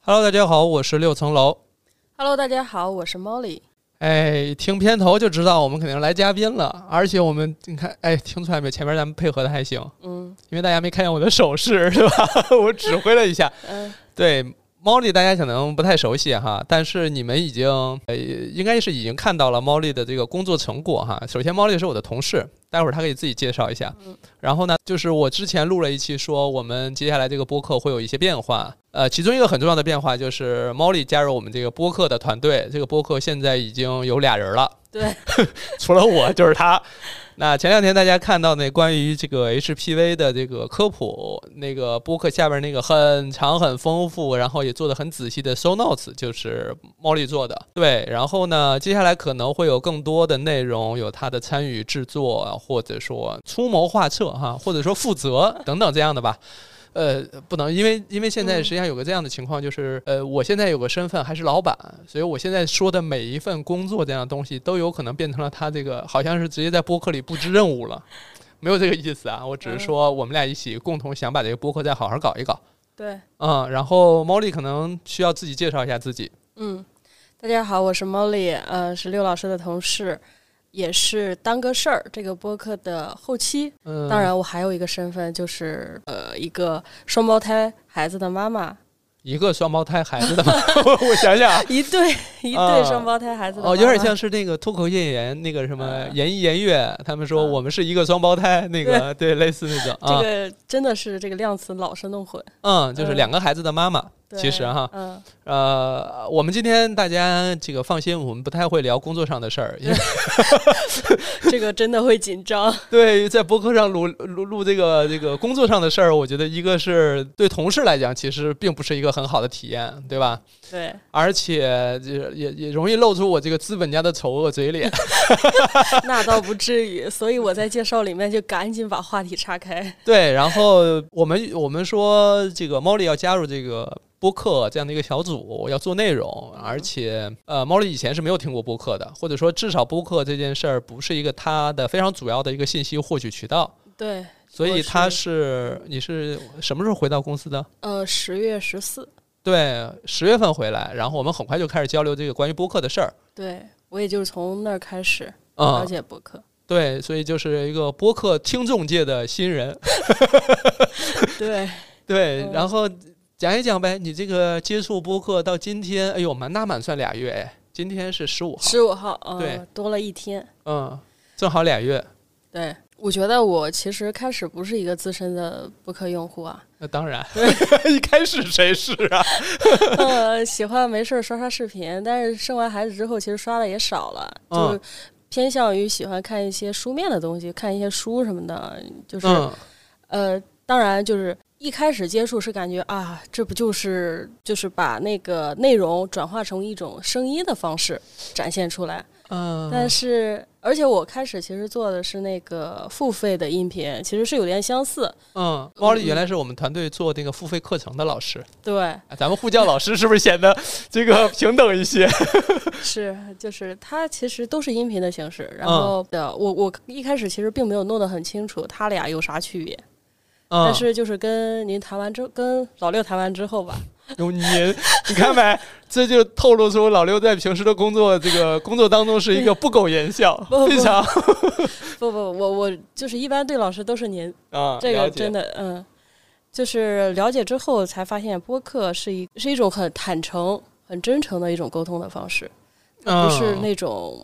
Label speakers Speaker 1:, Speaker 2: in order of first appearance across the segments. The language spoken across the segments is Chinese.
Speaker 1: Hello，大家好，我是六层楼。
Speaker 2: Hello，大家好，我是 Molly。
Speaker 1: 哎，听片头就知道我们肯定来嘉宾了，而且我们你看，哎，听出来没？前面咱们配合的还行，
Speaker 2: 嗯
Speaker 1: 因为大家没看见我的手势，对吧？ 我指挥了一下。
Speaker 2: 嗯、
Speaker 1: 对，Molly 大家可能不太熟悉哈，但是你们已经呃，应该是已经看到了 Molly 的这个工作成果哈。首先，Molly 是我的同事，待会儿她可以自己介绍一下。然后呢，就是我之前录了一期说我们接下来这个播客会有一些变化，呃，其中一个很重要的变化就是 Molly 加入我们这个播客的团队，这个播客现在已经有俩人了。
Speaker 2: 对，
Speaker 1: 除了我就是他。那前两天大家看到那关于这个 HPV 的这个科普，那个播客下边那个很长很丰富，然后也做的很仔细的 show notes，就是猫力做的。对，然后呢，接下来可能会有更多的内容，有他的参与制作，或者说出谋划策哈，或者说负责等等这样的吧。呃，不能，因为因为现在实际上有个这样的情况，就是呃，我现在有个身份还是老板，所以我现在说的每一份工作这样的东西，都有可能变成了他这个好像是直接在播客里布置任务了， 没有这个意思啊，我只是说我们俩一起共同想把这个播客再好好搞一搞，
Speaker 2: 对，
Speaker 1: 嗯，然后 Molly 可能需要自己介绍一下自己，
Speaker 2: 嗯，大家好，我是 Molly，呃，是六老师的同事，也是当个事儿这个播客的后期。
Speaker 1: 嗯，
Speaker 2: 当然，我还有一个身份，就是呃，一个双胞胎孩子的妈妈，
Speaker 1: 一个双胞胎孩子的嘛， 我想想啊。
Speaker 2: 一 对一
Speaker 1: 啊
Speaker 2: 对双胞胎孩子的妈妈
Speaker 1: 哦，有点像是那个脱口秀演员那个什么
Speaker 2: 嗯
Speaker 1: 言一言月，他们说
Speaker 2: 嗯
Speaker 1: 我们是一个双胞胎，那个啊对，类似 那种啊。
Speaker 2: 这个真的是这个量词老生弄混。
Speaker 1: 嗯，就是
Speaker 2: 嗯
Speaker 1: 两个孩子的妈妈。
Speaker 2: 对
Speaker 1: 其实哈，
Speaker 2: 嗯，
Speaker 1: 呃，我们今天大家这个放心，我们不太会聊工作上的事儿，因为
Speaker 2: 这个真的会紧张。
Speaker 1: 对在博客上录录录这个这个工作上的事儿，我觉得一个是对同事来讲，其实并不是一个很好的体验，对吧？
Speaker 2: 对，
Speaker 1: 而且也也也容易露出我这个资本家的丑恶嘴脸。
Speaker 2: 那倒不至于，所以我在介绍里面就赶紧把话题 岔开。
Speaker 1: 对，然后我们我们说这个 Molly 要加入这个播客这样的一个小组，要做内容，而且呃，Molly 以前是没有听过播客的，或者说至少播客这件事儿不是一个她的非常主要的一个信息获取渠道，
Speaker 2: 对，
Speaker 1: 所以
Speaker 2: 我
Speaker 1: 她是你是什么时候回到公司的？
Speaker 2: 呃，十月十四，
Speaker 1: 对，十月份回来，然后我们很快就开始交流这个关于播客的事儿。
Speaker 2: 对我也就是从那儿开始了
Speaker 1: 嗯，
Speaker 2: 解博客。
Speaker 1: 对，所以就是一个播客听众界的新人。
Speaker 2: 对，
Speaker 1: 对，
Speaker 2: 嗯
Speaker 1: 然后讲一讲呗，你这个接触播客到今天，哎呦，满打满算俩月，哎，今天是十五号，
Speaker 2: 十五号，嗯、
Speaker 1: 对
Speaker 2: 多了一天。
Speaker 1: 嗯，正好俩月。
Speaker 2: 对，我觉得我其实开始不是一个资深的博客用户啊，
Speaker 1: 那当然， 一开始谁是啊？
Speaker 2: 呃，喜欢没事儿刷刷视频，但是生完孩子之后，其实刷的也少了，
Speaker 1: 嗯
Speaker 2: 就偏向于喜欢看一些书面的东西，看一些书什么的，就是、
Speaker 1: 嗯
Speaker 2: 呃，当然就是一开始接触是感觉啊，这不就是就是把那个内容转化成一种声音的方式展现出来。
Speaker 1: 嗯，
Speaker 2: 但是，而且我开始其实做的是那个付费的音频，其实是有点相似。
Speaker 1: 嗯，猫丽原来是我们团队做那个付费课程的老师，
Speaker 2: 对，
Speaker 1: 哎咱们互教老师是不是显得这个平等一些？
Speaker 2: 是就是它其实都是音频的形式。
Speaker 1: 嗯
Speaker 2: 然后的、我我一开始其实并没有弄得很清楚它俩有啥区别，
Speaker 1: 嗯，
Speaker 2: 但是就是跟您谈完之跟老六谈完之后吧，
Speaker 1: 有你，你看没？这就透露出老六在平时的工作这个工作当中是一个不苟言笑，
Speaker 2: 不
Speaker 1: 非常
Speaker 2: 不不，我我就是一般对老师都是您。
Speaker 1: 啊，
Speaker 2: 这个
Speaker 1: 了解
Speaker 2: 真的，嗯，就是了解之后才发现，播客是一是一种很坦诚、很真诚的一种沟通的方式，不是
Speaker 1: 嗯
Speaker 2: 那种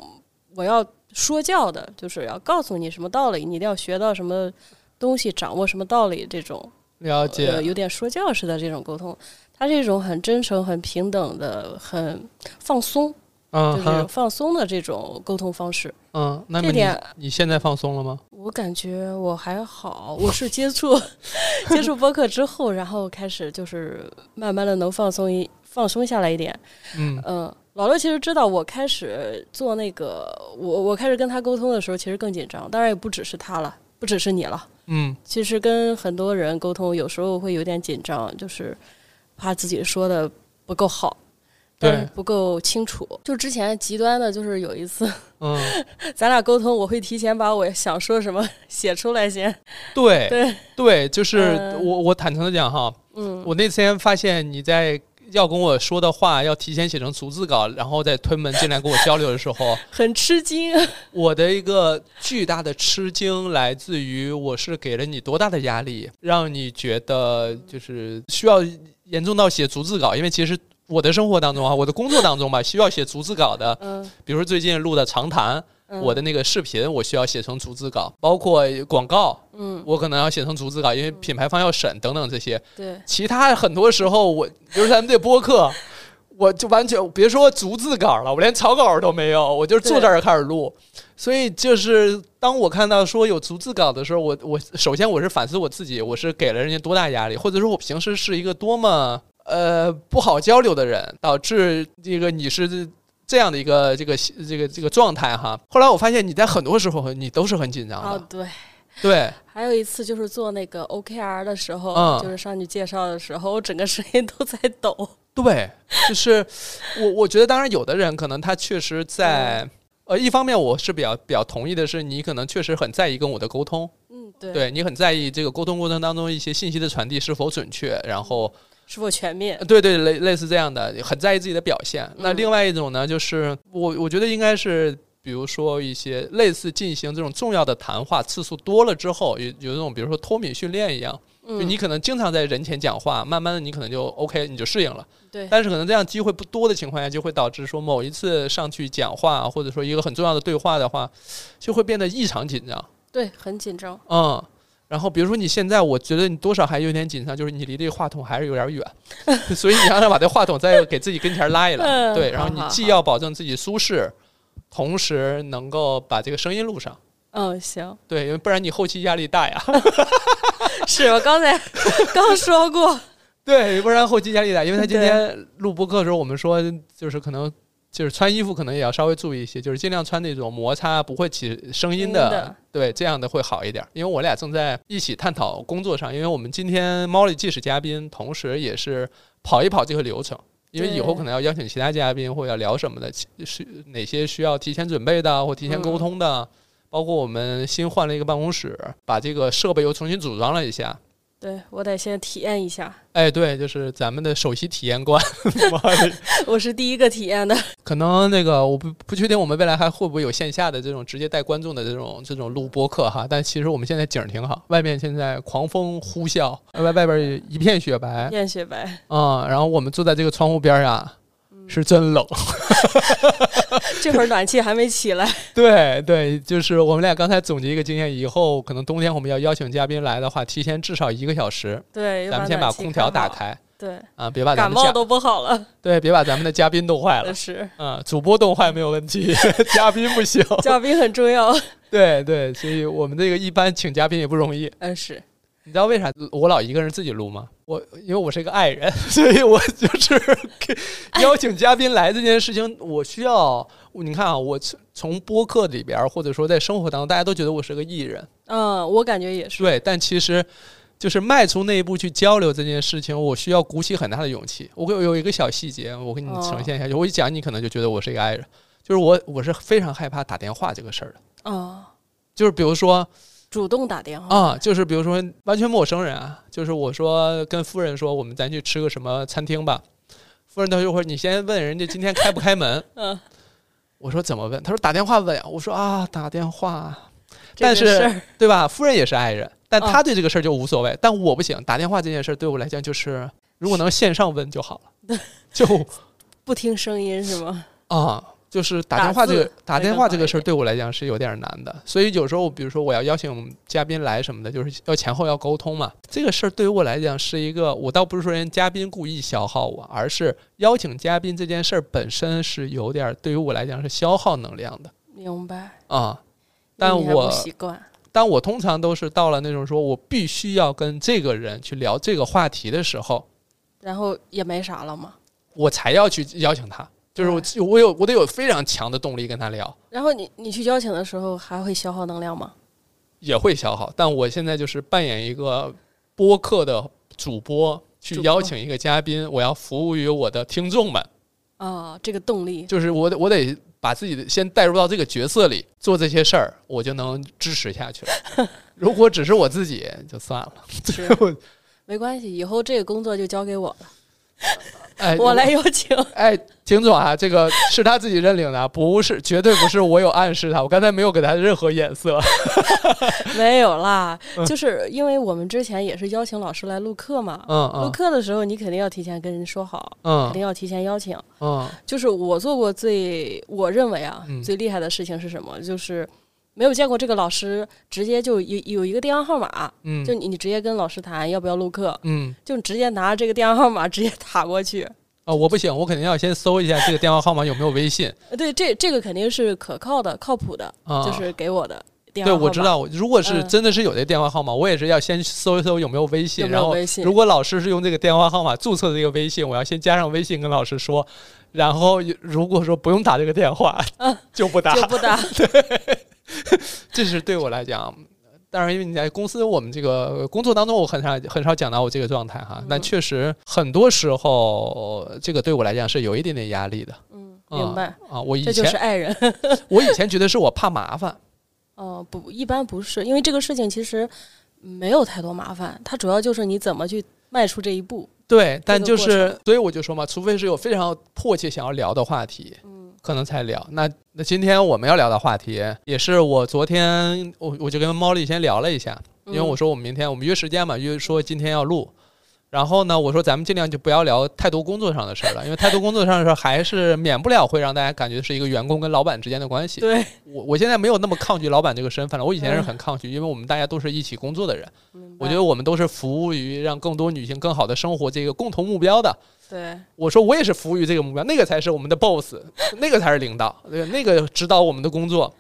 Speaker 2: 我要说教的，就是要告诉你什么道理，你一定要学到什么东西，掌握什么道理，这种
Speaker 1: 了解、
Speaker 2: 呃有点说教式的这种沟通，它是一种很真诚、很平等的、很放松，就
Speaker 1: 嗯
Speaker 2: 是
Speaker 1: 哼
Speaker 2: 放松的这种沟通方式。
Speaker 1: 嗯，那
Speaker 2: 这
Speaker 1: 么你
Speaker 2: 点
Speaker 1: 你现在放松了吗？
Speaker 2: 我感觉我还好，我是接触 接触播客之后，然后开始就是慢慢的能放松一放松下来一点。
Speaker 1: 嗯
Speaker 2: 嗯，老六其实知道我开始做那个，我我开始跟他沟通的时候，其实更紧张，当然也不只是他了，不只是你了，
Speaker 1: 嗯
Speaker 2: 其实跟很多人沟通，有时候会有点紧张，就是怕自己说的不够好。但是
Speaker 1: 对
Speaker 2: 不够清楚。就之前极端的，就是有一次，
Speaker 1: 嗯，
Speaker 2: 咱俩沟通，我会提前把我想说什么写出来先，
Speaker 1: 对
Speaker 2: 对
Speaker 1: 对，就是
Speaker 2: 嗯
Speaker 1: 我我坦诚的讲哈，
Speaker 2: 嗯，
Speaker 1: 我那天发现你在要跟我说的话要提前写成逐字稿，然后再推门进来跟我交流的时候，
Speaker 2: 很吃惊。
Speaker 1: 我的一个巨大的吃惊来自于我是给了你多大的压力，让你觉得就是需要严重到写逐字稿，因为其实。我的生活当中啊，我的工作当中吧，需要写逐字稿的，
Speaker 2: 嗯，
Speaker 1: 比如说最近录的长谈，
Speaker 2: 嗯
Speaker 1: 我的那个视频，我需要写成逐字稿，包括广告，
Speaker 2: 嗯，
Speaker 1: 我可能要写成逐字稿，因为品牌方要审等等这些。
Speaker 2: 对，
Speaker 1: 其他很多时候我，比如咱们这播客，我就完全别说逐字稿了，我连草稿都没有，我就是坐这儿开始录。所以就是当我看到说有逐字稿的时候，我我首先我是反思我自己，我是给了人家多大压力，或者说我平时是一个多么呃不好交流的人，导致这个你是。这样的一个这个这个这个状态哈，后来我发现你在很多时候你都是很紧张的，
Speaker 2: 哦对。
Speaker 1: 对，
Speaker 2: 还有一次就是做那个 OKR 的时候，
Speaker 1: 嗯
Speaker 2: 就是上去介绍的时候，我整个声音都在抖。
Speaker 1: 对，就是 我我觉得，当然有的人可能他确实在。
Speaker 2: 嗯
Speaker 1: 呃，一方面我是比较比较同意的是，你可能确实很在意跟我的沟通，
Speaker 2: 嗯，对，
Speaker 1: 对你很在意这个沟通过程当中一些信息的传递是否准确，然后
Speaker 2: 是否全面
Speaker 1: 呃？对对类类似这样的，很在意自己的表现。那
Speaker 2: 嗯
Speaker 1: 另外一种呢，就是我我觉得应该是，比如说一些类似进行这种重要的谈话次数多了之后，有有这种比如说脱敏训练一样，就
Speaker 2: 嗯，
Speaker 1: 你可能经常在人前讲话，慢慢的你可能就 OK，你就适应了。
Speaker 2: 对，
Speaker 1: 但是可能这样机会不多的情况下，就会导致说某一次上去讲话，或者说一个很重要的对话的话，就会变得异常紧张。
Speaker 2: 对，很紧张。
Speaker 1: 嗯，然后比如说你现在，我觉得你多少还有点紧张，就是你离这个话筒还是有点远， 所以你让他把这话筒再给自己跟前儿拉一拉，
Speaker 2: 嗯
Speaker 1: 对，然后
Speaker 2: 好
Speaker 1: 你
Speaker 2: 好
Speaker 1: 既
Speaker 2: 好
Speaker 1: 要保证自己舒适，同时能够把这个声音录上。
Speaker 2: 嗯，行，
Speaker 1: 对，因为不然你后期压力大呀。
Speaker 2: 是我 刚才刚说过，
Speaker 1: 对，不然后期压力大。因为他今
Speaker 2: 对
Speaker 1: 天录播客的时候，我们说就是可能就是穿衣服可能也要稍微注意一些，就是尽量穿那种摩擦不会起声音的，
Speaker 2: 声音的
Speaker 1: 对，这样的会好一点。因为我俩正在一起探讨工作上，因为我们今天猫里既是嘉宾，同时也是跑一跑这个流程。因为以后
Speaker 2: 对
Speaker 1: 可能要邀请其他嘉宾，或者要聊什么的，其是哪些需要提前准备的，或提前沟
Speaker 2: 嗯
Speaker 1: 通的，包括我们新换了一个办公室，把这个设备又重新组装了一下，
Speaker 2: 对我得先体验一下，
Speaker 1: 哎，对，就是咱们的首席体验官，妈的
Speaker 2: 我是第一个体 验的。
Speaker 1: 可能那个我不不确定我们未来还会不会有线下的这种直接带观众的这种这种录播课哈，但其实我们现在景儿挺好，外面现在狂风呼 啸，外外边一片雪白，
Speaker 2: 验血白，
Speaker 1: 嗯，然后我们坐在这个窗户边儿啊，是真 冷，
Speaker 2: 这会儿暖气还没起来。
Speaker 1: 对对，就是我们俩刚才总结一个经验，以后可能冬天我们要邀请嘉宾来的话，提前至少一个小时，
Speaker 2: 对，又
Speaker 1: 咱们先把
Speaker 2: 暖气
Speaker 1: 空调
Speaker 2: 开好
Speaker 1: 打。开
Speaker 2: 对，
Speaker 1: 啊，别把咱
Speaker 2: 感
Speaker 1: 们
Speaker 2: 冒
Speaker 1: 嘉
Speaker 2: 都不好了，
Speaker 1: 对，别把咱们的嘉宾冻 坏了。
Speaker 2: 是
Speaker 1: 嗯，主播冻坏没有问题， 嘉宾不 行。
Speaker 2: 嘉宾很 重要。
Speaker 1: 对对，所以我们这个一般请嘉宾也不容易。
Speaker 2: 嗯，是
Speaker 1: 你知道为啥我老一个人自己录吗？我因为我是一个爱人， 所以我就是给邀请嘉宾来这件事情，我需要你看啊，我从从播客里边儿或者说在生活当中，大家都觉得我是个艺人，
Speaker 2: 嗯，我感觉也是。
Speaker 1: 对，但其实就是迈出那一步去交流这件事情，我需要鼓起很大的勇气。我有有一个小细节，我给你呈现一下，我一讲你可能就觉得我是一个爱人，就是我我是非常害怕打电话这个事儿的。
Speaker 2: 嗯，
Speaker 1: 就是比如说
Speaker 2: 主动打电话。
Speaker 1: 啊，就是比如说完全陌生人啊，就是我说跟夫人说我们咱去吃个什么餐厅吧，夫人她就会你先问人家今天开不开门，
Speaker 2: 嗯，
Speaker 1: 我说怎么问？她说打电话问呀，我说啊打电话，
Speaker 2: 这
Speaker 1: 但
Speaker 2: 个事
Speaker 1: 是
Speaker 2: 儿
Speaker 1: 对吧？夫人也是爱人，但
Speaker 2: 嗯
Speaker 1: 她对这个事儿就无所谓，但我不行，打电话这件事儿对我来讲就是如果能线上问就好了，就
Speaker 2: 不听声音是吗？
Speaker 1: 啊，就是打电话这个打
Speaker 2: 打字
Speaker 1: 电话这个
Speaker 2: 会更好一点
Speaker 1: 事儿对我来讲是有点难的，所以有时候比如说我要邀请嘉宾来什么的，就是要前后要沟通嘛。这个事儿对于我来讲是一个，我倒不是说人家嘉宾故意消耗我，而是邀请嘉宾这件事儿本身是有点儿对于我来讲是消耗能量的
Speaker 2: 明白。
Speaker 1: 啊。但
Speaker 2: 因为你还
Speaker 1: 我
Speaker 2: 不习惯。
Speaker 1: 但我通常都是到了那种说我必须要跟这个人去聊这个话题的时候，
Speaker 2: 然后也没啥了 嘛。
Speaker 1: 我才要去邀请他，就是我我有我得有非常强的动力跟他聊。
Speaker 2: 然后你你去邀请的时候还会消耗能量吗？
Speaker 1: 也会消耗，但我现在就是扮演一个播客的主播，去
Speaker 2: 主播
Speaker 1: 邀请一个嘉宾，我要服务于我的听众们，
Speaker 2: 啊，这个动 力
Speaker 1: 就是我得我得把自己的先带入到这个角色里，做这些事儿，我就能支持下去了。 如果只是我自己，就算了。
Speaker 2: 是
Speaker 1: 我
Speaker 2: 没关系，以后这个工作就交给我了。
Speaker 1: 哎，
Speaker 2: 我来有请。
Speaker 1: 哎，秦总啊，这个是他自己认领的啊，不是，绝对不是我有暗示他，我刚才没有给他任何眼 色。
Speaker 2: 没有 啦，就是因为我们之前也是邀请老师来录课嘛，
Speaker 1: 嗯
Speaker 2: 录
Speaker 1: 嗯
Speaker 2: 课的时候你肯定要提前跟人说好，肯定
Speaker 1: 嗯
Speaker 2: 要提前邀请。
Speaker 1: 嗯
Speaker 2: 就是我做过最，我认为啊，
Speaker 1: 嗯
Speaker 2: 最厉害的事情是什么？就是没有见过这个老师直接就有有一个电话号码，
Speaker 1: 嗯，
Speaker 2: 就你你直接跟老师谈要不要录课，
Speaker 1: 嗯
Speaker 2: 就直接拿这个电话号码直接打过去。
Speaker 1: 啊，我不行，我肯定要先搜一下这个电话号码有没有微信
Speaker 2: 呃对，这这个肯定是可靠的、靠谱的，
Speaker 1: 啊。
Speaker 2: 就是给我的电话
Speaker 1: 对，
Speaker 2: 号码。
Speaker 1: 我知道，如果是
Speaker 2: 嗯
Speaker 1: 真的是有这电话号码，我也是要先搜一搜有没有微信，
Speaker 2: 有没
Speaker 1: 然
Speaker 2: 有
Speaker 1: 后
Speaker 2: 微信
Speaker 1: 如果老师是用这个电话号码注册的这个微信，我要先加上微信跟老师说，然后如果说不用打这个电话， 就不打，
Speaker 2: 嗯就 不打。
Speaker 1: 这是对我来讲。当然，因为你在公司，我们这个工作当中，我很少很少讲到我这个状态哈。那
Speaker 2: 嗯
Speaker 1: 确实，很多时候这个对我来讲是有一点点压力的。
Speaker 2: 嗯，
Speaker 1: 啊
Speaker 2: 明白，
Speaker 1: 啊！我以
Speaker 2: 这
Speaker 1: 前、
Speaker 2: 就是爱人。
Speaker 1: 我以前觉得是我怕麻烦，
Speaker 2: 哦，不，一般不是，因为这个事情其实没有太多麻烦，它主要就是你怎么去迈出这一步。
Speaker 1: 对，但
Speaker 2: 个
Speaker 1: 就
Speaker 2: 过
Speaker 1: 是，所以我就说嘛，除非是有非常迫切想要聊的话题，
Speaker 2: 嗯
Speaker 1: 可能才聊。那那今天我们要聊的话题，也是我昨天我我就跟猫丽先聊了一下，
Speaker 2: 嗯
Speaker 1: 因为我说我们明天我们约时间嘛，约说今天要录。然后呢，我说咱们尽量就不要聊太多工作上的事 儿了，因为太多工作上的事儿还是免不了会让大家感觉是一个员工跟老板之间的关系。
Speaker 2: 对，
Speaker 1: 我我现在没有那么抗拒老板这个身份了，我以前是
Speaker 2: 嗯
Speaker 1: 很抗拒，因为我们大家都是一起工作的人，
Speaker 2: 明白
Speaker 1: 我觉得我们都是服务于让更多女性更好的生活这个共同目标的。
Speaker 2: 对，
Speaker 1: 我说我也是服务于这个目标，那个才是我们的 boss，那个才是领导，对，那个指导我们的工作。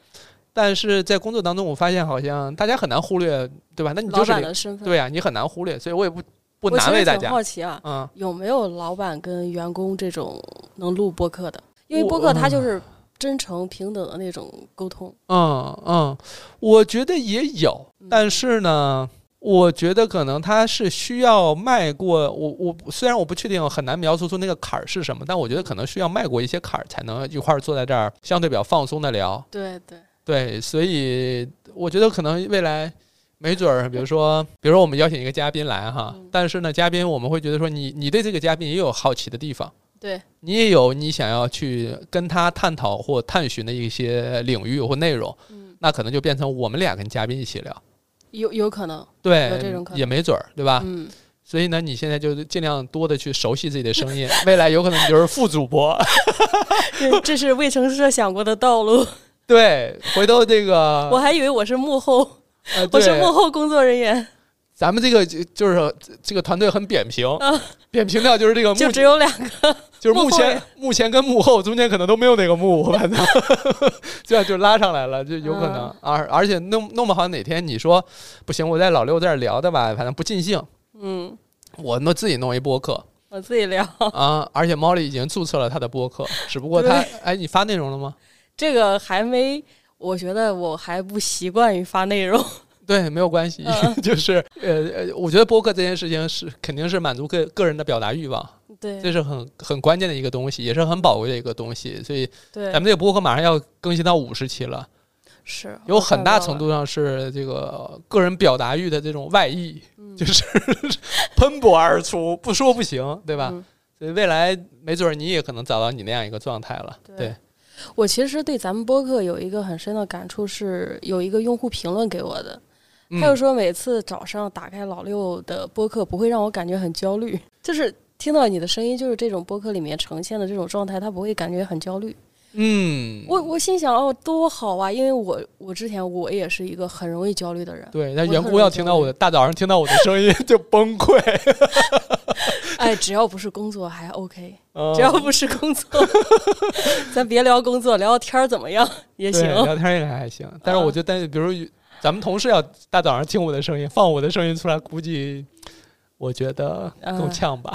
Speaker 1: 但是在工作当中，我发现好像大家很难忽略，对吧？那你就
Speaker 2: 老
Speaker 1: 是
Speaker 2: 板
Speaker 1: 领
Speaker 2: 的身份。
Speaker 1: 对呀、啊你很难忽略，所以我也不不
Speaker 2: 我其
Speaker 1: 难
Speaker 2: 实
Speaker 1: 为大
Speaker 2: 挺
Speaker 1: 家。
Speaker 2: 好奇啊，
Speaker 1: 嗯
Speaker 2: 有没有老板跟员工这种能录播客的？因为
Speaker 1: 我
Speaker 2: 播客它就是真诚平等的那种沟通。
Speaker 1: 嗯嗯，我觉得也有，但是呢，我觉得可能他是需要迈过我我虽然我不确定很难描述出那个坎儿是什么，但我觉得可能需要迈过一些坎儿，才能一块儿坐在这儿相对比较放松的聊。
Speaker 2: 对对，
Speaker 1: 对，所以我觉得可能未来没准儿，比如说，比如说我们邀请一个嘉宾来哈，
Speaker 2: 嗯
Speaker 1: 但是呢，嘉宾我们会觉得说你，你对这个嘉宾也有好奇的地方，
Speaker 2: 对，
Speaker 1: 你也有你想要去跟他探讨或探寻的一些领域或内容，
Speaker 2: 嗯，
Speaker 1: 那可能就变成我们俩跟嘉宾一起聊，
Speaker 2: 有有可能，有这
Speaker 1: 对
Speaker 2: 种可，能
Speaker 1: 也没准儿，对吧？
Speaker 2: 嗯，
Speaker 1: 所以呢，你现在就尽量多的去熟悉自己的声音， 未来有可能你就是副主播。
Speaker 2: 这这是未曾设想过的 道路。
Speaker 1: 对，回头这个
Speaker 2: 我还以为我是幕后，
Speaker 1: 呃
Speaker 2: 我是
Speaker 1: 对
Speaker 2: 幕后工作人员，
Speaker 1: 咱们这个就就是这个团队很扁平，
Speaker 2: 嗯
Speaker 1: 扁平掉就是这个幕，
Speaker 2: 就只有两个。
Speaker 1: 就是幕
Speaker 2: 幕后
Speaker 1: 前幕前跟幕后中间可能都没有那个幕，反 正这样就拉上来了，就有可
Speaker 2: 嗯
Speaker 1: 能。而、而且弄弄不好哪天你说不行，我在老六这儿聊的吧，反正不尽兴，
Speaker 2: 嗯，
Speaker 1: 我弄自己弄一播客
Speaker 2: 我自己聊。
Speaker 1: 啊。而且猫 y 已经注册了他的播 客，只不过他哎，你发内容了吗？
Speaker 2: 这个还没，我觉得我还不习惯于发内容。
Speaker 1: 对，没有关系，
Speaker 2: 嗯
Speaker 1: 就是呃呃，我觉得播客这件事情是肯定是满足个个人的表达欲望，这
Speaker 2: 对
Speaker 1: 是很很关键的一个东西，也是很宝贵的一个东西。所以咱
Speaker 2: 对
Speaker 1: 们，这个播客马上要更新到五十期了，
Speaker 2: 是
Speaker 1: 有很大程。度上是这个个人表达欲的这种外溢，
Speaker 2: 嗯
Speaker 1: 就是 喷薄而出，不说不行，对
Speaker 2: 对
Speaker 1: 吧？
Speaker 2: 嗯？
Speaker 1: 所以未来没准你也可能找到你那样一个状态了。
Speaker 2: 对
Speaker 1: 对，
Speaker 2: 我其实对咱们播客有一个很深的感触，是有一个用户评论给我的，
Speaker 1: 嗯
Speaker 2: 他就说每次早上打开老六的播客，不会让我感觉很焦虑， 就是听到你的声音，就是这种播客里面呈现的这种状态，他不会感觉很焦虑。
Speaker 1: 嗯，
Speaker 2: 我我心想哦，多好啊！因为我我之前我也是一个很容易焦虑的人，
Speaker 1: 对，那
Speaker 2: 我
Speaker 1: 员
Speaker 2: 特
Speaker 1: 工
Speaker 2: 别
Speaker 1: 要
Speaker 2: 焦
Speaker 1: 听到我
Speaker 2: 虑
Speaker 1: 的大早上听到我的声音就崩溃，
Speaker 2: 哎，只要不是工作还 OK。
Speaker 1: 嗯
Speaker 2: 只要不是工作， 咱别聊工作，聊聊天儿怎么样也
Speaker 1: 对
Speaker 2: 行。
Speaker 1: 聊天应该还行。但是我
Speaker 2: 啊
Speaker 1: 就担心，比如咱们同事要大早上听我的声音，放我的声音出来，估计我觉得够
Speaker 2: 嗯
Speaker 1: 呛 吧。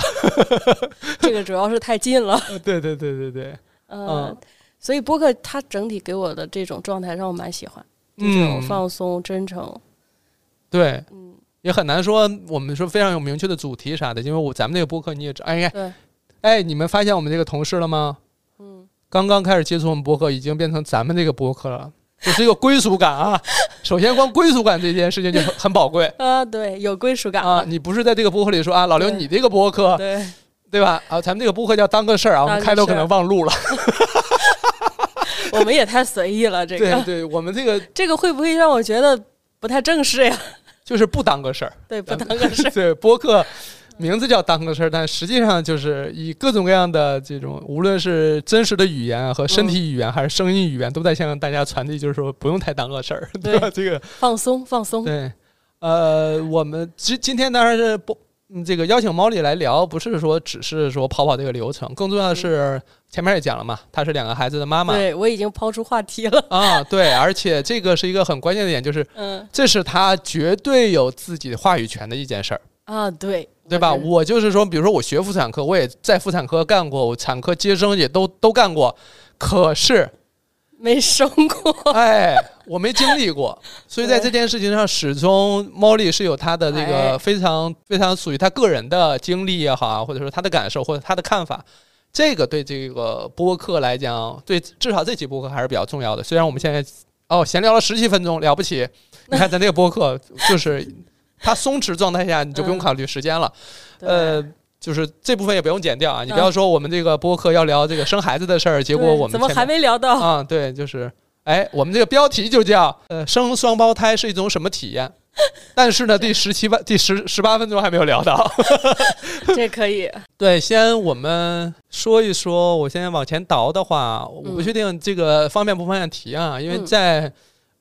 Speaker 2: 这个主要是太近了，
Speaker 1: 对对对对对，
Speaker 2: 嗯、
Speaker 1: 嗯
Speaker 2: 所以播客它整体给我的这种状态让我蛮喜欢，就
Speaker 1: 嗯
Speaker 2: 这种放松、真诚，
Speaker 1: 对，
Speaker 2: 嗯，
Speaker 1: 也很难说我们说非常有明确的主题啥的，因为我咱们这个播客你也知道，哎
Speaker 2: 对，
Speaker 1: 哎，你们发现我们这个同事了吗？
Speaker 2: 嗯，
Speaker 1: 刚刚开始接触我们播客，已经变成咱们这个播客了。这是一个归属感 啊！首先，光归属感这件事情就很很宝贵
Speaker 2: 啊，对，有归属感
Speaker 1: 啊！
Speaker 2: 了，
Speaker 1: 你不是在这个播客里说啊，老刘，
Speaker 2: 对
Speaker 1: 你这个播客
Speaker 2: 对，
Speaker 1: 对吧？啊，咱们这个播客叫当个事儿啊，我们
Speaker 2: 当个
Speaker 1: 开头
Speaker 2: 事
Speaker 1: 可
Speaker 2: 儿
Speaker 1: 能忘录了。
Speaker 2: 我们也太随意了，这
Speaker 1: 对
Speaker 2: 个
Speaker 1: 对，我们这个
Speaker 2: 这个会不会让我觉得不太正式呀？
Speaker 1: 就是不当个事儿，
Speaker 2: 对， 不
Speaker 1: 咱们
Speaker 2: 当个事 儿。
Speaker 1: 对，播客名字叫当个事儿，但实际上就是以各种各样的这种，无论是真实的语言啊和身
Speaker 2: 嗯
Speaker 1: 体语言，还是声音语言，都在向大家传递，就是说不用太当个事儿， 对吧？这个
Speaker 2: 放松，放松。
Speaker 1: 对，呃，我们今今天当然是不。嗯这个邀请猫里来聊，不是说只是说跑跑这个流程，更重要的是前面也讲了嘛，她是两个孩子的妈妈
Speaker 2: 嗯对，我已经抛出话题了。
Speaker 1: 啊，对，而且这个是一个很关键的点，就是
Speaker 2: 嗯
Speaker 1: 这是她绝对有自己话语权的一件事儿。
Speaker 2: 啊，对，
Speaker 1: 对吧？
Speaker 2: 我是
Speaker 1: 我就是说，比如说我学妇产科，我也在妇产科干过，我产科接生也都都干过，可 是
Speaker 2: 没生过。
Speaker 1: 哎，我没经历过，所以在这件事情上，始终 Molly 是有她的这个
Speaker 2: 哎
Speaker 1: 非常非常属于她个人的经历也好啊，或者说她的感受或者她的看法。这个对这个播客来讲，对至少这期播客还是比较重要的。虽然我们现在哦闲聊了十七分钟，了不起！你看咱这个播客，就是它松弛状态下，你就不用
Speaker 2: 嗯
Speaker 1: 考虑时间了。
Speaker 2: 对
Speaker 1: 呃，就是这部分也不用剪掉啊，你不
Speaker 2: 嗯
Speaker 1: 要说我们这个播客要聊这个生孩子的事儿，结果
Speaker 2: 对
Speaker 1: 我们
Speaker 2: 怎么
Speaker 1: 前
Speaker 2: 还
Speaker 1: 面
Speaker 2: 没聊到？
Speaker 1: 啊、对，就是哎，我们这个标题就叫呃生双胞胎是一种什么体验，但是呢，第十七 八第十十八分钟还没有聊到。
Speaker 2: 这可以。
Speaker 1: 对，先我们说一说，我现在往前倒的话，我不
Speaker 2: 嗯
Speaker 1: 确定这个方便不方便提啊，因为
Speaker 2: 嗯
Speaker 1: 在。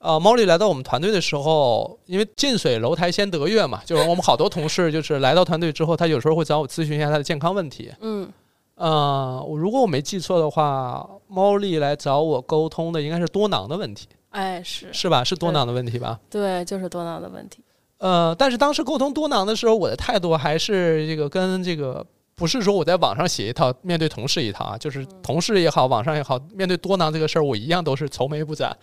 Speaker 1: 呃，猫丽来到我们团队的时候，因为近水楼台先得月嘛，就是我们好多同事就是来到团队之后，他有时候会找我咨询一下他的健康问题。
Speaker 2: 嗯，
Speaker 1: 呃，我如果我没记错的话，猫丽来找我沟通的应该是多囊的问题，
Speaker 2: 哎，是
Speaker 1: 是吧？是多囊的问题吧？
Speaker 2: 对，就是多囊的问题。
Speaker 1: 呃，但是当时沟通多囊的时候，我的态度还是这个跟这个不是说我在网上写一套，面对同事一套啊，就是同事也好，网上也好，面对多囊这个事儿，我一样都是愁眉不展。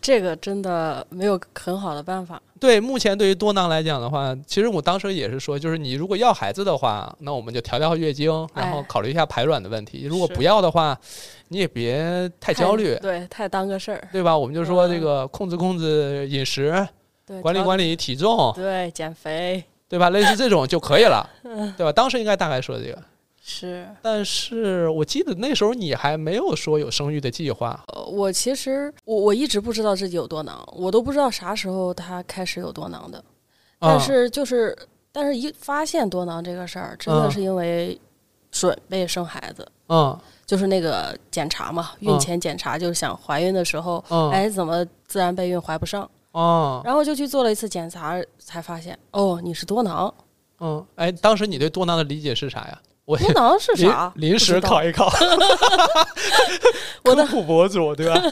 Speaker 2: 这个真的没有很好的办法。
Speaker 1: 对，目前对于多囊来讲的话，其实我当时也是说，就是你如果要孩子的话，那我们就调调月经，然后
Speaker 2: 哎
Speaker 1: 考虑一下排卵的问题；如果
Speaker 2: 是
Speaker 1: 不要的话，你也别太焦虑。
Speaker 2: 对，太当个事儿。
Speaker 1: 对吧？我们就说
Speaker 2: 嗯
Speaker 1: 这个控制控制饮食，
Speaker 2: 对，
Speaker 1: 管理
Speaker 2: 调
Speaker 1: 管理体重，
Speaker 2: 对减肥
Speaker 1: 对吧？类似这种就可以 了，
Speaker 2: 嗯
Speaker 1: 对吧？当时应该大概说这个，
Speaker 2: 是。
Speaker 1: 但是我记得那时候你还没有说有生育的计划，
Speaker 2: 呃，我其实我我一直不知道自己有多囊，我都不知道啥时候它开始有多囊的。但
Speaker 1: 嗯、
Speaker 2: 是就是，但是一发现多囊这个事儿，真
Speaker 1: 嗯
Speaker 2: 的是因为准备生孩子，
Speaker 1: 嗯
Speaker 2: 就是那个检查嘛，
Speaker 1: 啊
Speaker 2: 孕前检查，就是想怀孕的时候，
Speaker 1: 嗯
Speaker 2: 哎，怎么自然备孕怀不上？
Speaker 1: 嗯
Speaker 2: 然后就去做了一次检查，才发现哦，你是多囊。
Speaker 1: 嗯，哎，当时你对多囊的理解是啥呀？我
Speaker 2: 多囊是啥？
Speaker 1: 临临
Speaker 2: 不知
Speaker 1: 时
Speaker 2: 道
Speaker 1: 考一考，
Speaker 2: 我的
Speaker 1: 科普博主对吧？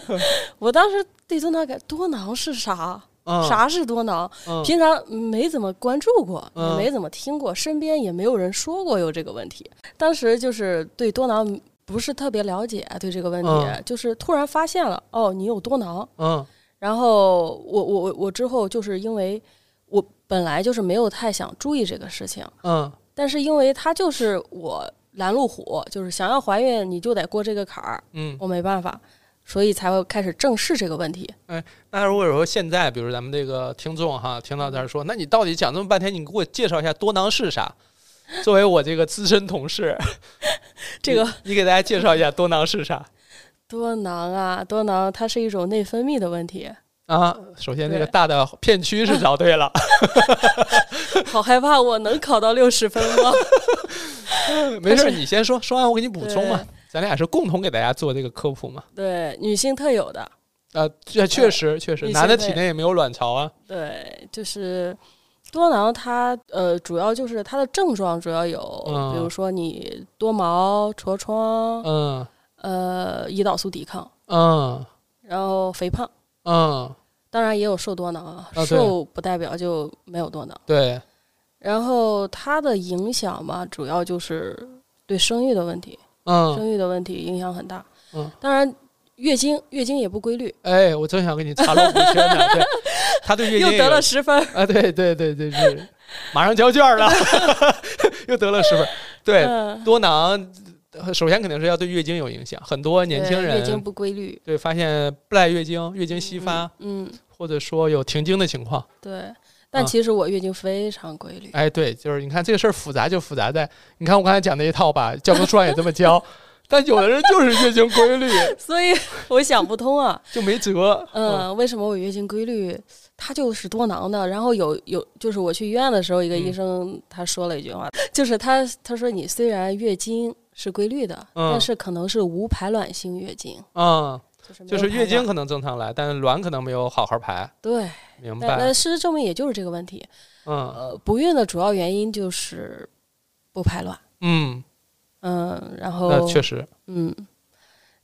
Speaker 2: 我当时对多囊感多囊是啥？
Speaker 1: 嗯、
Speaker 2: 啥是多囊？
Speaker 1: 嗯
Speaker 2: 平常没怎么关注过，也
Speaker 1: 嗯
Speaker 2: 没怎么听过，身边也没有人说过有这个问题。当时就是对多囊不是特别了解，对这个问题、
Speaker 1: 嗯
Speaker 2: 就是突然发现了，哦，你有多囊。
Speaker 1: 嗯
Speaker 2: 然后我我我我之后就是因为我本来就是没有太想注意这个事情，
Speaker 1: 嗯
Speaker 2: 但是因为它就是我拦路虎，就是想要怀孕你就得过这个坎儿，
Speaker 1: 嗯。
Speaker 2: 我没办法，所以才会开始正视这个问题。
Speaker 1: 那如果说现在，比如咱们这个听众哈，听到这儿说，那你到底讲这么半天，你给我介绍一下多囊是啥？作为我这个资深同事，
Speaker 2: 这个
Speaker 1: 你你给大家介绍一下多囊是啥
Speaker 2: 多囊啊，多囊它是一种内分泌的问题，
Speaker 1: 啊？首先，这个
Speaker 2: 对
Speaker 1: 大的片区是找对 了，
Speaker 2: 好害怕我能考到六十分吗？
Speaker 1: 没事儿，你先说，说完我给你补充嘛
Speaker 2: 对。
Speaker 1: 咱俩是共同给大家做这个科普嘛？
Speaker 2: 对，女性特有的，
Speaker 1: 啊，这确实确实，
Speaker 2: 你
Speaker 1: 男的
Speaker 2: 先
Speaker 1: 体
Speaker 2: 呃对
Speaker 1: 内也没有卵巢啊。
Speaker 2: 对，就是多囊它呃主要就是它的症状主要有，
Speaker 1: 嗯
Speaker 2: 比如说你多毛、痤疮，
Speaker 1: 嗯
Speaker 2: 呃胰岛素抵抗，
Speaker 1: 嗯
Speaker 2: 然后肥胖，
Speaker 1: 嗯，
Speaker 2: 当然也有瘦多囊啊，
Speaker 1: 对
Speaker 2: 瘦不代表就没有多囊。
Speaker 1: 对，
Speaker 2: 然后它的影响嘛，主要就是对生育的问题，
Speaker 1: 嗯
Speaker 2: 生育的问题影响很大。
Speaker 1: 嗯，
Speaker 2: 当然月经月经也不规律，
Speaker 1: 哎，我正想给你插入补缺呢。 对，他对月经
Speaker 2: 又
Speaker 1: 也
Speaker 2: 得
Speaker 1: 有
Speaker 2: 了十分。
Speaker 1: 啊，对对对对是， 马上交卷儿了， 又得了十分。对，
Speaker 2: 嗯，
Speaker 1: 多囊呃首先肯定是要对月经有影响，很多年轻
Speaker 2: 对月经
Speaker 1: 人
Speaker 2: 不规律，
Speaker 1: 对发现不来月经、月经稀发，
Speaker 2: 嗯，
Speaker 1: 或者说有停经的情况。
Speaker 2: 对。但
Speaker 1: 嗯
Speaker 2: 其实我月经非常规律，
Speaker 1: 哎，对，就是你看这个事儿复杂就复杂在，你看我刚才讲那一套吧，教科书上也这么 教，但有的人就是月经规律，
Speaker 2: 所以我想不通 啊。
Speaker 1: 就没辙。
Speaker 2: 嗯，为什么我月经规律？它就是多囊的。然后有有，就是我去医院的时候，一个医
Speaker 1: 嗯
Speaker 2: 生他说了一句话，就是他他说你虽然月经是规律的，
Speaker 1: 嗯
Speaker 2: 但是可能是无排卵性月经，
Speaker 1: 嗯，
Speaker 2: 就是没有
Speaker 1: 就是
Speaker 2: 排
Speaker 1: 月经
Speaker 2: 卵
Speaker 1: 可能正常来，但是卵可能没有好好排，
Speaker 2: 对。
Speaker 1: 明
Speaker 2: 那那
Speaker 1: 白？
Speaker 2: 事实证明也就是这个问题。
Speaker 1: 嗯
Speaker 2: 呃，不孕的主要原因就是不排卵。
Speaker 1: 嗯，
Speaker 2: 嗯，然后
Speaker 1: 那确实，
Speaker 2: 嗯，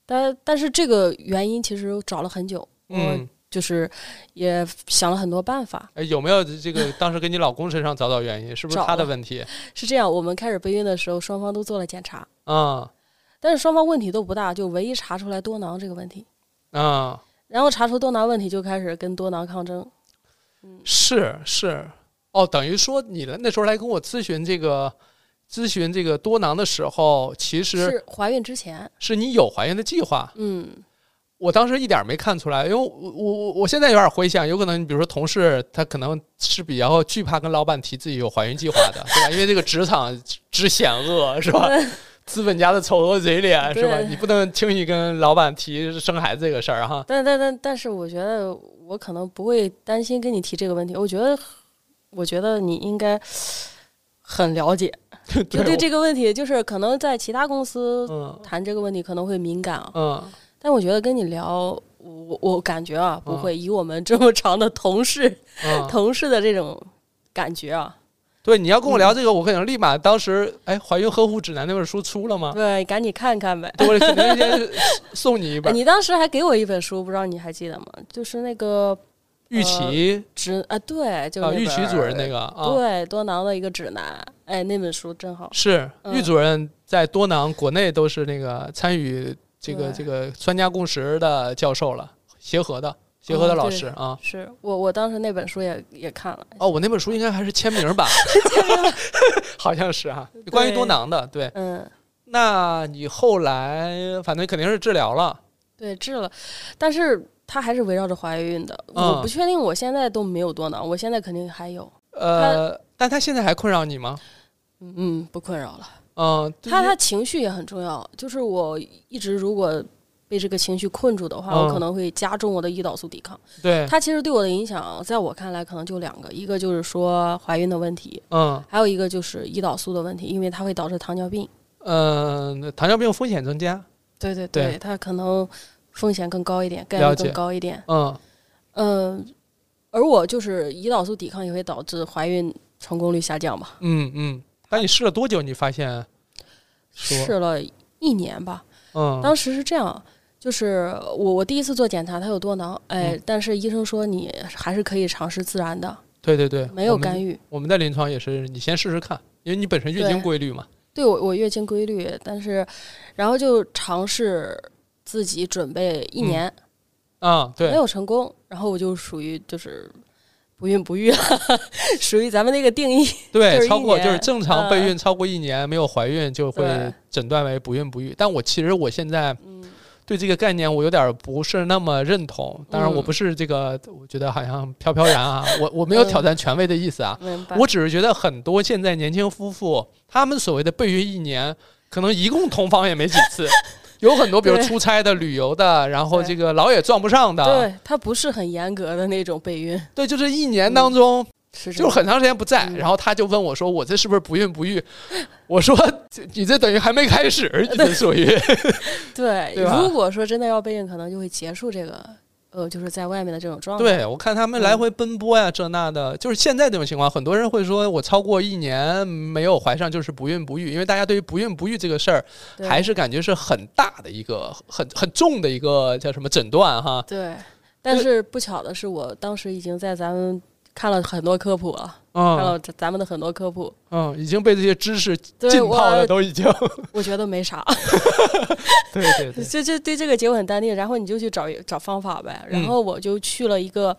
Speaker 2: 但但是这个原因其实找了很久，我
Speaker 1: 嗯，
Speaker 2: 就是也想了很多办法。
Speaker 1: 哎，有没有这个当时给你老公身上找找原因，是不是
Speaker 2: 找
Speaker 1: 他的
Speaker 2: 了
Speaker 1: 问题？
Speaker 2: 是这样，我们开始备孕的时候，双方都做了检查，
Speaker 1: 嗯
Speaker 2: 但是双方问题都不大，就唯一查出来多囊这个问题。
Speaker 1: 嗯，
Speaker 2: 然后查出多囊问题，就开始跟多囊抗争。嗯
Speaker 1: 是是，哦，等于说你那时候来跟我咨询这个咨询这个多囊的时候，其实
Speaker 2: 是怀孕之前，
Speaker 1: 是你有怀孕的计划。
Speaker 2: 嗯，
Speaker 1: 我当时一点儿没看出来，因为我我我我现在有点回想，有可能你比如说同事他可能是比较惧怕跟老板提自己有怀孕计划的，对吧？因为这个职场之险恶是吧？资本家的丑恶嘴脸是吧？
Speaker 2: 对
Speaker 1: 你不能轻易跟老板提生孩子这个事儿哈。
Speaker 2: 但但但但是，我觉得我可能不会担心跟你提这个问题。我觉得，我觉得你应该很了 解，就对
Speaker 1: 我
Speaker 2: 这个问题，就是可能在其他公司
Speaker 1: 嗯
Speaker 2: 谈这个问题可能会敏感啊。
Speaker 1: 嗯
Speaker 2: 但我觉得跟你聊，我我感觉啊，不会以我们这么长的同事、
Speaker 1: 嗯，
Speaker 2: 同事的这种感觉啊，
Speaker 1: 对，你要跟我聊这个，我可能立马当时哎，《怀孕呵护指南》那本书出了 吗？
Speaker 2: 对，哎赶紧看看呗。
Speaker 1: 对，我肯定先送你一
Speaker 2: 哎
Speaker 1: 本。
Speaker 2: 你当时还给我一本书，不知道你还记得吗？就是那个
Speaker 1: 玉琪
Speaker 2: 指啊，对，就是
Speaker 1: 啊，
Speaker 2: 那
Speaker 1: 玉琪
Speaker 2: 本
Speaker 1: 主任那个啊，
Speaker 2: 对多囊的一个指南，哎，那本书真好。
Speaker 1: 是
Speaker 2: 嗯
Speaker 1: 玉主任在多囊国内都是那个参与这个
Speaker 2: 对
Speaker 1: 这个专家共识的教授了，协和的协和的
Speaker 2: 哦
Speaker 1: 老
Speaker 2: 对
Speaker 1: 师啊。
Speaker 2: 是我我当时那本书也也看了，
Speaker 1: 哦，我那本书应该还是签名版， 好像是哈、关于多囊的。对，
Speaker 2: 嗯，
Speaker 1: 那你后来反正肯定是治疗了，
Speaker 2: 对，治了，但是它还是围绕着怀孕的。
Speaker 1: 嗯
Speaker 2: 我不确定我现在都没有多囊，我现在肯定还有，
Speaker 1: 呃，但他现在还困扰你吗？
Speaker 2: 嗯嗯，不困扰了。
Speaker 1: 嗯，对
Speaker 2: 他他情绪也很重要，就是我一直如果被这个情绪困住的话，
Speaker 1: 嗯
Speaker 2: 我可能会加重我的胰岛素抵抗。
Speaker 1: 对，
Speaker 2: 它其实对我的影响，在我看来可能就两个，一个就是说怀孕的问题，
Speaker 1: 嗯
Speaker 2: 还有一个就是胰岛素的问题，因为它会导致糖尿病。
Speaker 1: 嗯、糖尿病风险增加，
Speaker 2: 对对
Speaker 1: 对
Speaker 2: 对，它可能风险更高一点，概
Speaker 1: 了
Speaker 2: 率
Speaker 1: 解
Speaker 2: 更高一点。
Speaker 1: 嗯
Speaker 2: 嗯，而我就是胰岛素抵抗也会导致怀孕成功率下降嘛，
Speaker 1: 嗯嗯。但你试了多久？你发现说
Speaker 2: 试了一年吧。
Speaker 1: 嗯
Speaker 2: 当时是这样，就是我我第一次做检查，它有多囊，哎，
Speaker 1: 嗯
Speaker 2: 但是医生说你还是可以尝试自然的，
Speaker 1: 对对对，
Speaker 2: 没有
Speaker 1: 我们
Speaker 2: 干预。
Speaker 1: 我们在临床也是，你先试试看，因为你本身月经
Speaker 2: 对
Speaker 1: 规律嘛。
Speaker 2: 对我我月经规律，但是然后就尝试自己准备一
Speaker 1: 嗯
Speaker 2: 年，
Speaker 1: 啊，
Speaker 2: 没
Speaker 1: 对，
Speaker 2: 有成功，然后我就属于就是不孕不育了， 属于咱们那个定义。
Speaker 1: 对，
Speaker 2: 就是一
Speaker 1: 超过就是
Speaker 2: 年
Speaker 1: 正常备
Speaker 2: 嗯
Speaker 1: 孕超过一年没有怀孕就会
Speaker 2: 对
Speaker 1: 诊断为不孕不育。但我其实我现在
Speaker 2: 嗯
Speaker 1: 对这个概念我有点不是那么认同，当然我
Speaker 2: 嗯
Speaker 1: 不是这个，我觉得好像飘飘然啊，我我没有挑战权威的意思啊，
Speaker 2: 明白。
Speaker 1: 我只是觉得很多现在年轻夫妇，他们所谓的备孕一年，可能一共同房也没几 次，有很多比如
Speaker 2: 对
Speaker 1: 出差的、旅游的，然后
Speaker 2: 对
Speaker 1: 这个老也撞不上的，
Speaker 2: 对，它不是很严格的那种备孕，
Speaker 1: 对，就这一年当中，
Speaker 2: 是
Speaker 1: 就
Speaker 2: 这
Speaker 1: 是
Speaker 2: 样
Speaker 1: 很长时间不在，
Speaker 2: 嗯
Speaker 1: 然后他就问我说：“我这是不是不孕不育？”我说这：“你这等于还没开始，你这属于
Speaker 2: 对。
Speaker 1: 对吧
Speaker 2: 如果说真的要备孕，可能就会结束这个呃，就是在外面的这种状态。
Speaker 1: 对。”我看他们
Speaker 2: 嗯
Speaker 1: 来回奔波呀、这那的，就是现在这种情况，很多人会说我超过一年没有怀上就是不孕不育，因为大家对于不孕不育这个事儿
Speaker 2: 对，
Speaker 1: 还是感觉是很大的一个很很重的一个叫什么诊断哈。
Speaker 2: 对。但是不巧的是，我当时已经在咱们看了很多科普了，看
Speaker 1: 嗯
Speaker 2: 了咱咱们的很多科普，
Speaker 1: 嗯，已经被这些知识
Speaker 2: 对
Speaker 1: 浸
Speaker 2: 我
Speaker 1: 泡的都已经，
Speaker 2: 我觉得没啥，
Speaker 1: 对对对，
Speaker 2: 就就 对这个结果很淡定，然后你就去找找方法呗。然
Speaker 1: 嗯
Speaker 2: 后我就去了一个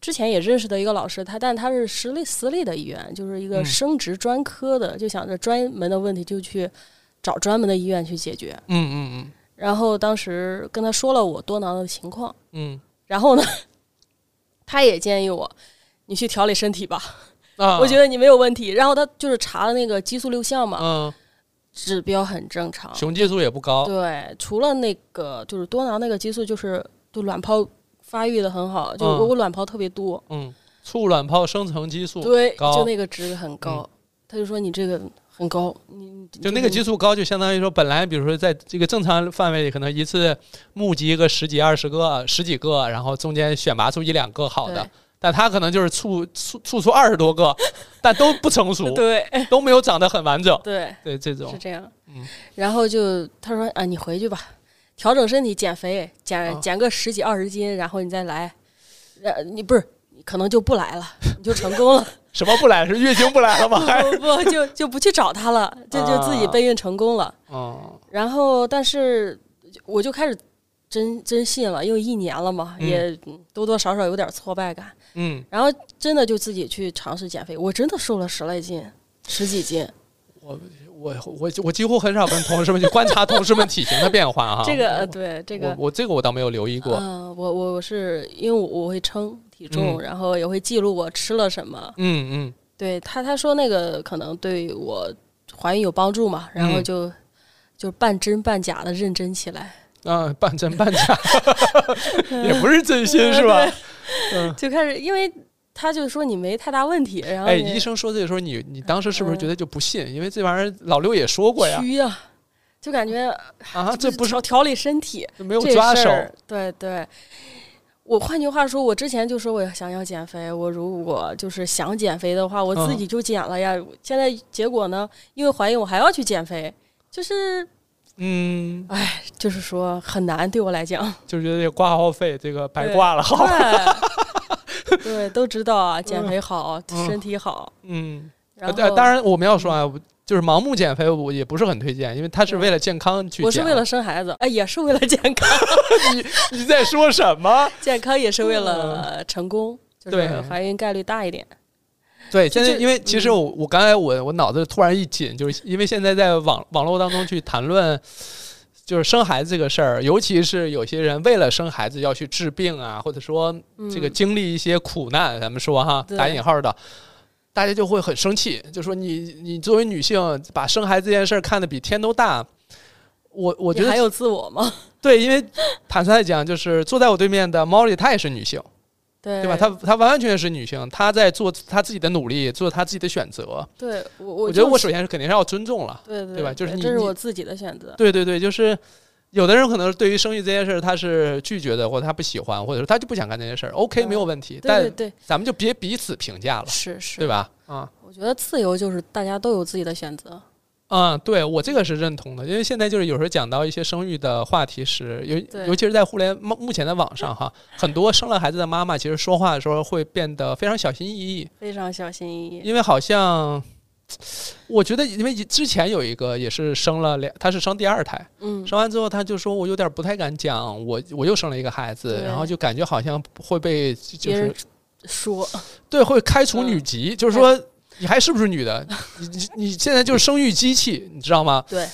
Speaker 2: 之前也认识的一个老师，他但他是私立私立的医院，就是一个
Speaker 1: 嗯
Speaker 2: 生殖专科的，就想着专门的问题就去找专门的医院去解决。
Speaker 1: 嗯嗯
Speaker 2: 然后当时跟他说了我多囊的情况，
Speaker 1: 嗯
Speaker 2: 然后呢，他也建议我，你去调理身体吧，
Speaker 1: 啊，
Speaker 2: 我觉得你没有问题。然后他就是查了那个激素六项嘛，
Speaker 1: 嗯，
Speaker 2: 指标很正常。
Speaker 1: 雄激素也不高，
Speaker 2: 对，除了那个就是多囊那个激素，就是就卵泡发育的很好，就
Speaker 1: 嗯
Speaker 2: 我我卵泡特别多，
Speaker 1: 嗯，促卵泡生成激素，
Speaker 2: 对，
Speaker 1: 嗯高嗯
Speaker 2: 就那个值很高。他就说你这个很高，
Speaker 1: 哦
Speaker 2: 你
Speaker 1: 就那个激
Speaker 2: 素
Speaker 1: 素高，就相当于说本来比如说在这个正常范围里，可能一次募集个十几二十个、十几个，然后中间选拔出一两个好的，但他可能就是促促促出二十多个，但都不成熟，
Speaker 2: 对
Speaker 1: 都没有长得很完整，
Speaker 2: 对
Speaker 1: 对这种
Speaker 2: 是，这样。
Speaker 1: 哦嗯
Speaker 2: 然后就他说啊，你回去吧，调整身体，减肥，减、
Speaker 1: 啊
Speaker 2: 减个十几二十斤，然后你再来。呃，你不是你可能就不来了，你就成功了，
Speaker 1: 什么不来是月经不来了吗？还
Speaker 2: 不不就就不去找他了，就就自己备孕成功了。
Speaker 1: 嗯
Speaker 2: 然后，但是我就开始真真信了，因为一年了嘛，
Speaker 1: 嗯
Speaker 2: 也多多少少有点挫败感。
Speaker 1: 嗯，
Speaker 2: 然后真的就自己去尝试减肥，我真的瘦了十来斤，十几斤。
Speaker 1: 我我我几乎很少跟同事们去观察同事们体型的变化哈，
Speaker 2: 这个
Speaker 1: 我
Speaker 2: 呃，对这个
Speaker 1: 啊我，我这个我倒没有留意过，
Speaker 2: 嗯、我我我是因为我我会称体重，
Speaker 1: 嗯
Speaker 2: 然后也会记录我吃了什么。
Speaker 1: 嗯嗯
Speaker 2: 对他他说那个可能对我怀孕有帮助嘛，然后
Speaker 1: 嗯
Speaker 2: 就、就半真半假的认真起来，
Speaker 1: 啊，半真半 假，也不是真心是吧？嗯，
Speaker 2: 就开始因为。他就说你没太大问题，然后
Speaker 1: 哎，
Speaker 2: 你
Speaker 1: 医生说这时候你你当时是不是觉得就不信？因为这玩意儿老六也说过呀，
Speaker 2: 虚呀、就感觉
Speaker 1: 啊，这不是
Speaker 2: 调调理身体，
Speaker 1: 没有
Speaker 2: 这
Speaker 1: 抓
Speaker 2: 事
Speaker 1: 手，
Speaker 2: 儿，对对。我换句话说，我之前就说我想要减肥，我如果就是想减肥的话，我
Speaker 1: 嗯
Speaker 2: 自己就减了呀。现在结果呢，因为怀孕我还要去减肥，就是
Speaker 1: 嗯，
Speaker 2: 就是说很难对我来讲。
Speaker 1: 就觉得这挂号费这个白挂了， 好，
Speaker 2: 对，对，都知道啊，减肥好，
Speaker 1: 嗯
Speaker 2: 身体好。
Speaker 1: 嗯，
Speaker 2: 然
Speaker 1: 呃
Speaker 2: 后，
Speaker 1: 当然我们要说啊，就是盲目减肥，我也不是很推荐，因为它是
Speaker 2: 对
Speaker 1: 为了健康去减，
Speaker 2: 我是为了生孩子，哎，也是为了 健康，
Speaker 1: 你你在说什么？
Speaker 2: 健康也是为了成功，就是
Speaker 1: 嗯对
Speaker 2: 怀孕概率大一点。
Speaker 1: 对，
Speaker 2: 就
Speaker 1: 现在
Speaker 2: 这
Speaker 1: 因为其实
Speaker 2: 嗯
Speaker 1: 我我刚才我我脑子突然一紧，就是因为现在在网网络当中去谈论就是生孩子这个事儿，尤其是有些人为了生孩子要去治病啊，或者说
Speaker 2: 嗯、
Speaker 1: 这个经历一些苦难，咱们说哈
Speaker 2: 对
Speaker 1: 打引号的，大家就会很生气，就说你你作为女性把生孩子这件事儿看得比天都大。我我觉
Speaker 2: 你还
Speaker 1: 得
Speaker 2: 有自我吗？
Speaker 1: 对，因为坦率地讲，就是坐在我对面的 Molly，她也是女性，
Speaker 2: 对
Speaker 1: 对吧？她她完完全全是女性，她在做她自己的努力，做她自己的选择。
Speaker 2: 对我
Speaker 1: 我
Speaker 2: 我
Speaker 1: 觉得我
Speaker 2: 就是
Speaker 1: 首先是肯定是要尊重了。
Speaker 2: 对对
Speaker 1: 对吧就是你
Speaker 2: 这是
Speaker 1: 你
Speaker 2: 我自己的选择。
Speaker 1: 对对对，就是有的人可能对于生育这件事儿他是拒绝的，或者他不喜欢，或者说他就不想干这件事儿。OK，、
Speaker 2: 嗯
Speaker 1: 没有问题，
Speaker 2: 对对
Speaker 1: 但
Speaker 2: 对，
Speaker 1: 咱们就别彼此评价了，
Speaker 2: 是是
Speaker 1: 对，吧？啊、
Speaker 2: 我觉得自由就是大家都有自己的选择。
Speaker 1: 嗯，对我这个是认同的，因为现在就是有时候讲到一些生育的话题时，尤
Speaker 2: 对
Speaker 1: 尤其是在互联目目前的网上哈，很多生了孩子的妈妈其实说话的时候会变得非常小心翼翼，
Speaker 2: 非常小心翼翼。
Speaker 1: 因为好像我觉得，因为之前有一个也是生了两，她是生第二胎。
Speaker 2: 嗯，
Speaker 1: 生完之后，他就说我有点不太敢讲，我我又生了一个孩子，
Speaker 2: 对
Speaker 1: 然后就感觉好像会被就
Speaker 2: 别
Speaker 1: 是
Speaker 2: 人说
Speaker 1: 对会开除
Speaker 2: 嗯
Speaker 1: 女籍，就是说你还是不是女的？你你你现在就是生育机器，你知道吗？
Speaker 2: 对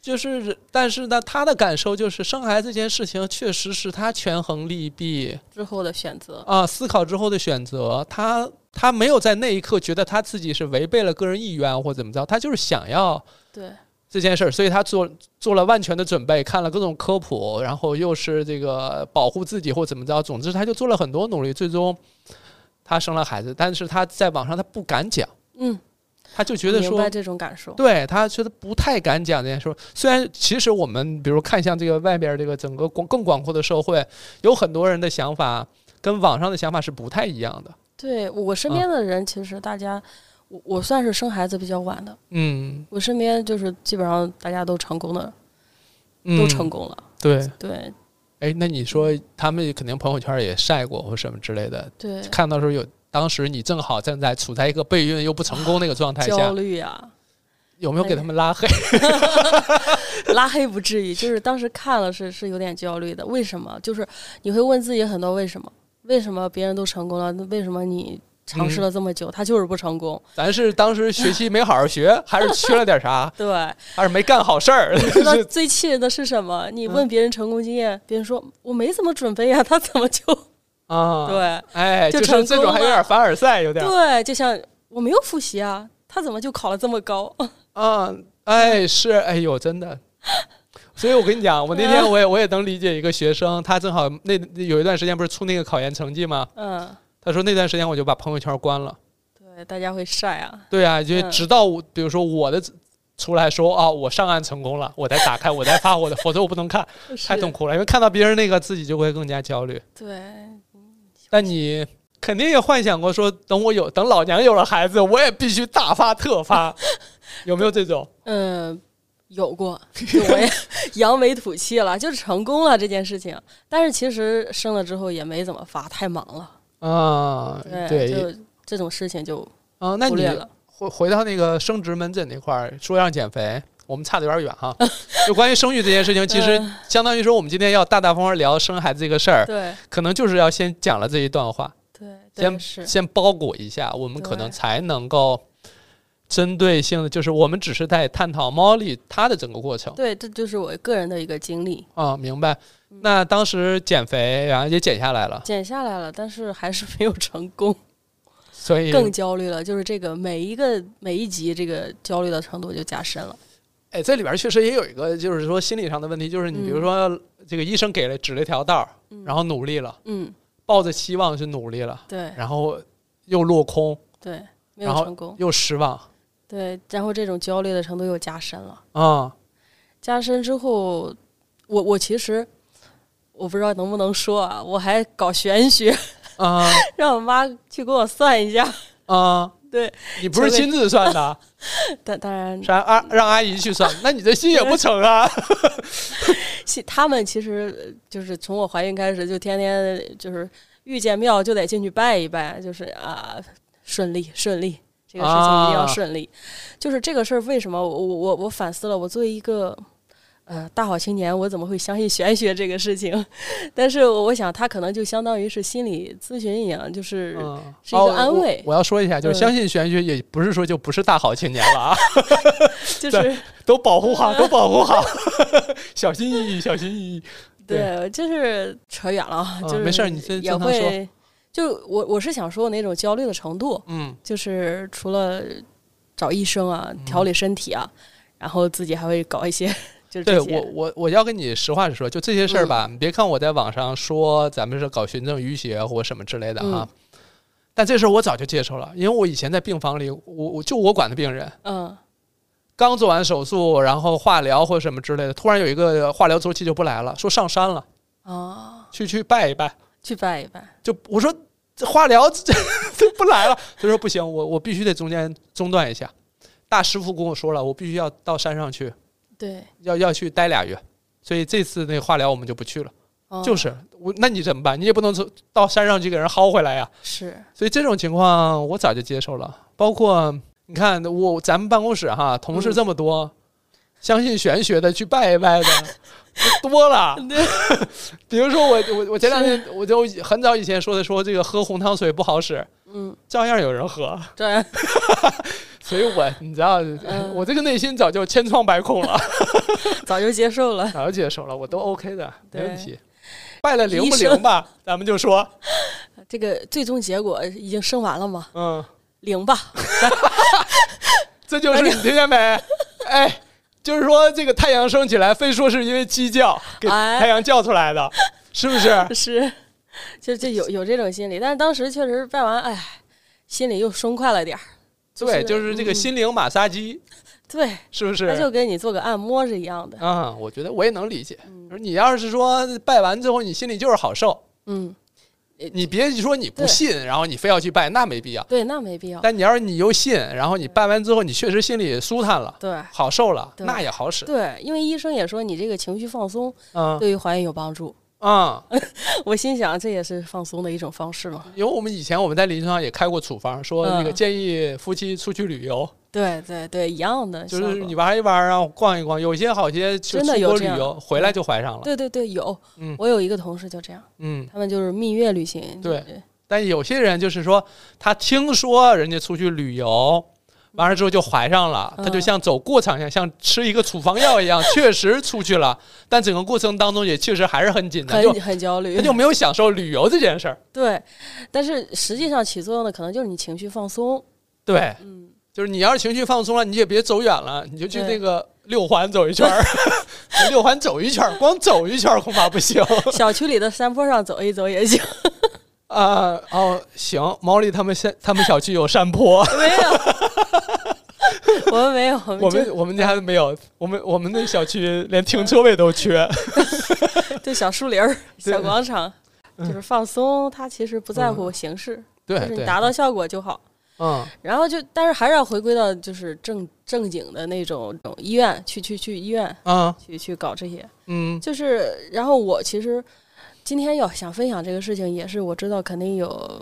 Speaker 1: 就是，但是呢，他的感受就是生孩子这件事情确实是他权衡利弊
Speaker 2: 之后的选择，
Speaker 1: 啊、思考之后的选择。他他没有在那一刻觉得他自己是违背了个人意愿或怎么着，他就是想要
Speaker 2: 对
Speaker 1: 这件事儿，所以他做做了万全的准备，看了各种科普，然后又是这个保护自己或怎么着，总之他就做了很多努力，最终他生了孩子，但是他在网上他不敢讲，
Speaker 2: 嗯，
Speaker 1: 他就觉得
Speaker 2: 明白
Speaker 1: 说。
Speaker 2: 这种感受。
Speaker 1: 对他觉得不太敢讲这件事儿，虽然其实我们比如看向这个外边儿这个整个广更广阔的社会，有很多人的想法跟网上的想法是不太一样的。
Speaker 2: 对我身
Speaker 1: 嗯
Speaker 2: 边的人，其实大家，我我算是生孩子比较晚的，
Speaker 1: 嗯，
Speaker 2: 我身边就是基本上大家都成功的，
Speaker 1: 嗯
Speaker 2: 都成功了。
Speaker 1: 对，
Speaker 2: 对
Speaker 1: 哎，那你说他们肯定朋友圈也晒过或什么之类的，
Speaker 2: 对，
Speaker 1: 看到时候有当时你正好正在处在一个备孕又不成功那个状态
Speaker 2: 焦
Speaker 1: 下，
Speaker 2: 虑啊，
Speaker 1: 有没有给他们拉 黑？
Speaker 2: 拉黑不至于，就是当时看了是是有点焦虑的。为什么？就是你会问自己很多为什么？为什么别人都成功了，那为什么你尝
Speaker 1: 嗯
Speaker 2: 试了这么久，他就是不成功？
Speaker 1: 咱是当时学习没好好学，还是缺了点啥，
Speaker 2: 对，
Speaker 1: 还是没干好事 儿？
Speaker 2: 你知道
Speaker 1: 嗯
Speaker 2: 最 啊气人的是什么？你问别人成功经验，别人说我没怎么准备呀、他怎么就
Speaker 1: 啊，，
Speaker 2: 对
Speaker 1: 哎，
Speaker 2: 就是成
Speaker 1: 这种
Speaker 2: 功
Speaker 1: 还有点
Speaker 2: 了
Speaker 1: 凡尔赛，有点儿
Speaker 2: 对，就像我没有复习啊，他怎么就考了这么高？
Speaker 1: 啊，哎，是，哎呦，真的。所以我跟你讲，我
Speaker 2: 啊
Speaker 1: 那天我也我也能理解一个学生，他正好那那有一段时间不是出那个考研成绩吗？
Speaker 2: 嗯，
Speaker 1: 他说那段时间我就把朋友圈关了。
Speaker 2: 对，大家会晒啊，
Speaker 1: 对啊，就
Speaker 2: 嗯
Speaker 1: 直到我比如说我的出来说啊，我上岸成功了，我再打开，我再发我的，否则我不能看，太
Speaker 2: 是
Speaker 1: 痛苦了，因为看到别人那个自己就会更加焦虑。
Speaker 2: 对，
Speaker 1: 但你肯定也幻想过说，等我有等老娘有了孩子，我也必须大发特发， 有没有这种？
Speaker 2: 嗯，有过， 就我也扬眉吐气了，就是成功了这件事情。但是其实生了之后也没怎么发，太忙了。
Speaker 1: 啊，对，
Speaker 2: 就这种事情就
Speaker 1: 啊，那
Speaker 2: 忽
Speaker 1: 你
Speaker 2: 略了。
Speaker 1: 回回到那个生殖门诊那块儿，说让减肥，我们差的有点远 哈。就关于生育这件事情，其实
Speaker 2: 嗯
Speaker 1: 相当于说我们今天要大大方方聊生孩子这个事儿，
Speaker 2: 对
Speaker 1: 可能就是要先讲了这一段话，
Speaker 2: 对对
Speaker 1: 先
Speaker 2: 是，
Speaker 1: 先包裹一下，我们可能
Speaker 2: 对
Speaker 1: 才能够针对性的，就是我们只是在探讨 Molly 她的整个过程。
Speaker 2: 对，这就是我个人的一个经历，
Speaker 1: 啊、明白。
Speaker 2: 嗯
Speaker 1: 那当时减肥，然后也减下来了，
Speaker 2: 减下来了，但是还是没有成功，
Speaker 1: 所以
Speaker 2: 更焦虑了。就是这个每一个每一集，这个焦虑的程度就加深了。
Speaker 1: 哎，这里边儿确实也有一个，就是说心理上的问题，就是你比如
Speaker 2: 嗯
Speaker 1: 说这个医生给了指了一条道儿，然后努力了。
Speaker 2: 嗯，
Speaker 1: 抱着期望去努力了，
Speaker 2: 对
Speaker 1: 然后又落空，
Speaker 2: 对，没有
Speaker 1: 然后
Speaker 2: 成功。
Speaker 1: 又失望
Speaker 2: 对，然后这种焦虑的程度又加深了。
Speaker 1: 啊、
Speaker 2: 加深之后，我我其实我不知道能不能说啊，我还搞玄学，
Speaker 1: 啊
Speaker 2: 让我妈去给我算一下。
Speaker 1: 啊！
Speaker 2: 对，
Speaker 1: 你不是亲自算 的，
Speaker 2: 但当然，
Speaker 1: 是阿让阿姨去算，那你这心 也不诚啊！
Speaker 2: 其他们其实呃就是从我怀孕开始，就天天就是遇见庙就得进去拜一拜，就是啊，顺利顺利。这个事情一定要
Speaker 1: 啊
Speaker 2: 顺利，就是这个事儿为什么我我我我反思了，我作为一个呃大好青年，我怎么会相信玄学这个事情？ 但是我我想，他可能就相当于是心理咨询一样，就是
Speaker 1: 嗯
Speaker 2: 是一个
Speaker 1: 哦
Speaker 2: 安
Speaker 1: 我
Speaker 2: 慰
Speaker 1: 我要说一下，就是
Speaker 2: 嗯
Speaker 1: 相信玄学，也不是说就不是大好青年了 啊，
Speaker 2: 就是
Speaker 1: 都保护 好，都保护好， 小心翼翼，小心翼翼。
Speaker 2: 对，就是扯远了啊，
Speaker 1: 嗯
Speaker 2: 就是
Speaker 1: 没事儿你先
Speaker 2: 也
Speaker 1: 正常说
Speaker 2: 会，就我我是想说那种焦虑的程度，
Speaker 1: 嗯
Speaker 2: 就是除了找医生啊、调理身体啊，然后自己还会搞一些，就是
Speaker 1: 对
Speaker 2: 这
Speaker 1: 我
Speaker 2: 些，
Speaker 1: 我我要跟你实话实说，就这些事儿
Speaker 2: 嗯
Speaker 1: 吧，你别看我在网上说咱们是搞循证淤血或什么之类的哈，
Speaker 2: 嗯
Speaker 1: 但这事儿我早就接受了，因为我以前在病房里，我我就我管的病人，
Speaker 2: 嗯
Speaker 1: 刚做完手术，然后化疗或什么之类的，突然有一个化疗周期就不来了，说上山了，
Speaker 2: 啊，
Speaker 1: 去去拜一拜，
Speaker 2: 去拜一拜，
Speaker 1: 就我说这化疗这这不来了，他说不行，我我必须得中间中断一下，大师傅跟我说了，我必须要到山上去，
Speaker 2: 对，
Speaker 1: 要要去待俩月，所以这次那个化疗我们就不去了。
Speaker 2: 哦
Speaker 1: 就是我，那你怎么办？你也不能从到山上去给人薅回来呀。
Speaker 2: 是，
Speaker 1: 所以这种情况我早就接受了。包括你看，我咱们办公室哈，同
Speaker 2: 嗯
Speaker 1: 事这么多，相信玄学的去拜一拜的 不多了。 比如说我我我前两天我就很早以前说的，说这个喝红糖水不好使，
Speaker 2: 嗯，
Speaker 1: 照样有人喝。
Speaker 2: 这样
Speaker 1: 所以我你知道，
Speaker 2: 嗯
Speaker 1: 我这个内心早就千疮百孔 了，
Speaker 2: 早就接受了。
Speaker 1: 早就接受了，我都 OK 的，没问
Speaker 2: 对
Speaker 1: 题。拜了灵不
Speaker 2: 医生
Speaker 1: 灵吧，咱们就说，
Speaker 2: 这个最终结果已经生完了嘛，
Speaker 1: 嗯。
Speaker 2: 零吧，
Speaker 1: 这就是你听见没？哎，就是说这个太阳升起来，非说是因为鸡叫给
Speaker 2: 哎
Speaker 1: 太阳叫出来的，是不 是？
Speaker 2: 是，就就有有这种心理，但是当时确实拜完，哎，心里又松快了点儿。
Speaker 1: 对，就是这个
Speaker 2: 嗯
Speaker 1: 心灵马杀鸡，
Speaker 2: 对，
Speaker 1: 是不
Speaker 2: 他
Speaker 1: 是？
Speaker 2: 就跟你做个按摩是一样的。
Speaker 1: 啊、我觉得我也能理解。
Speaker 2: 嗯
Speaker 1: 你要是说拜完之后你心里就是好受，
Speaker 2: 嗯，
Speaker 1: 你别说你不
Speaker 2: 对嗯
Speaker 1: 信，然后你非要去拜，那没必要。
Speaker 2: 对，那没必要。
Speaker 1: 但你要是你又信，然后你拜完之后你确实心里舒坦了，
Speaker 2: 对
Speaker 1: 好受了，
Speaker 2: 对
Speaker 1: 那也好使。
Speaker 2: 对，因为医生也说你这个情绪放松
Speaker 1: 嗯
Speaker 2: 对于怀孕有帮助。
Speaker 1: 嗯，
Speaker 2: 我心想，这也是放松的一种方式嘛。
Speaker 1: 因为我们以前我们在临床上也开过处方，说那个
Speaker 2: 嗯
Speaker 1: 建议夫妻出去旅游，
Speaker 2: 对对对，一样的效
Speaker 1: 就
Speaker 2: 果。
Speaker 1: 是你玩一玩啊，逛一逛，有些好些就
Speaker 2: 真的
Speaker 1: 出
Speaker 2: 有
Speaker 1: 国
Speaker 2: 这
Speaker 1: 旅
Speaker 2: 样
Speaker 1: 游回来就怀上了。
Speaker 2: 对对对，有。
Speaker 1: 嗯
Speaker 2: 我有一个同事就这样，
Speaker 1: 嗯，
Speaker 2: 他们就是蜜月旅行。
Speaker 1: 对但有些人就是说，他听说人家出去旅游，完了之后就怀上了，
Speaker 2: 嗯
Speaker 1: 他就像走过场一样，像吃一个处方药一 样，确实出去了，但整个过程当中也确实还是很紧张，就
Speaker 2: 很很焦虑
Speaker 1: 他。就没有享受旅游这件事儿。
Speaker 2: 对，但是实际上起作用的可能就是你情绪放松。
Speaker 1: 对，
Speaker 2: 嗯，
Speaker 1: 就是你要是情绪放松了，你也别走远了，你就去
Speaker 2: 对
Speaker 1: 那个六环走一圈儿， 六环走一圈儿，光走一圈儿恐怕不行。
Speaker 2: 小区里的山坡上走一走也 行。
Speaker 1: 啊、哦，行，毛利他们现他们小区有山坡，
Speaker 2: 没有， 我们没有，
Speaker 1: 我
Speaker 2: 我
Speaker 1: 们我们家没有，我们我们那小 区连停车位都缺。
Speaker 2: 就对小树林儿、
Speaker 1: 对嗯
Speaker 2: 小广场，就是放松。它其实不在乎形式，
Speaker 1: 哎对
Speaker 2: 就是你达到效果就好。
Speaker 1: 嗯
Speaker 2: 然后就，但是还是要回归到就是正正经的那种种医院去去去医院
Speaker 1: 嗯
Speaker 2: 去去搞这些。
Speaker 1: 嗯
Speaker 2: 就是，然后我其实今天要想分享这个事情，也是我知道肯定有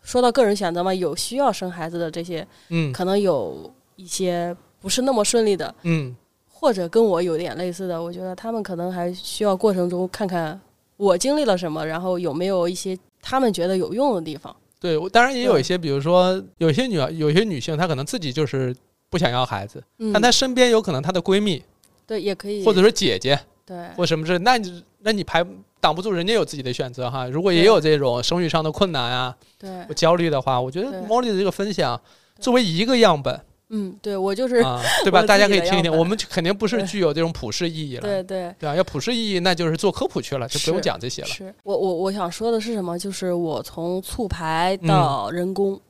Speaker 2: 说到个人选择嘛，有需要生孩子的这些，
Speaker 1: 嗯
Speaker 2: 可能有一些不是那么顺利的，
Speaker 1: 嗯
Speaker 2: 或者跟我有点类似的，我觉得他们可能还需要过程中看看我经历了什么，然后有没有一些他们觉得有用的地方。
Speaker 1: 对，我当然也有
Speaker 2: 对
Speaker 1: 一些，比如说有些女有些女性，她可能自己就是不想要孩子，
Speaker 2: 嗯，
Speaker 1: 但她身边有可能她的闺蜜
Speaker 2: 对也可以，
Speaker 1: 或者说姐姐
Speaker 2: 对
Speaker 1: 或什么之类，那你那你排挡不住人家有自己的选择哈。如果也
Speaker 2: 对
Speaker 1: 有这种生育上的困难啊、
Speaker 2: 对
Speaker 1: 或，焦虑的话，我觉得
Speaker 2: 对
Speaker 1: Molly 的这个分享作为一个样本
Speaker 2: 嗯，对我就是、
Speaker 1: 啊，对吧？
Speaker 2: 我
Speaker 1: 大家
Speaker 2: 自
Speaker 1: 可以
Speaker 2: 己的
Speaker 1: 听一
Speaker 2: 样
Speaker 1: 听，
Speaker 2: 本
Speaker 1: 我们肯定不是
Speaker 2: 对
Speaker 1: 具有这种普世意义了，
Speaker 2: 对对。
Speaker 1: 对啊，要普世意义，那就是做科普去了，就不用
Speaker 2: 是
Speaker 1: 讲这些了。
Speaker 2: 是我我我想说的是什么？就是我从促排到人工，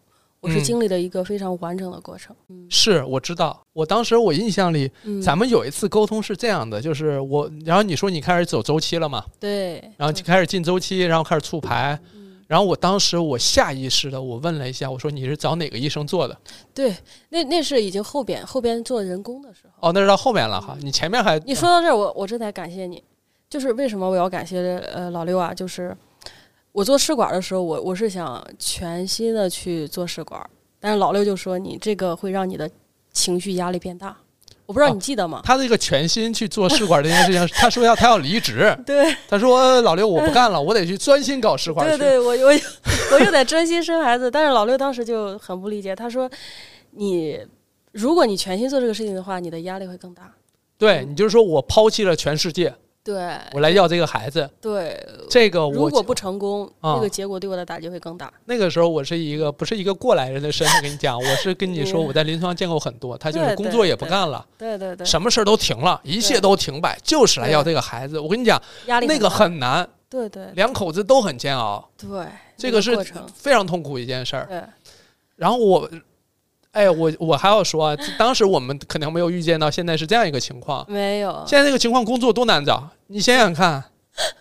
Speaker 2: 我是
Speaker 1: 嗯
Speaker 2: 经历了一个非常完整的过程。嗯
Speaker 1: 是我知道，我当时我印象里，
Speaker 2: 嗯，
Speaker 1: 咱们有一次沟通是这样的，就是我，然后你说你开始走周期了嘛，
Speaker 2: 对，
Speaker 1: 然后就
Speaker 2: 对
Speaker 1: 开始进周期，然后开始促排，
Speaker 2: 嗯
Speaker 1: 然后我当时我下意识的我问了一下，我说你是找哪个医生做的？
Speaker 2: 对，那那是已经后边后边做人工的时候。
Speaker 1: 哦，那是到后面了哈，你前面还
Speaker 2: 嗯你说到这儿，我我真得感谢你。就是为什么我要感谢呃老六啊？就是我做试管的时候，我我是想全心的去做试管，但是老六就说你这个会让你的情绪压力变大。我不知道
Speaker 1: 哦
Speaker 2: 你记得吗？
Speaker 1: 他这个全心去做试管这件事情，他说要他要离职，
Speaker 2: 对
Speaker 1: 他说呃老刘我不干了，我得去专心搞试管去。
Speaker 2: 对对，我我我就得专心生孩子。但是老六当时就很不理解，他说你如果你全心做这个事情的话，你的压力会更大。
Speaker 1: 对
Speaker 2: 嗯
Speaker 1: 你就是说我抛弃了全世界，
Speaker 2: 对哦
Speaker 1: 我来要这个孩子，
Speaker 2: 对，
Speaker 1: 这个我
Speaker 2: 哎呃如果不成功，
Speaker 1: 啊
Speaker 2: 那个结果对我的打击会更大。
Speaker 1: 那个时候我是一个不是一个过来人的身份跟你 讲，我是跟你说
Speaker 2: 嗯
Speaker 1: 我在临床见过很多，他就是
Speaker 2: 对
Speaker 1: 工
Speaker 2: 对
Speaker 1: 作也不
Speaker 2: 对
Speaker 1: 干了，
Speaker 2: 对对对，
Speaker 1: 什么事儿都停了，一切
Speaker 2: 对
Speaker 1: 都停摆，就是来
Speaker 2: 对
Speaker 1: 要这个孩子。我跟你讲，
Speaker 2: 压力
Speaker 1: 那个
Speaker 2: 大
Speaker 1: 很难，
Speaker 2: 对对
Speaker 1: 两口子都很煎熬，
Speaker 2: 对，那
Speaker 1: 这个是
Speaker 2: 过程。
Speaker 1: 非常痛苦一件事儿。
Speaker 2: 对
Speaker 1: 然后我，哎，我我还要说啊，这当时我们可能没有预见到现在是这样一个情况，
Speaker 2: 没有，
Speaker 1: 现在这个情况工作多难找，你想想 看。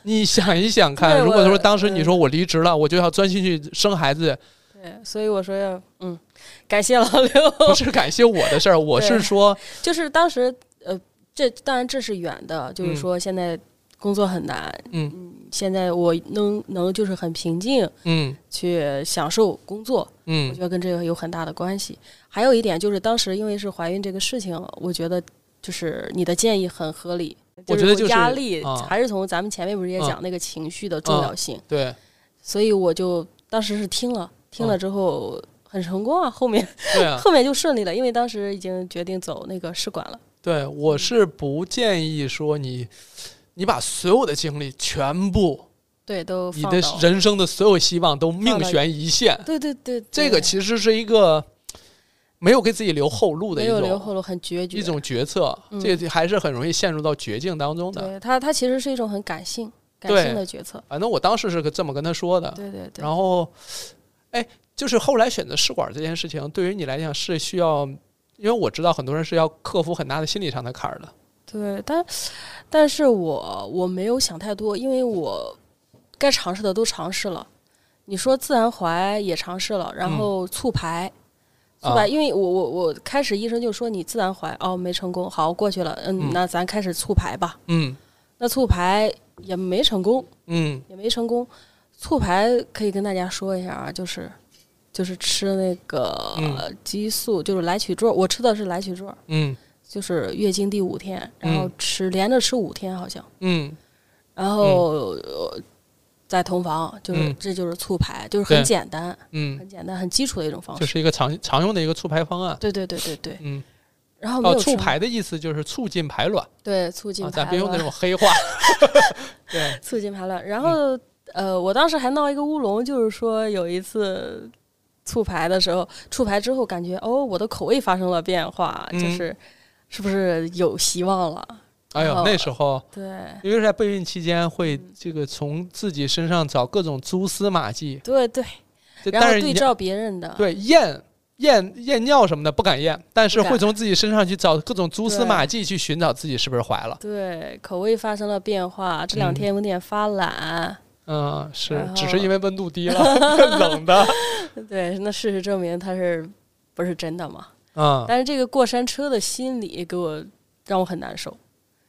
Speaker 1: 你想一想看，
Speaker 2: 对
Speaker 1: 如果
Speaker 2: 我
Speaker 1: 说当时
Speaker 2: 嗯
Speaker 1: 你说我离职了，我就要专心去生孩子，
Speaker 2: 对，所以我说要嗯，感谢老刘。
Speaker 1: 不是感谢我的事儿，我是
Speaker 2: 对
Speaker 1: 说，
Speaker 2: 就是当时呃，这当然这是远的，就
Speaker 1: 嗯
Speaker 2: 是说现在工作很难，
Speaker 1: 嗯
Speaker 2: 现在我能能就是很平静
Speaker 1: 嗯
Speaker 2: 去享受工作，我
Speaker 1: 嗯
Speaker 2: 觉得跟这个有很大的关系。还有一点就是当时因为是怀孕这个事情，我觉得就是你的建议很合理。
Speaker 1: 我觉得就是
Speaker 2: 压力
Speaker 1: 啊
Speaker 2: 还是从咱们前面不是也
Speaker 1: 啊
Speaker 2: 讲那个情绪的重
Speaker 1: 啊
Speaker 2: 要性，
Speaker 1: 对，
Speaker 2: 所以我就当时是听了，听了之后很成功啊，后面
Speaker 1: 对哦啊，
Speaker 2: 后面就顺利了，因为当时已经决定走那个试管了。
Speaker 1: 对，啊我是不建议说你，你把所有的精力全部，
Speaker 2: 对，都
Speaker 1: 你
Speaker 2: 放
Speaker 1: 的
Speaker 2: 到
Speaker 1: 人生的所有希望都命悬一线，
Speaker 2: 对对对，对
Speaker 1: 这个其实是一个没有给自己留后路的
Speaker 2: 没
Speaker 1: 一
Speaker 2: 有留
Speaker 1: 种
Speaker 2: 后路，很决绝。
Speaker 1: 一种决策，
Speaker 2: 嗯
Speaker 1: 这还是很容易陷入到绝境当中的。
Speaker 2: 对他，他其实是一种很感性、感
Speaker 1: 对
Speaker 2: 性的决策。
Speaker 1: 反正我当时是这么跟他说的，
Speaker 2: 对对对，
Speaker 1: 然后，哎，就是后来选择试管这件事情，对于你来讲是需要，因为我知道很多人是要克服很大的心理上的坎儿的。
Speaker 2: 对，但但是我我没有想太多，因为我该尝试的都尝试了。你说自然怀也尝试了，然
Speaker 1: 嗯
Speaker 2: 后促排，促
Speaker 1: 啊
Speaker 2: 排，因为我我我开始医生就说你自然怀哦没成功，好过去了，
Speaker 1: 嗯
Speaker 2: 嗯，那咱开始促排吧。
Speaker 1: 嗯
Speaker 2: 那促排也没成功，
Speaker 1: 嗯
Speaker 2: 也没成功。促排可以跟大家说一下啊，就是就是吃那个
Speaker 1: 嗯
Speaker 2: 激素，就是来曲唑，我吃的是来曲唑，
Speaker 1: 嗯
Speaker 2: 就是月经第五天，然后
Speaker 1: 嗯
Speaker 2: 吃连着吃五天好像。
Speaker 1: 嗯
Speaker 2: 然后、呃在同房，就是、
Speaker 1: 嗯
Speaker 2: 这就是促排，就是
Speaker 1: 对
Speaker 2: 很简单、
Speaker 1: 嗯，
Speaker 2: 很简单、很基础的一种方式。
Speaker 1: 就是一个常常用的一个促排方案。
Speaker 2: 对对对对对。
Speaker 1: 嗯，
Speaker 2: 然后没
Speaker 1: 哦，
Speaker 2: 有
Speaker 1: 促
Speaker 2: 成
Speaker 1: 排的意思就是促进排卵
Speaker 2: 对促进
Speaker 1: 啊，
Speaker 2: 排
Speaker 1: 咱
Speaker 2: 卵，
Speaker 1: 别用那嗯种黑话。对，
Speaker 2: 促进排卵。然后、呃，我当时还闹一个乌龙，就是说有一次促排的时候，促排之后感觉哦，我的口味发生了变化，
Speaker 1: 嗯
Speaker 2: 就是是不是有希望了？
Speaker 1: 哎呦
Speaker 2: 然，后
Speaker 1: 那时候
Speaker 2: 对。
Speaker 1: 因为在备孕期间会这个从自己身上找各种蛛丝马迹，
Speaker 2: 对对，
Speaker 1: 就
Speaker 2: 然后
Speaker 1: 但是
Speaker 2: 对
Speaker 1: 你
Speaker 2: 照别人的，
Speaker 1: 对验验验尿什么的不敢验，但是
Speaker 2: 不敢
Speaker 1: 会从自己身上去找各种蛛丝
Speaker 2: 对
Speaker 1: 马迹去寻找自己是不是怀了。
Speaker 2: 对口味发生了变化，这
Speaker 1: 嗯
Speaker 2: 两天有点发懒，
Speaker 1: 嗯，是
Speaker 2: 然，
Speaker 1: 只
Speaker 2: 后
Speaker 1: 是因为温度低 了，冷的。
Speaker 2: 对，那事实证明它是不是真的嘛？
Speaker 1: 嗯
Speaker 2: 但是这个过山车的心理给我让我很难受，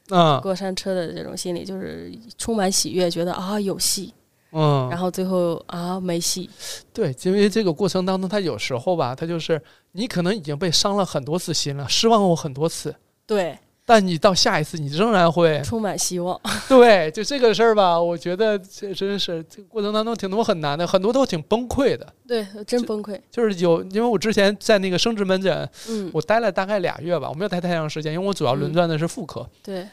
Speaker 1: 嗯
Speaker 2: 过山车的这种心理就是充满喜悦，觉得啊有戏，然
Speaker 1: 嗯，
Speaker 2: 后最后啊没戏，
Speaker 1: 对，因为这个过程当中，他有时候吧，他就是你可能已经被伤了很多次心了，失望过很多次，
Speaker 2: 对，
Speaker 1: 但你到下一次，你仍然 会
Speaker 2: 充满希望，
Speaker 1: 对，就这个事儿吧，我觉得这真是这个过程当中挺多很难的，很多都挺崩溃的。
Speaker 2: 对，真崩溃，
Speaker 1: 就是有，因为我之前在那个生殖门诊，
Speaker 2: 嗯，
Speaker 1: 我待了大概俩月吧，我没有待太长时间，因为我主要轮
Speaker 2: 嗯
Speaker 1: 转的是妇科。
Speaker 2: 对，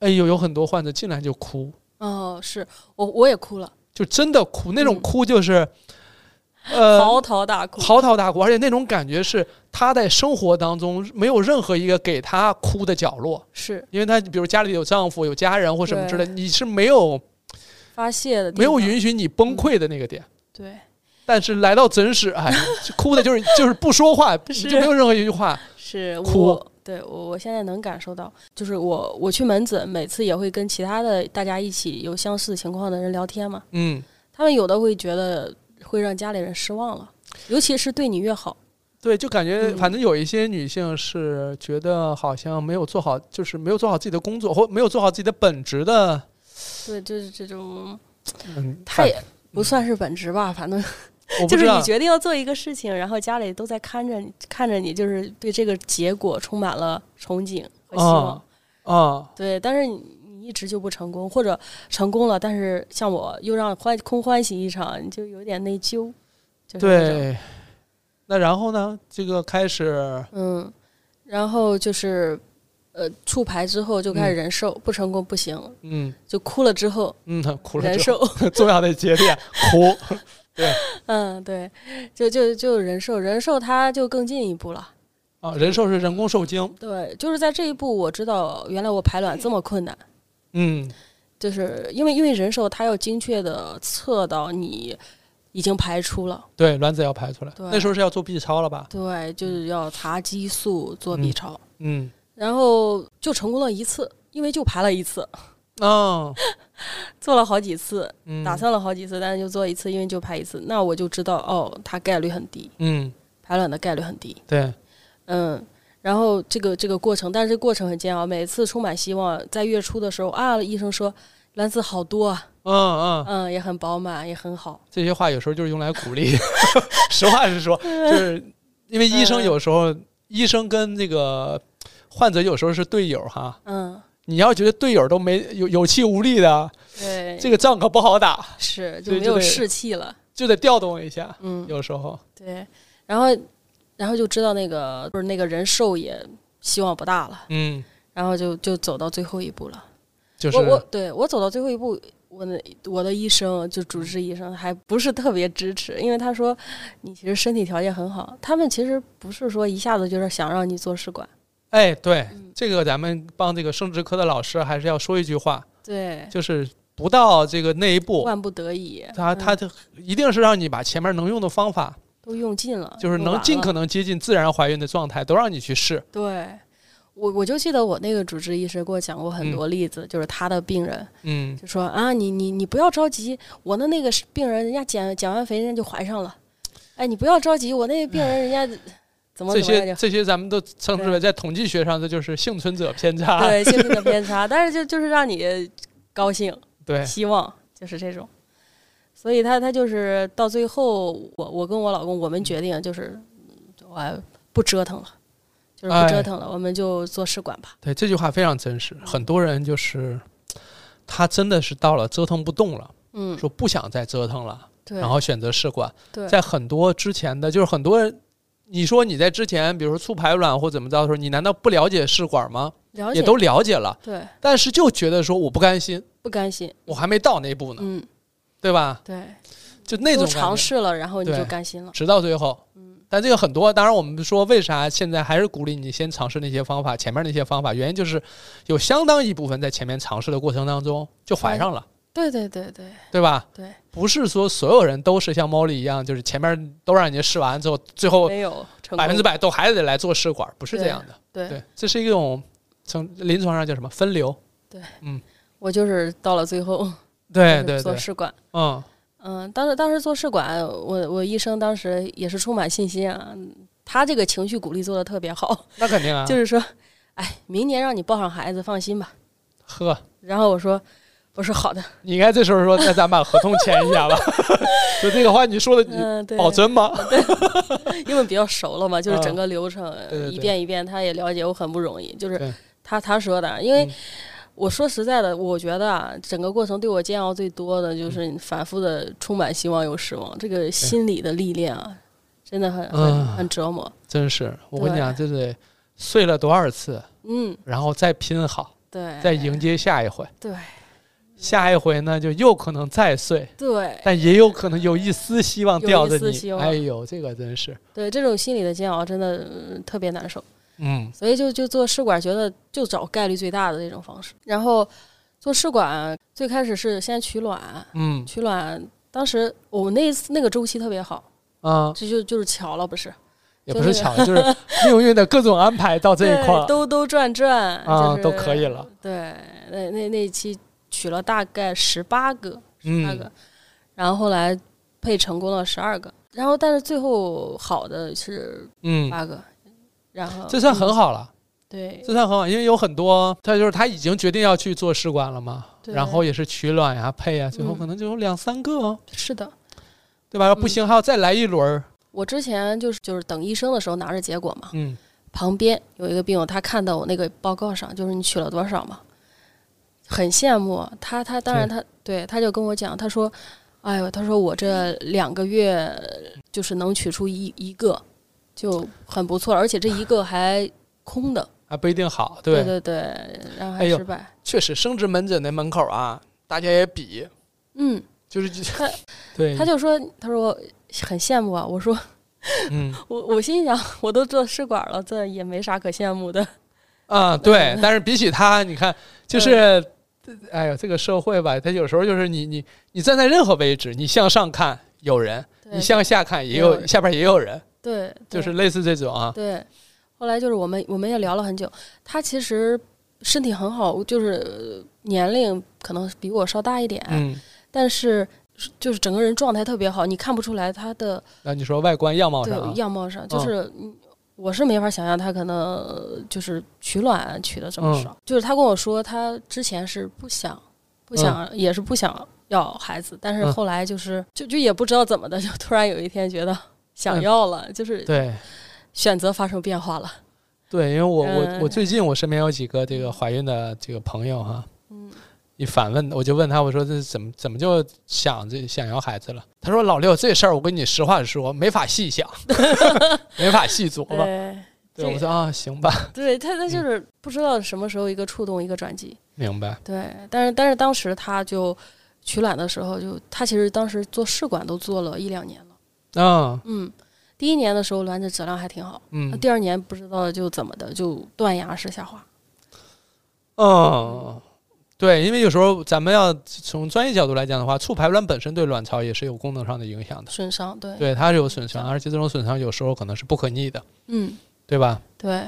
Speaker 1: 哎呦，有很多患者进来就哭，
Speaker 2: 哦，是我我也哭了，
Speaker 1: 就真的哭，那种
Speaker 2: 嗯
Speaker 1: 哭就是，呃，
Speaker 2: 嚎啕大哭，
Speaker 1: 嚎啕大哭，而且那种感觉是他在生活当中没有任何一个给他哭的角落，
Speaker 2: 是
Speaker 1: 因为他比如家里有丈夫、有家人或什么之类，
Speaker 2: 对
Speaker 1: 你是没有
Speaker 2: 发泄的地
Speaker 1: 没有
Speaker 2: 方嗯
Speaker 1: 允许你崩溃的那个点。
Speaker 2: 对，
Speaker 1: 但是来到诊室，哎，哭的就是就是不说话，
Speaker 2: 是
Speaker 1: 就没有任何一句话。
Speaker 2: 是
Speaker 1: 哭
Speaker 2: 我，对我我现在能感受到，就是我我去门诊，每次也会跟其他的大家一起有相似情况的人聊天嘛，
Speaker 1: 嗯，
Speaker 2: 他们有的会觉得会让家里人失望了，尤其是对你越好，
Speaker 1: 对，就感觉
Speaker 2: 嗯
Speaker 1: 反正有一些女性是觉得好像没有做好，就是没有做好自己的工作，或没有做好自己的本职的。
Speaker 2: 对，就是这种，
Speaker 1: 嗯，
Speaker 2: 他也
Speaker 1: 嗯
Speaker 2: 不算是本职吧，反正
Speaker 1: 我不
Speaker 2: 就
Speaker 1: 知
Speaker 2: 是你
Speaker 1: 道。
Speaker 2: 决定要做一个事情，然后家里都在看着你，看着你，就是对这个结果充满了憧憬和希望，
Speaker 1: 啊啊，
Speaker 2: 对，但是你。你一直就不成功，或者成功了，但是像我又让欢空欢喜一场，你就有点内疚。就是那种
Speaker 1: 对。那然后呢？这个开始，
Speaker 2: 嗯，然后就是呃，触牌之后就开始人兽，不成功不行，
Speaker 1: 嗯
Speaker 2: 就哭了之后
Speaker 1: 嗯，哭了
Speaker 2: 人
Speaker 1: 之后，
Speaker 2: 兽，
Speaker 1: 重要的节点，哭。
Speaker 2: 嗯，对，就就就人兽，人兽它就更进一步了。
Speaker 1: 啊，人兽是人工受精。
Speaker 2: 对，就是在这一步，我知道原来我排卵这么困难，
Speaker 1: 嗯
Speaker 2: 就是因为因为人兽它要精确的测到你已经排出了，
Speaker 1: 对，卵子要排出来，
Speaker 2: 对
Speaker 1: 那时候是要做 B 超了吧？
Speaker 2: 对，就是要查激素做
Speaker 1: 嗯
Speaker 2: B 超，
Speaker 1: 嗯，
Speaker 2: 然后就成功了一次，因为就排了一次，
Speaker 1: 哦，
Speaker 2: 做了好几次，
Speaker 1: 嗯，
Speaker 2: 嗯打算了好几次，但是就做一次，因为就排一次，那我就知道哦，它概率很低，
Speaker 1: 嗯，
Speaker 2: 排卵的概率很低。
Speaker 1: 对，
Speaker 2: 嗯，然后这个这个过程，但是这个过程很煎熬，每次充满希望，在月初的时候啊，医生说卵子好多啊，
Speaker 1: 嗯嗯，
Speaker 2: 嗯，也很饱满，也很好。
Speaker 1: 这些话有时候就是用来鼓 励。实话实说，就是因为医生有时候，医生跟那个患者有时候是队友哈。
Speaker 2: 嗯，
Speaker 1: 你要觉得队友都没有有气无力的，
Speaker 2: 对，
Speaker 1: 这个仗可不好打，
Speaker 2: 是就
Speaker 1: 对
Speaker 2: 没
Speaker 1: 就
Speaker 2: 有
Speaker 1: 得
Speaker 2: 士气了。
Speaker 1: 就得调动一下。
Speaker 2: 嗯，
Speaker 1: 有时候，
Speaker 2: 对，然后然后就知道那个不是那个人寿也希望不大了，
Speaker 1: 嗯，
Speaker 2: 然后就就走到最后一步了。
Speaker 1: 就是
Speaker 2: 我我对我走到最后一步，我的我的医生就主治医生还不是特别支持，因为他说你其实身体条件很好，他们其实不是说一下子就是想让你做试管，
Speaker 1: 哎，对
Speaker 2: 嗯，
Speaker 1: 这个咱们帮这个生殖科的老师还是要说一句话，
Speaker 2: 对，
Speaker 1: 就是不到这个那一步，
Speaker 2: 嗯万不得已，
Speaker 1: 他
Speaker 2: 嗯
Speaker 1: 他就一定是让你把前面能用的方法，
Speaker 2: 都用尽了，
Speaker 1: 就是
Speaker 2: 用
Speaker 1: 能
Speaker 2: 嗯完
Speaker 1: 尽
Speaker 2: 了
Speaker 1: 可能接近自然怀孕的状态，都让你去试。
Speaker 2: 对。我我就记得我那个主治医师给我讲过很多例子，就是他的病人
Speaker 1: 嗯，
Speaker 2: 就说啊，你你你不要着急，我的那个是病人人家减减完肥人家就怀上了，哎，你不要着急，我那病人人家怎么
Speaker 1: 这
Speaker 2: 怎么
Speaker 1: 些
Speaker 2: 样就
Speaker 1: 这些咱们都称之为在统计学上，这就是幸存者偏差。
Speaker 2: 对幸运的偏差，但是就就是让你高兴、
Speaker 1: 对
Speaker 2: 希望，就是这种。所以他他就是到最后，我我跟我老公我们决定啊就是，我不折腾了，就是
Speaker 1: 哎
Speaker 2: 不折腾了，我们就做试管吧。
Speaker 1: 对，这句话非常真实。很多人就是他真的是到了折腾不动了，
Speaker 2: 嗯，
Speaker 1: 说不想再折腾了，
Speaker 2: 对，
Speaker 1: 然后选择试管。
Speaker 2: 对，
Speaker 1: 在很多之前的，就是很多人，你说你在之前，比如说促排卵或怎么着的时候，你难道不了解试管吗？
Speaker 2: 了解
Speaker 1: 也都了解了，
Speaker 2: 对，
Speaker 1: 但是就觉得说我不甘心，
Speaker 2: 不甘心，
Speaker 1: 我还没到那步呢，
Speaker 2: 嗯，
Speaker 1: 对吧？
Speaker 2: 对，
Speaker 1: 就那
Speaker 2: 都
Speaker 1: 种
Speaker 2: 尝
Speaker 1: 感觉，
Speaker 2: 试了，然后你
Speaker 1: 对
Speaker 2: 就甘心了，
Speaker 1: 直到最后。
Speaker 2: 嗯，
Speaker 1: 但这个很多，当然我们说为啥现在还是鼓励你先尝试那些方法，前面那些方法，原因就是有相当一部分在前面尝试的过程当中就怀上了，
Speaker 2: 对对对对
Speaker 1: 对吧？
Speaker 2: 对，
Speaker 1: 不是说所有人都是像猫丽一样，就是前面都让人家试完之后，最后
Speaker 2: 没有成功，
Speaker 1: 百分之百都还得来做试管，不是这样的。
Speaker 2: 对，
Speaker 1: 这是一种从临床上叫什么分流？
Speaker 2: 我就是到了最后，
Speaker 1: 对
Speaker 2: 就是
Speaker 1: 对
Speaker 2: 做
Speaker 1: 对，
Speaker 2: 试管。
Speaker 1: 嗯
Speaker 2: 嗯，当时当时做试管，我我医生当时也是充满信心啊，他这个情绪鼓励做的特别好，
Speaker 1: 那肯定啊，
Speaker 2: 就是说，哎，明年让你抱上孩子，放心吧。
Speaker 1: 呵，
Speaker 2: 然后我说，我说好的，
Speaker 1: 你应该这时候说，那咱把合同签一下吧。 就这个话你说的，你
Speaker 2: 嗯，对，
Speaker 1: 保真吗？
Speaker 2: 因为比较熟了嘛，就是
Speaker 1: 啊
Speaker 2: 整个流程、
Speaker 1: 对对
Speaker 2: 一遍一遍，他也了解我很不容易，就
Speaker 1: 对
Speaker 2: 是他他说的，啊因为
Speaker 1: 嗯。
Speaker 2: 我说实在的，我觉得啊，整个过程对我煎熬最多的
Speaker 1: 嗯
Speaker 2: 就是反复的充满希望又失望，这个心理的历练啊，真的很很
Speaker 1: 嗯
Speaker 2: 很折磨。
Speaker 1: 真是，我跟你讲，这得碎了多少次，
Speaker 2: 嗯，
Speaker 1: 然后再拼好，
Speaker 2: 对，
Speaker 1: 再迎接下一回。
Speaker 2: 哎对
Speaker 1: 下一回呢，就有可能再碎，
Speaker 2: 对
Speaker 1: 但也有可能有一丝希望吊着
Speaker 2: 哎有一丝希
Speaker 1: 你。
Speaker 2: 望
Speaker 1: 哎呦，这个真是，
Speaker 2: 对，这种心理的煎熬真的、呃特别难受，
Speaker 1: 嗯
Speaker 2: 所以就就做试管，觉得就找概率最大的这种方式。然后做试管最开始是先取卵，
Speaker 1: 嗯
Speaker 2: 取卵当时我们那一次那个周期特别好，
Speaker 1: 啊，
Speaker 2: 这就就是巧了，不是？
Speaker 1: 也不是巧，就是命运的各种安排到这一块儿
Speaker 2: 对，兜兜转转
Speaker 1: 啊，
Speaker 2: 就是
Speaker 1: 都可以了。
Speaker 2: 对，那那那一期取了大概十八个，十八个，
Speaker 1: 嗯
Speaker 2: 然后后来配成功了十二个，然后但是最后好的是
Speaker 1: 嗯，
Speaker 2: 八个，然后嗯
Speaker 1: 这算很好了。
Speaker 2: 对
Speaker 1: 这算很好，因为有很多，他就是他已经决定要去做试管了嘛，
Speaker 2: 对
Speaker 1: 然后也是取卵呀、配啊，最后
Speaker 2: 嗯
Speaker 1: 可能就有两三个哦，
Speaker 2: 是的。
Speaker 1: 对吧？不
Speaker 2: 嗯
Speaker 1: 行还要再来一轮儿，
Speaker 2: 我之前就是就是等医生的时候拿着结果嘛，
Speaker 1: 嗯，
Speaker 2: 旁边有一个病友，他看到我那个报告上就是你取了多少嘛，很羡慕他。他当然他对他就跟我讲，他说：“哎呦，他说我这两个月就是能取出一一个，就很不错，而且这一个还空的。
Speaker 1: 还啊不一定好，对
Speaker 2: 对
Speaker 1: 不
Speaker 2: 对对，然后
Speaker 1: 哎
Speaker 2: 还
Speaker 1: 呦
Speaker 2: 失败。
Speaker 1: 确实生殖门诊那门口啊，大家也比，
Speaker 2: 嗯，
Speaker 1: 就是
Speaker 2: 他
Speaker 1: 对，
Speaker 2: 他就说，他说 很羡慕啊。我说
Speaker 1: 嗯
Speaker 2: 我我心想，我都做试管了，这也没啥可羡慕的。
Speaker 1: 啊
Speaker 2: 嗯
Speaker 1: 对，但是比起他，你看就是。
Speaker 2: 嗯
Speaker 1: 哎呦，这个社会吧，它有时候就是你你你站在任何位置，你向上看有人，
Speaker 2: 对
Speaker 1: 你向下看也
Speaker 2: 有
Speaker 1: 有
Speaker 2: 人
Speaker 1: 下边也有人，
Speaker 2: 对，
Speaker 1: 就
Speaker 2: 对
Speaker 1: 是类似这种 啊，
Speaker 2: 对，后来就是我们我们也聊了很久，他其实身体很好，就是年龄可能比我稍大一点，
Speaker 1: 嗯，
Speaker 2: 但是就是整个人状态特别好，你看不出来他的
Speaker 1: 那你说外观样貌
Speaker 2: 对
Speaker 1: 上啊，
Speaker 2: 样貌上，就是嗯我是没法想象他可能呃就是取卵取的这么
Speaker 1: 嗯
Speaker 2: 少，就是他跟我说他之前是不想不想、也是不想要孩子，但是
Speaker 1: 嗯
Speaker 2: 后来就是、就就也不知道怎么的，就突然有一天觉得想
Speaker 1: 嗯
Speaker 2: 要了，就是
Speaker 1: 对，
Speaker 2: 选择发生变化了，
Speaker 1: 对，因为我我
Speaker 2: 嗯
Speaker 1: 我最近我身边有几个这个怀孕的这个朋友哈，
Speaker 2: 嗯。
Speaker 1: 一反问我就问他，我说这是怎么怎么就想这想要孩子了？他说老六这事儿我跟你实话实说，没法细 想，没法细琢磨。
Speaker 2: 对
Speaker 1: 对，
Speaker 2: 这
Speaker 1: 我说啊，行吧，
Speaker 2: 对，他他
Speaker 1: 嗯
Speaker 2: 就是不知道什么时候一个触动，一个转机。
Speaker 1: 明白。
Speaker 2: 对，但是但是当时他就取卵的时候就，他其实当时做试管都做了一两年了。
Speaker 1: 嗯
Speaker 2: 嗯，第一年的时候卵子质量还挺好，那
Speaker 1: 嗯
Speaker 2: 第二年不知道就怎么的就断崖式下滑。
Speaker 1: 嗯，对，因为有时候咱们要从专业角度来讲的话，促排卵本身对卵巢也是有功能上的影响的，
Speaker 2: 损伤，对，
Speaker 1: 对，它是有损伤，而且这种损伤有时候可能是不可逆的，
Speaker 2: 嗯，
Speaker 1: 对吧？
Speaker 2: 对。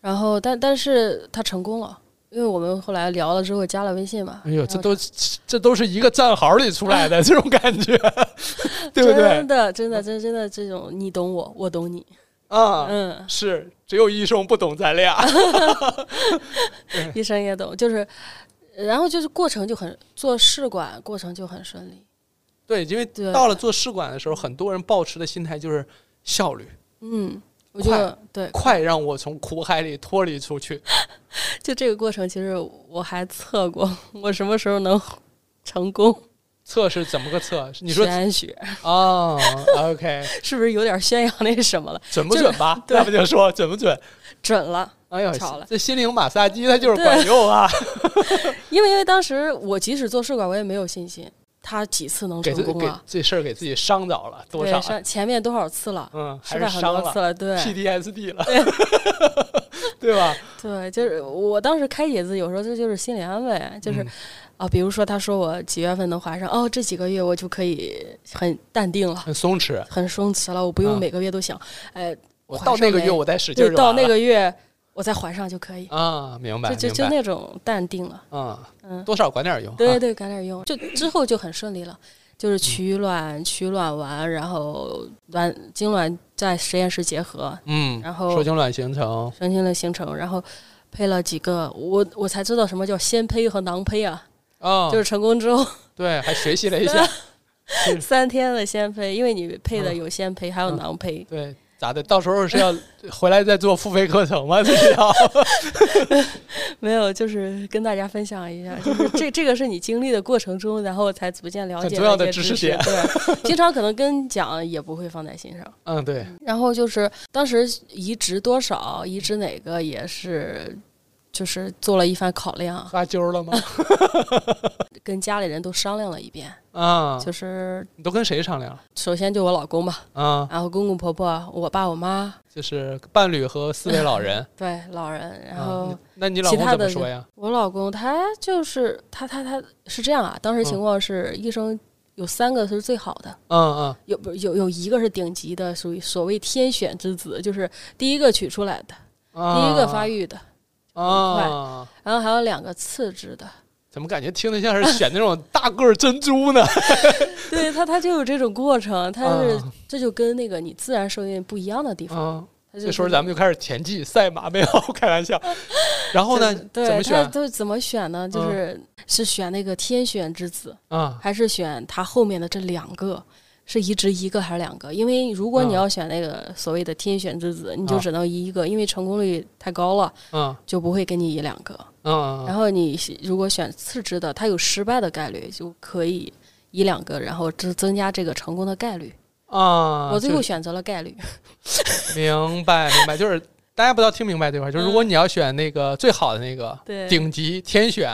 Speaker 2: 然后但但是他成功了，因为我们后来聊了之后加了微信嘛。
Speaker 1: 哎呦，
Speaker 2: 然
Speaker 1: 这
Speaker 2: 后
Speaker 1: 都这都是一个战壕里出 来的这种感觉，对不对
Speaker 2: 真？的真的真真的这种你懂我，我懂你，
Speaker 1: 啊，
Speaker 2: 嗯。
Speaker 1: 是只有医生不懂咱 俩。
Speaker 2: 医生也懂，就是，然后就是过程就很做试管过程就很顺利，
Speaker 1: 对，因为
Speaker 2: 对
Speaker 1: 到了做试管的时候，很多人抱持的心态就是效率，
Speaker 2: 嗯，我觉得对，
Speaker 1: 快让我从苦海里脱离出去。
Speaker 2: 就这个过程其实我还测过，我什么时候能成功，
Speaker 1: 测是怎么个测？你说
Speaker 2: 玄学
Speaker 1: 哦 ，OK，
Speaker 2: 是不是有点宣扬那什么了？
Speaker 1: 准不准吧？
Speaker 2: 就是对
Speaker 1: 要不就说准不 准？
Speaker 2: 准了，
Speaker 1: 哎呦
Speaker 2: 巧了，
Speaker 1: 这心灵马杀鸡它就是管用 啊！
Speaker 2: 因为因为当时我即使做试管，我也没有信心，他几次能
Speaker 1: 给
Speaker 2: 成
Speaker 1: 自
Speaker 2: 功
Speaker 1: 给
Speaker 2: 啊？
Speaker 1: 这事儿给自己伤着了多
Speaker 2: 对
Speaker 1: 少，啊？
Speaker 2: 上前面多少次了？
Speaker 1: 嗯，还
Speaker 2: 失败
Speaker 1: 是
Speaker 2: 很
Speaker 1: 伤
Speaker 2: 多
Speaker 1: 了
Speaker 2: 次了，对
Speaker 1: PDSD 了， 对吧？
Speaker 2: 对，就是我当时开解自己，我说这就是心理安慰，就是、
Speaker 1: 嗯
Speaker 2: 啊，比如说他说我几月份能怀上，哦，这几个月我就可以很淡定了，
Speaker 1: 很松弛。
Speaker 2: 很松弛了，我不用
Speaker 1: 嗯
Speaker 2: 每个月都想，哎，
Speaker 1: 我
Speaker 2: 怀
Speaker 1: 到
Speaker 2: 上
Speaker 1: 那个
Speaker 2: 没
Speaker 1: 月我再使劲
Speaker 2: 对
Speaker 1: 儿，就
Speaker 2: 到
Speaker 1: 完
Speaker 2: 那
Speaker 1: 了
Speaker 2: 个月我再怀上就可以，
Speaker 1: 啊，明白
Speaker 2: 就就
Speaker 1: 明
Speaker 2: 就
Speaker 1: 白，
Speaker 2: 那种淡定了，
Speaker 1: 嗯，
Speaker 2: 嗯，
Speaker 1: 多少管点儿用啊。
Speaker 2: 对对，赶点用，就之后就很顺利了。就是
Speaker 1: 嗯
Speaker 2: 取卵、取卵完，然后卵精卵在实验室结合，
Speaker 1: 嗯，
Speaker 2: 然后
Speaker 1: 受精卵形成，
Speaker 2: 成型了形成，然后配了几个，我我才知道什么叫先胚和囊胚啊，
Speaker 1: 哦，
Speaker 2: 就是成功之后
Speaker 1: 对，还学习了一下，
Speaker 2: 三天的先胚，因为你配的
Speaker 1: 嗯
Speaker 2: 有先胚，还有
Speaker 1: 嗯
Speaker 2: 囊胚，
Speaker 1: 对，咋的？到时候是要回来再做付费课程吗？这是 要
Speaker 2: 没有，就是跟大家分享一下，就是 这这个是你经历的过程中，然后才逐渐了
Speaker 1: 很
Speaker 2: 解
Speaker 1: 重要的
Speaker 2: 一些
Speaker 1: 知
Speaker 2: 知
Speaker 1: 识点
Speaker 2: 对，平常可能跟讲也不会放在心上。
Speaker 1: 嗯，对，
Speaker 2: 然后就是当时移植多少，移植哪个也是，就是做了一番考量，
Speaker 1: 发揪 了吗？
Speaker 2: 跟家里人都商量了一遍。
Speaker 1: 啊，
Speaker 2: 就是
Speaker 1: 你都跟谁商量了？
Speaker 2: 首先就我老公吧，
Speaker 1: 啊，
Speaker 2: 然后公公婆婆、我爸我妈，
Speaker 1: 就是伴侣和四位老人。
Speaker 2: 对老人，然
Speaker 1: 啊
Speaker 2: 后
Speaker 1: 你那你老
Speaker 2: 其
Speaker 1: 公
Speaker 2: 他
Speaker 1: 怎么
Speaker 2: 的
Speaker 1: 说呀？
Speaker 2: 我老公他就是他他他是这样啊，当时情况是医生有三个是最好的。
Speaker 1: 嗯嗯，
Speaker 2: 有不有有一个是顶级的，属于所谓天选之子，就是第一个取出来的，
Speaker 1: 嗯
Speaker 2: 第一个发
Speaker 1: 育
Speaker 2: 育的，
Speaker 1: 啊。
Speaker 2: 然后还有两个次之的，
Speaker 1: 怎么感觉听着像是选那种大个儿珍珠 呢？
Speaker 2: 对他，他就有这种过程，他是、
Speaker 1: 啊
Speaker 2: 这就跟那个你自然受孕不一样的地方。
Speaker 1: 嗯，
Speaker 2: 他
Speaker 1: 这
Speaker 2: 就是
Speaker 1: 时候咱们就开始田忌赛马，没有开玩 笑。然后呢，
Speaker 2: 就是
Speaker 1: 怎么
Speaker 2: 对他
Speaker 1: 选嗯
Speaker 2: 都怎么选呢？就是、是选那个天选之子，
Speaker 1: 啊？
Speaker 2: 还是选他后面的这两个？是移植一个还是两个？因为如果你
Speaker 1: 啊
Speaker 2: 要选那个所谓的天选之子，你就
Speaker 1: 啊
Speaker 2: 只能移一个，因为成功率太高了，
Speaker 1: 嗯
Speaker 2: 就不会给你移两个。
Speaker 1: 嗯
Speaker 2: 然后你是如果选次之的，它有失败的概率，就可以移两个，然后增增加这个成功的概率。
Speaker 1: 啊！
Speaker 2: 我最
Speaker 1: 就
Speaker 2: 后选择了概率。
Speaker 1: 明白 明白，就是大家不要听明白这块儿，就是如果
Speaker 2: 嗯
Speaker 1: 你要选那个最好的那个
Speaker 2: 对
Speaker 1: 顶级天选，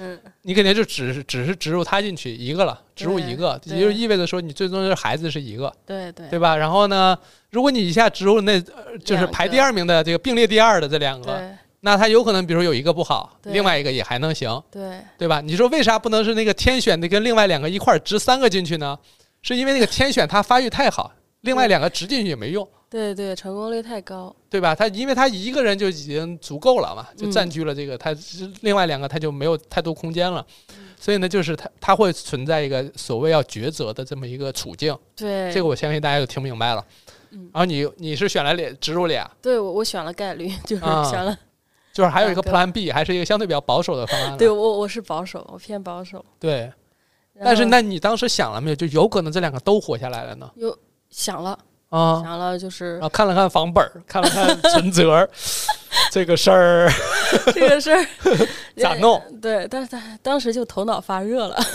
Speaker 2: 嗯，
Speaker 1: 你肯定就只是只是植入它进去一个了，植入一个，
Speaker 2: 对
Speaker 1: 也就意味着说你最终就是孩子是一个，
Speaker 2: 对对
Speaker 1: 对吧？然后呢，如果你一下植入那呃就是
Speaker 2: 两个
Speaker 1: 排第二名的这个并列第二的这两个，
Speaker 2: 对
Speaker 1: 那它有可能比如有一个不好，
Speaker 2: 对
Speaker 1: 另外一个也还能行，
Speaker 2: 对
Speaker 1: 对吧？你说为啥不能是那个天选的跟另外两个一块儿植三个进去呢？是因为那个天选它发育太好，另外两个植进去也没用。
Speaker 2: 对对，成功率太高。
Speaker 1: 对吧？他因为他一个人就已经足够了嘛，就
Speaker 2: 嗯
Speaker 1: 占据了这个，他是另外两个他就没有太多空间了，
Speaker 2: 嗯
Speaker 1: 所以呢，就是他他会存在一个所谓要抉择的这么一个处境，
Speaker 2: 对，
Speaker 1: 这个我相信大家就听明白了。
Speaker 2: 嗯
Speaker 1: 然后你你是选了俩植入俩，
Speaker 2: 对我我选了概率， 就是
Speaker 1: 啊
Speaker 2: 选了。
Speaker 1: 就是还有一个
Speaker 2: 两个
Speaker 1: Plan B，还是一个相对比较保守的方案了。
Speaker 2: 对我我是保守，我偏保守。
Speaker 1: 对嗯
Speaker 2: 然
Speaker 1: 但是
Speaker 2: 后
Speaker 1: 那你当时想了没有？就有可能这两个都活下来了呢？
Speaker 2: 有想了
Speaker 1: 啊，
Speaker 2: 想了，就是
Speaker 1: 然后看了看房本儿，看了看存折 儿，这个事儿
Speaker 2: 这个事儿
Speaker 1: 咋弄？
Speaker 2: 对，但是他当时就头脑发热了。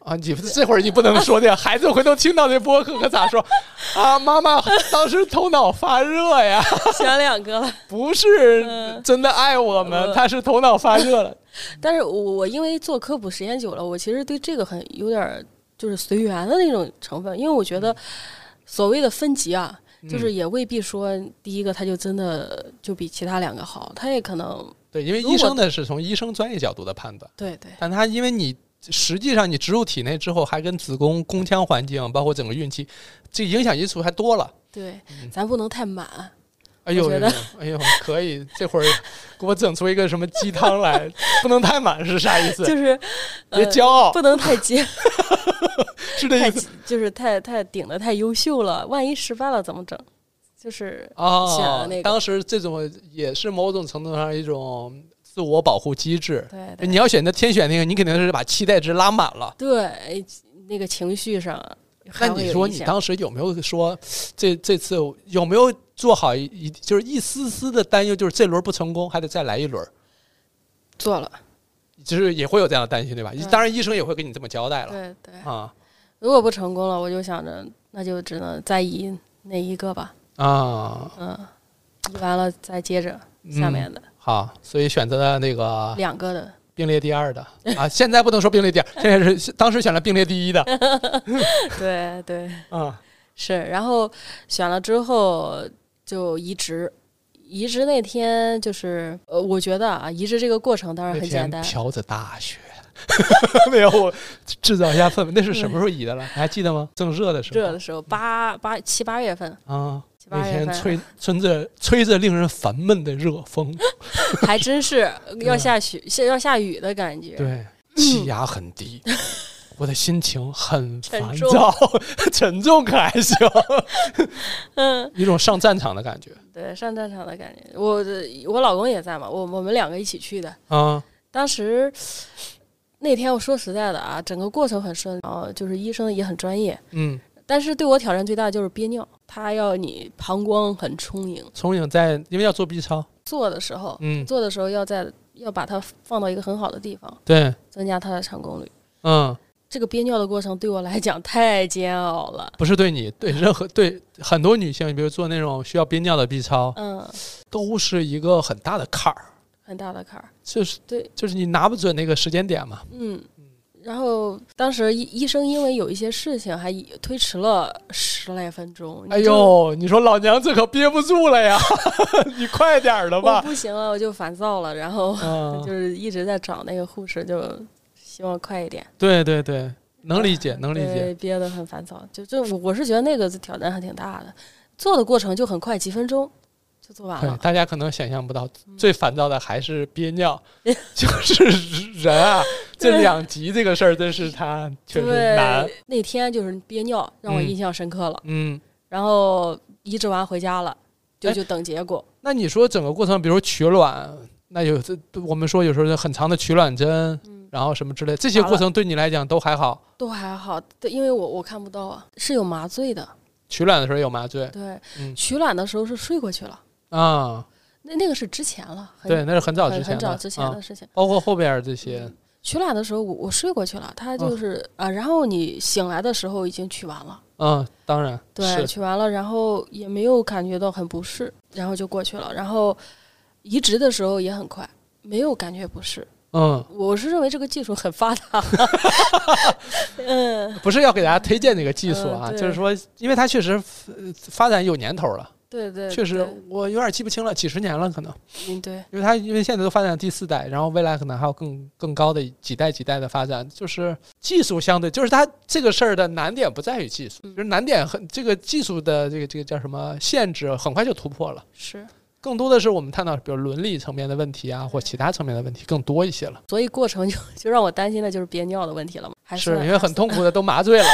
Speaker 1: 啊，你这会儿你不能说这样，孩子回头听到这播客可咋说？ 啊，妈妈当时头脑发热呀，
Speaker 2: 选两个了。
Speaker 1: 不是
Speaker 2: 嗯
Speaker 1: 真的爱我们，
Speaker 2: 我
Speaker 1: 他是头脑发热了。
Speaker 2: 但是我我因为做科普时间久了，我其实对这个很有点儿就是随缘的那种成分，因为我觉得所谓的分级啊，就是
Speaker 1: 嗯
Speaker 2: 也未必说第一个他就真的就比其他两个好，他也可能
Speaker 1: 对，因为
Speaker 2: 如果
Speaker 1: 医生呢是从医生专业角度的判断，
Speaker 2: 对对
Speaker 1: 但他因为你实际上你植入体内之后，还跟子宫、宫腔环境，包括整个孕期，这影响因素还多了。
Speaker 2: 对
Speaker 1: 嗯，
Speaker 2: 咱不能太满。
Speaker 1: 哎呦，
Speaker 2: 我
Speaker 1: 哎
Speaker 2: 觉
Speaker 1: 呦
Speaker 2: 得，
Speaker 1: 哎呦，可以，这会儿给我整出一个什么鸡汤来， 不能太满是啥意思？
Speaker 2: 就是
Speaker 1: 别骄傲，
Speaker 2: 不能 太接，
Speaker 1: 是这
Speaker 2: 太
Speaker 1: 意思
Speaker 2: 就是太太顶的太优秀了，万一失败了怎么整？就是选
Speaker 1: 哦
Speaker 2: 了，那个
Speaker 1: 当时这种也是某种程度上一种自我保护机制。
Speaker 2: 对对
Speaker 1: 你要选择天选那个，你肯定是把期待值拉满了。
Speaker 2: 对哎那个情绪上
Speaker 1: 那
Speaker 2: 还会有影响。
Speaker 1: 你说你当时有没有说这这次有没有做好一一就是一丝丝的担忧，就是这轮不成功还得再来一轮，
Speaker 2: 做了
Speaker 1: 就是也会有这样的担心，对吧？
Speaker 2: 对
Speaker 1: 当然，医生也会跟你这么交代了
Speaker 2: 对对，
Speaker 1: 啊
Speaker 2: 如果不成功了，我就想着那就只能再移那一个吧，
Speaker 1: 啊，
Speaker 2: 嗯，移完了再接着
Speaker 1: 嗯
Speaker 2: 下面的、
Speaker 1: 好，所以选择了那个
Speaker 2: 两 个的，
Speaker 1: 并列第二的啊，现在不能说并列第二， 现在是当时选了并列第一的
Speaker 2: 对对
Speaker 1: 啊，
Speaker 2: 是，然后选了之后就移植。移植那天就是，呃，我觉得啊，移植这个过程当然
Speaker 1: 那
Speaker 2: 很简
Speaker 1: 天
Speaker 2: 单，
Speaker 1: 飘着大雪。没有，我制造一下氛围。那是什么时候移的了？还记得吗？正热的时候。
Speaker 2: 热的时候八八七八月份，
Speaker 1: 啊，
Speaker 2: 七八
Speaker 1: 那
Speaker 2: 月
Speaker 1: 天
Speaker 2: 份
Speaker 1: 吹吹着吹着令人烦闷的热风，
Speaker 2: 还真是
Speaker 1: 啊
Speaker 2: 要下雪，下要下雨的感觉。
Speaker 1: 对，气压很 低，我的心情很
Speaker 2: 沉
Speaker 1: 烦
Speaker 2: 重
Speaker 1: 躁， 沉重可还 行，
Speaker 2: 嗯，
Speaker 1: 一种上战场的感觉
Speaker 2: 对，上战场的感觉。我我老公也在嘛，我我们两个一起去的。
Speaker 1: 啊
Speaker 2: 当时那天我说实在的啊，整个过程很顺利，然后就是医生也很专业，
Speaker 1: 嗯，
Speaker 2: 但是对我挑战最大就是憋尿，他要你膀胱很充盈，
Speaker 1: 重影在因为要做 B 超，
Speaker 2: 做的时候，
Speaker 1: 嗯，
Speaker 2: 做的时候要在要把它放到一个很好的地方，
Speaker 1: 对，
Speaker 2: 增加它的成功率。
Speaker 1: 嗯，
Speaker 2: 这个憋尿的过程对我来讲太煎熬了。
Speaker 1: 不是对你，对任何对很多女性，比如做那种需要憋尿的 B 超，
Speaker 2: 嗯，
Speaker 1: 都是一个很大的坎儿，
Speaker 2: 很大的坎儿。
Speaker 1: 就是
Speaker 2: 对，
Speaker 1: 就是你拿不准那个时间点嘛，
Speaker 2: 嗯，然后当时医医生因为有一些事情还推迟了十来分钟。
Speaker 1: 哎，呦，你说老娘这可憋不住了呀， 你快点儿的
Speaker 2: 我
Speaker 1: 吧，
Speaker 2: 不行啊了，我就烦躁了，然后
Speaker 1: 嗯，
Speaker 2: 就是一直在找那个护士，就希望快一点。
Speaker 1: 对对对，能理解，能理解。
Speaker 2: 对，憋得很烦躁。就就我我是觉得那个挑战还挺大的，做的过程就很快，几分钟就做完
Speaker 1: 对，
Speaker 2: 了。
Speaker 1: 大家可能想象不到，
Speaker 2: 嗯
Speaker 1: 最烦躁的还是憋 尿，就是人啊，这
Speaker 2: 对
Speaker 1: 两极这个事儿，真是他确实
Speaker 2: 对
Speaker 1: 难。，
Speaker 2: 那天就是憋尿让我
Speaker 1: 嗯
Speaker 2: 印象深刻了，
Speaker 1: 嗯，
Speaker 2: 然后移植完回家了，就
Speaker 1: 哎
Speaker 2: 就等结果。
Speaker 1: 那你说整个过程，比如取卵，那有这我们说有时候很长的取卵针，
Speaker 2: 嗯，
Speaker 1: 然后什么之类，这些过程对你来讲都还好。
Speaker 2: 都还好，对，因为我我看不到啊，是有麻醉的。
Speaker 1: 取卵的时候有麻醉
Speaker 2: 对，
Speaker 1: 嗯
Speaker 2: 取卵的时候是睡过去了，
Speaker 1: 啊，
Speaker 2: 那那个是之前了，很
Speaker 1: 对，那是很早之
Speaker 2: 很
Speaker 1: 前
Speaker 2: 很
Speaker 1: 的，
Speaker 2: 早之前
Speaker 1: 啊
Speaker 2: 的事情。
Speaker 1: 包括后边儿这些
Speaker 2: 嗯取卵的时候我我睡过去了，他就是、啊，然后你醒来的时候已经取完了，
Speaker 1: 嗯，当然
Speaker 2: 对，
Speaker 1: 是
Speaker 2: 取完了，然后也没有感觉到很不适，然后就过去了，然后移植的时候也很快。没有感觉不适，
Speaker 1: 嗯，
Speaker 2: 我是认为这个技术很发达。 嗯，
Speaker 1: 不是要给大家推荐这个技术啊，
Speaker 2: 嗯对
Speaker 1: 就是说，因为它确实呃发展有年头了。
Speaker 2: 对对，
Speaker 1: 确实，我有点记不清了，几十年了可能，
Speaker 2: 对嗯对，
Speaker 1: 因为它因为现在都发展第四代，然后未来可能还有更更高的几代几代的发展，就是技术相对，就是它这个事儿的难点不在于技术，
Speaker 2: 嗯
Speaker 1: 就是难点很这个技术的这个这个叫什么限制很快就突破了，
Speaker 2: 是。
Speaker 1: 更多的是我们探讨比如伦理层面的问
Speaker 2: 嗯
Speaker 1: 题啊，或其他层面的问题更多一些了，
Speaker 2: 所以过程就就让我担心的就是憋尿的问题了嘛，还
Speaker 1: 是
Speaker 2: 算
Speaker 1: 因为很痛苦的都麻醉 了，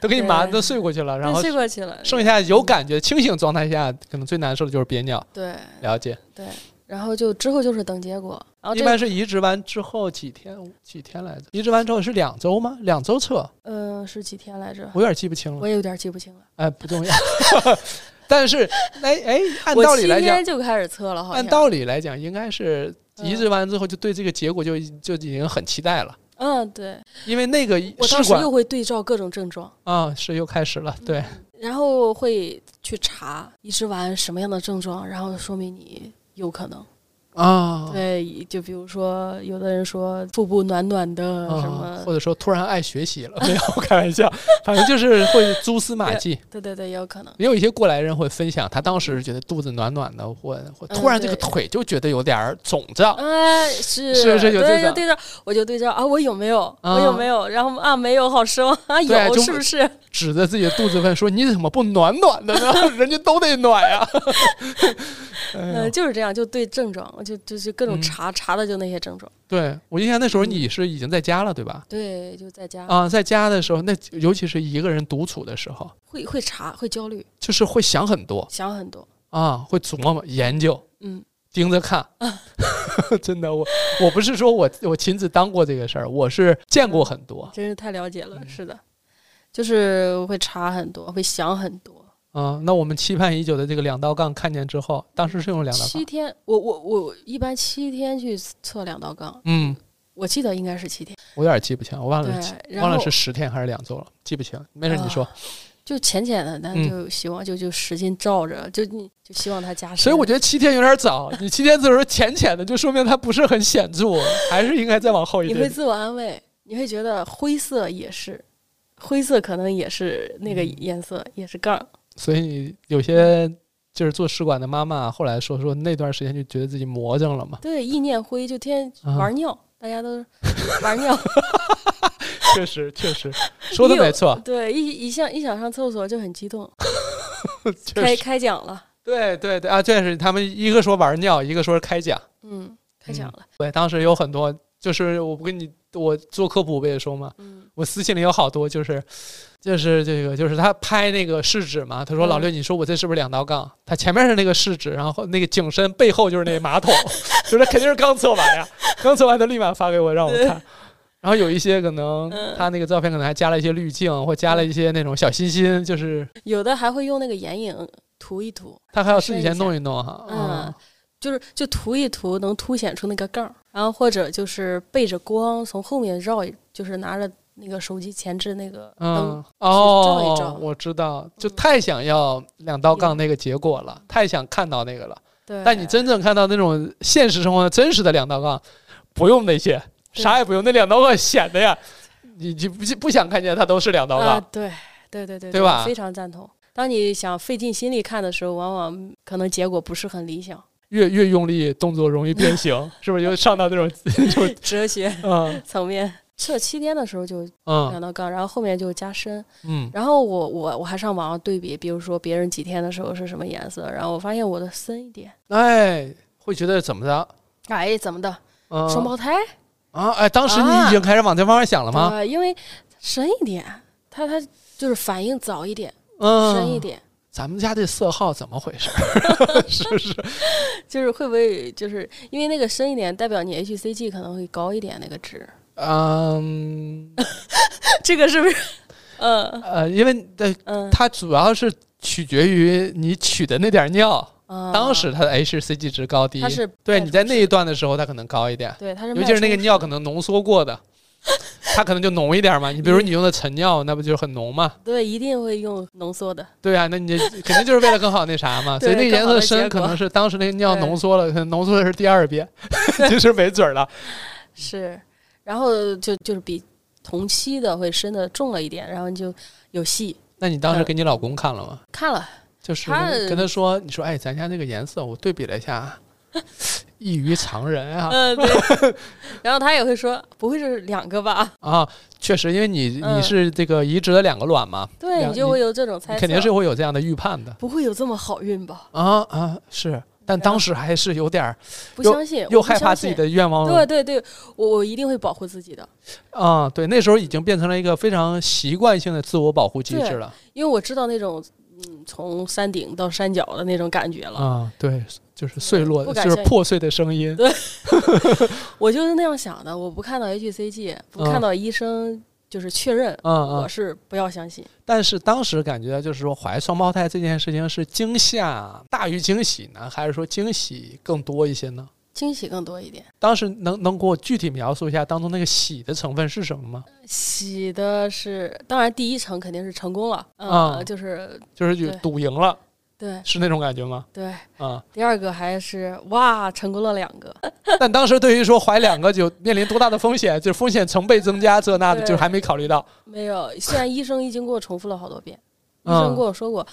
Speaker 1: 都给你麻
Speaker 2: 对
Speaker 1: 都睡过去了，然
Speaker 2: 对
Speaker 1: 后
Speaker 2: 睡过去了，
Speaker 1: 剩下有感觉清醒状态下可能最难受的就是憋尿，
Speaker 2: 对
Speaker 1: 了解。
Speaker 2: 对，然后就之后就是等结果，然后
Speaker 1: 一
Speaker 2: 哦这
Speaker 1: 般是移植完之后几天几天来着？移植完之后是两周吗？两周测，
Speaker 2: 嗯、是几天来着？
Speaker 1: 我有点记不清了
Speaker 2: 我。也有点记不清了，
Speaker 1: 哎，不重要。 但是，哎哎，按
Speaker 2: 我
Speaker 1: 道理
Speaker 2: 七
Speaker 1: 来讲
Speaker 2: 天，就开始测了，好像
Speaker 1: 按道理来讲，应该是
Speaker 2: 嗯
Speaker 1: 移植完之后就对这个结果就就已经很期待了，
Speaker 2: 嗯对，
Speaker 1: 因为那个
Speaker 2: 我
Speaker 1: 试
Speaker 2: 当时
Speaker 1: 管
Speaker 2: 又会对照各种症状，
Speaker 1: 啊、是又开始了，对，
Speaker 2: 然后会去查移植完什么样的症状，然后说明你。有可能，嗯
Speaker 1: 啊。
Speaker 2: 对，就比如说，有的人说腹部暖暖的，什
Speaker 1: 啊，
Speaker 2: 么
Speaker 1: 或，者说突然爱学习了，没 有开玩笑，反正就是会蛛丝马迹。
Speaker 2: 对对对，也有可能。
Speaker 1: 也有一些过来人会分享，他当时觉得肚子暖暖的，或或突然这个
Speaker 2: 嗯对
Speaker 1: 腿就觉得有点儿肿胀，
Speaker 2: 哎，是
Speaker 1: 哦是不是有这
Speaker 2: 对
Speaker 1: 种
Speaker 2: 就对照，我就对照啊，我有没有？
Speaker 1: 啊
Speaker 2: 我有没有？然后啊，没有，好失望啊，有
Speaker 1: 就是
Speaker 2: 不是？
Speaker 1: 指着自己的肚子问说：“你怎么不暖暖的呢？ 人家都得暖呀。
Speaker 2: 嗯、
Speaker 1: 哎呦
Speaker 2: 就是这样，就对症状，就就是各种
Speaker 1: 嗯
Speaker 2: 查、查的就那些症状。
Speaker 1: 对我印象那时
Speaker 2: 嗯
Speaker 1: 候你是已经在家了，对吧？
Speaker 2: 对，就在家、
Speaker 1: 啊，在家的时候，那尤其是一个人独处的时候，
Speaker 2: 会会查，会焦虑，
Speaker 1: 就是会想很多
Speaker 2: 想很多。
Speaker 1: 啊，会琢磨、研究、
Speaker 2: 嗯，
Speaker 1: 盯着看。 真的，我我不是说我我亲自当过这个事儿，我是见过很多
Speaker 2: 真是太了解了。
Speaker 1: 哦嗯
Speaker 2: 是的，就是会查很多，会想很多。
Speaker 1: 啊。那我们期盼已久的这个两道杠看见之后，当时是用两道杠
Speaker 2: 七，天，我我我一般七天去测两道杠，
Speaker 1: 嗯，
Speaker 2: 我记得应该是七天，
Speaker 1: 我有点记不清，我忘了是
Speaker 2: 对然
Speaker 1: 忘了
Speaker 2: 后啊
Speaker 1: 是十天还是两周了，记不清。没事，你说。
Speaker 2: 就浅浅的，但
Speaker 1: 嗯
Speaker 2: 就希望就就使劲照着，就你就希望它加深。
Speaker 1: 所以我觉得七天有点早，你七天只是浅浅的，就说明它不是很显著，还是应该再往后一
Speaker 2: 你会
Speaker 1: 点。
Speaker 2: 自我安慰，你会觉得灰色也是，灰色可能也是
Speaker 1: 嗯
Speaker 2: 那个颜色，也是杠。
Speaker 1: 所以你有些就是做试管的妈妈，后来说说那段时间就觉得自己魔怔了嘛，
Speaker 2: 对，意念灰就天天玩尿，大家都玩尿。
Speaker 1: 确实确实说的没错，
Speaker 2: 对，一一想一想上厕所就很激 动，
Speaker 1: 确
Speaker 2: 开
Speaker 1: 实
Speaker 2: 开奖了，
Speaker 1: 对对对啊，确实他们一个说玩尿，一个说是开奖。
Speaker 2: 嗯，开奖了，
Speaker 1: 对，当时有很多，就是我不跟你我做科普不也说嘛，
Speaker 2: 嗯
Speaker 1: 我私信里有好多就是就是这个就是他拍那个试纸嘛，他说
Speaker 2: 嗯
Speaker 1: 老六，你说我这是不是两道杠？他前面是那个试纸，然后那个井身背后就是那马桶， 就是肯定是刚测完呀，刚测完他立马发给我让我看。然后有一些可能
Speaker 2: 嗯
Speaker 1: 他那个照片可能还加了一些滤镜，或加了一些那种小心心，就是
Speaker 2: 有的还会用那个眼影涂一涂，
Speaker 1: 他还要自己
Speaker 2: 深
Speaker 1: 先
Speaker 2: 一下
Speaker 1: 弄一弄哈。
Speaker 2: 嗯，就是就涂一涂，能凸显出那个杠儿，然后或者就是背着光从后面绕一，就是拿着那个手机前置那个灯，
Speaker 1: 嗯，哦，
Speaker 2: 去照一照嗯
Speaker 1: 我知道，就太想要两道杠那个结果了，太想看到那个了。
Speaker 2: 对。
Speaker 1: 但你真正看到那种现实生活的真实的两道杠，不用那些，
Speaker 2: 对
Speaker 1: 啥也不用，那两道杠显得呀， 你你不不想看见它都是两道
Speaker 2: 啊
Speaker 1: 杠，，
Speaker 2: 对对对对，
Speaker 1: 对吧
Speaker 2: 非常赞同。当你想费尽心力看的时候，往往可能结果不是很理想。
Speaker 1: 越越用力动作容易变
Speaker 2: 嗯
Speaker 1: 形， 是不是就上到 那种就
Speaker 2: 哲学
Speaker 1: 嗯
Speaker 2: 层面，测七天的时候就
Speaker 1: 嗯
Speaker 2: 两道杠，然后后面就加深。
Speaker 1: 嗯
Speaker 2: 然后我我我还上网上对比，比如说别人几天的时候是什么颜色，然后我发现我的深一点。
Speaker 1: 哎，会觉得怎么着？
Speaker 2: 哎，怎么的？
Speaker 1: 嗯
Speaker 2: 双胞胎？
Speaker 1: 啊哎，当时你已
Speaker 2: 啊
Speaker 1: 经开始往这方面想了吗？
Speaker 2: 啊，因为深一点，它它就是反应早一点，
Speaker 1: 嗯，
Speaker 2: 深一。点，
Speaker 1: 咱们家这色号怎么回 事？是不是？
Speaker 2: 就是会不会就是因为那个深一点，代表你 hCG 可能会高一点那个值，
Speaker 1: 嗯
Speaker 2: 这个是不是？嗯
Speaker 1: 呃，因为呃，
Speaker 2: 嗯，
Speaker 1: 它主要是取决于你取的那点儿尿，
Speaker 2: 啊
Speaker 1: 当时它的 hCG 值高低
Speaker 2: 嗯它，是
Speaker 1: 对
Speaker 2: 带
Speaker 1: 你在
Speaker 2: 出
Speaker 1: 那一段的时候，它可能高一点，
Speaker 2: 对它是
Speaker 1: 尤其是那个
Speaker 2: 脉冲
Speaker 1: 尿可能浓缩过 的，它可能就浓一点嘛。你比如你用的陈尿，那不就很浓嘛？
Speaker 2: 对一定会用浓缩的，
Speaker 1: 对啊，那你这肯定就是为了更好那啥嘛。所
Speaker 2: 对
Speaker 1: 以那个颜
Speaker 2: 更好
Speaker 1: 色
Speaker 2: 的
Speaker 1: 深，
Speaker 2: 结
Speaker 1: 可
Speaker 2: 果
Speaker 1: 能是当时那个尿
Speaker 2: 对
Speaker 1: 浓缩了，可能浓缩的是第二 遍，就是没准儿了。
Speaker 2: 是，然后就就是比同期的会深的重了一点，然后你就有戏
Speaker 1: 那你当时给你老公看了吗？
Speaker 2: 看了，
Speaker 1: 就是
Speaker 2: 他
Speaker 1: 跟他说，你说，哎，咱家那个颜色，我对比了一下，啊异于常人啊。
Speaker 2: 嗯对， 然后他也会说不会是两个吧？
Speaker 1: 啊，确实，因为你你
Speaker 2: 嗯
Speaker 1: 是这个移植了两个卵嘛，
Speaker 2: 对
Speaker 1: 两
Speaker 2: 你就会有这种猜
Speaker 1: 你
Speaker 2: 测，
Speaker 1: 肯定是会有这样的预判的
Speaker 2: 不会有这么好运吧？
Speaker 1: 啊啊是，但当时还是有点儿
Speaker 2: 不
Speaker 1: 又
Speaker 2: 相信，我
Speaker 1: 又
Speaker 2: 不
Speaker 1: 害怕
Speaker 2: 相
Speaker 1: 自己
Speaker 2: 信。
Speaker 1: 的嗯愿望
Speaker 2: 对对对，我我一定会保护自己的，
Speaker 1: 啊，对，那时候已经变成了一个非常习惯性的自我保护机制
Speaker 2: 对
Speaker 1: 了
Speaker 2: 因为我知道那种嗯从山顶到山脚的那种感觉了，
Speaker 1: 啊，对，就是碎落
Speaker 2: 不
Speaker 1: 的，
Speaker 2: 敢
Speaker 1: 就是
Speaker 2: 相信
Speaker 1: 破碎的声音，
Speaker 2: 我就是那样想的，我不看到 hCG，不看
Speaker 1: 嗯
Speaker 2: 到医生就是确认，
Speaker 1: 嗯
Speaker 2: 我
Speaker 1: 嗯，
Speaker 2: 是不要相信。
Speaker 1: 但是当时感觉就是说怀双胞胎这件事情是惊吓大于惊喜呢，还是说惊喜更多一些呢？
Speaker 2: 惊喜更多一点，
Speaker 1: 当时能能给我具体描述一下当中那个喜的成分是什么吗？
Speaker 2: 喜的是，当然第一程肯定是成功了，嗯，
Speaker 1: 啊
Speaker 2: 就是
Speaker 1: 就是有
Speaker 2: 对
Speaker 1: 赌赢了，
Speaker 2: 对
Speaker 1: 是那种感觉吗？
Speaker 2: 对。
Speaker 1: 啊、
Speaker 2: 第二个还是哇，成功了两个，
Speaker 1: 但当时对于说怀两个就面临多大的风险，就是风险成倍增加这那的，
Speaker 2: 对
Speaker 1: 就还没考虑到。
Speaker 2: 没有。虽然医生已经给我重复了好多遍，医
Speaker 1: 嗯
Speaker 2: 生跟我说过，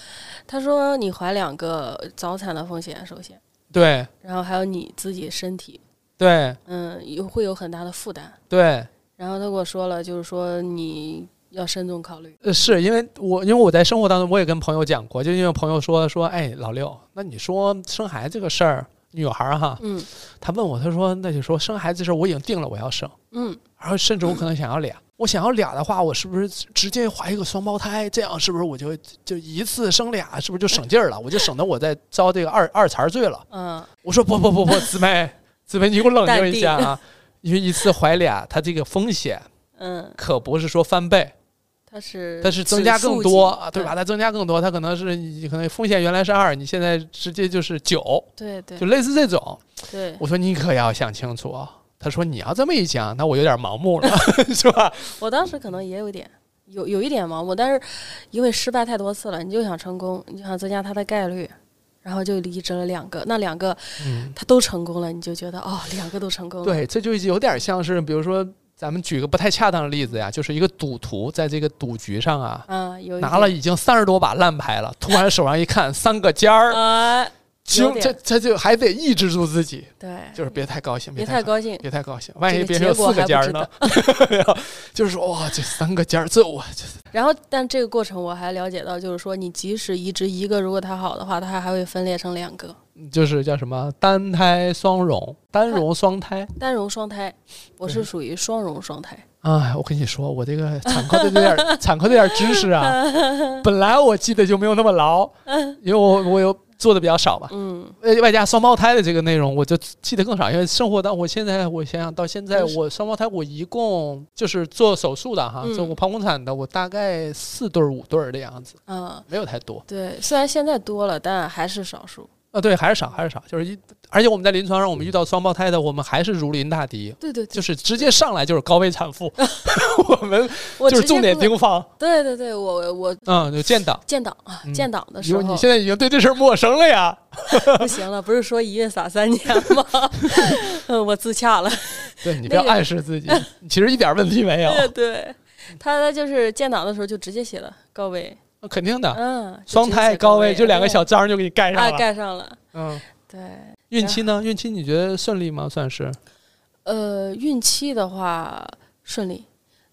Speaker 2: 他说你怀两个早产的风险，首先，
Speaker 1: 对
Speaker 2: 然后还有你自己身体，
Speaker 1: 对
Speaker 2: 嗯，有会有很大的负担。
Speaker 1: 对，
Speaker 2: 然后他跟我说了，就是说你要慎重考虑。
Speaker 1: 呃是因为我因为我在生活当中我也跟朋友讲过，就因为朋友说说，哎，老六，那你说生孩子这个事儿，女孩儿哈，
Speaker 2: 嗯
Speaker 1: 她问我，她说那就说生孩子这事儿我已经定了，我要生，
Speaker 2: 嗯，
Speaker 1: 然后甚至我可能想要俩。我想要俩的话，我是不是直接怀一个双胞胎？这样是不是我就就一次生俩？是不是就省劲儿了？我就省得我再遭这个二二茬儿罪了。
Speaker 2: 嗯，
Speaker 1: 我说不不 不不，姊妹，姊妹，你给我冷静一下啊！因为一次怀俩，它这个风险
Speaker 2: 嗯，
Speaker 1: 可不是说翻倍，
Speaker 2: 它是
Speaker 1: 它是增加
Speaker 2: 指数
Speaker 1: 更多，
Speaker 2: 级
Speaker 1: 啊对吧？？它增加更多，它可能是你可能风险原来是二，你现在直接就是九，
Speaker 2: 对对
Speaker 1: 就类似这种。
Speaker 2: 对，
Speaker 1: 我说你可要想清楚啊，他说你要这么一讲，那我有点盲目 了，是吧？
Speaker 2: 我当时可能也有一点，有有一点盲目，但是因为失败太多次了，你就想成功，你就想增加它的概率，然后就离职了两个，那两个
Speaker 1: 嗯，
Speaker 2: 他都成功了，你就觉得哦，两个都成功了。
Speaker 1: 对，这就有点像是，比如说咱们举个不太恰当的例子呀，就是一个赌徒在这个赌局上啊，
Speaker 2: 啊，有一
Speaker 1: 拿了已经三十多把烂牌了，突然手上一看三个尖
Speaker 2: 点
Speaker 1: 儿，
Speaker 2: 啊，
Speaker 1: 就
Speaker 2: 有点
Speaker 1: 这这就还得抑制住自己，
Speaker 2: 对，
Speaker 1: 就是别太高兴，
Speaker 2: 别
Speaker 1: 太
Speaker 2: 太
Speaker 1: 高
Speaker 2: 高兴，
Speaker 1: 别太高兴，万一
Speaker 2: 这个
Speaker 1: 别人有
Speaker 2: 结
Speaker 1: 四
Speaker 2: 果
Speaker 1: 个
Speaker 2: 还不
Speaker 1: 尖儿
Speaker 2: 知
Speaker 1: 呢？ 就是说哇，这三个尖儿，这我这
Speaker 2: 然后，但这个过程我还了解到，就是说，你即使移植一个，如果它好的话，它还会分裂成两个，
Speaker 1: 就是叫什么单胎双容，单容双胎。
Speaker 2: 单容双胎。我
Speaker 1: 对
Speaker 2: 是属于双容双胎，
Speaker 1: 哎，我跟你说，我这 个产科的这点儿产科这点儿知识啊，本来我记得就没有那么牢，因为我我有做的比较少吧。
Speaker 2: 嗯，
Speaker 1: 呃，外加双胞胎的这个内容，我就记得更少，因为生活到我现在，我想想到现在，
Speaker 2: 就是
Speaker 1: 我双胞胎我一共就是做手术的哈，
Speaker 2: 嗯
Speaker 1: 做过剖宫产的，我大概四对儿五对儿的样子，
Speaker 2: 啊，
Speaker 1: 没有太多。
Speaker 2: 对，虽然现在多了，但还是少数。
Speaker 1: 啊，对，还是少，还是少，就是一，而且我们在临床上，我们遇到双胞胎的，我们还是如临大敌，
Speaker 2: 对对对，
Speaker 1: 就是直接上来就是高危产 妇，我们
Speaker 2: 我
Speaker 1: 就是
Speaker 2: 直接
Speaker 1: 重点
Speaker 2: 不能
Speaker 1: 盯防，
Speaker 2: 对对对，我我
Speaker 1: 嗯，就建档。
Speaker 2: 建档啊
Speaker 1: 嗯，
Speaker 2: 建档的时
Speaker 1: 因为你
Speaker 2: 候
Speaker 1: 现在已 经对这事儿陌生了嗯呀，
Speaker 2: 不行了，不是说一孕傻三年吗？ 嗯我自洽了。
Speaker 1: 对你不要
Speaker 2: 那个
Speaker 1: 暗示自己，其实一点问题没有，
Speaker 2: 对 对，他就是建档的时候就直接写了高危，
Speaker 1: 肯定的。
Speaker 2: 嗯，就
Speaker 1: 啊双
Speaker 2: 直接
Speaker 1: 胎
Speaker 2: 写
Speaker 1: 高
Speaker 2: 危
Speaker 1: 危，就两个
Speaker 2: 对
Speaker 1: 小章就给你盖上
Speaker 2: 啊
Speaker 1: 了。
Speaker 2: 盖上了，
Speaker 1: 嗯，
Speaker 2: 对。啊
Speaker 1: 孕期呢？孕期你觉得顺利吗？算是
Speaker 2: 呃，孕期的话顺利，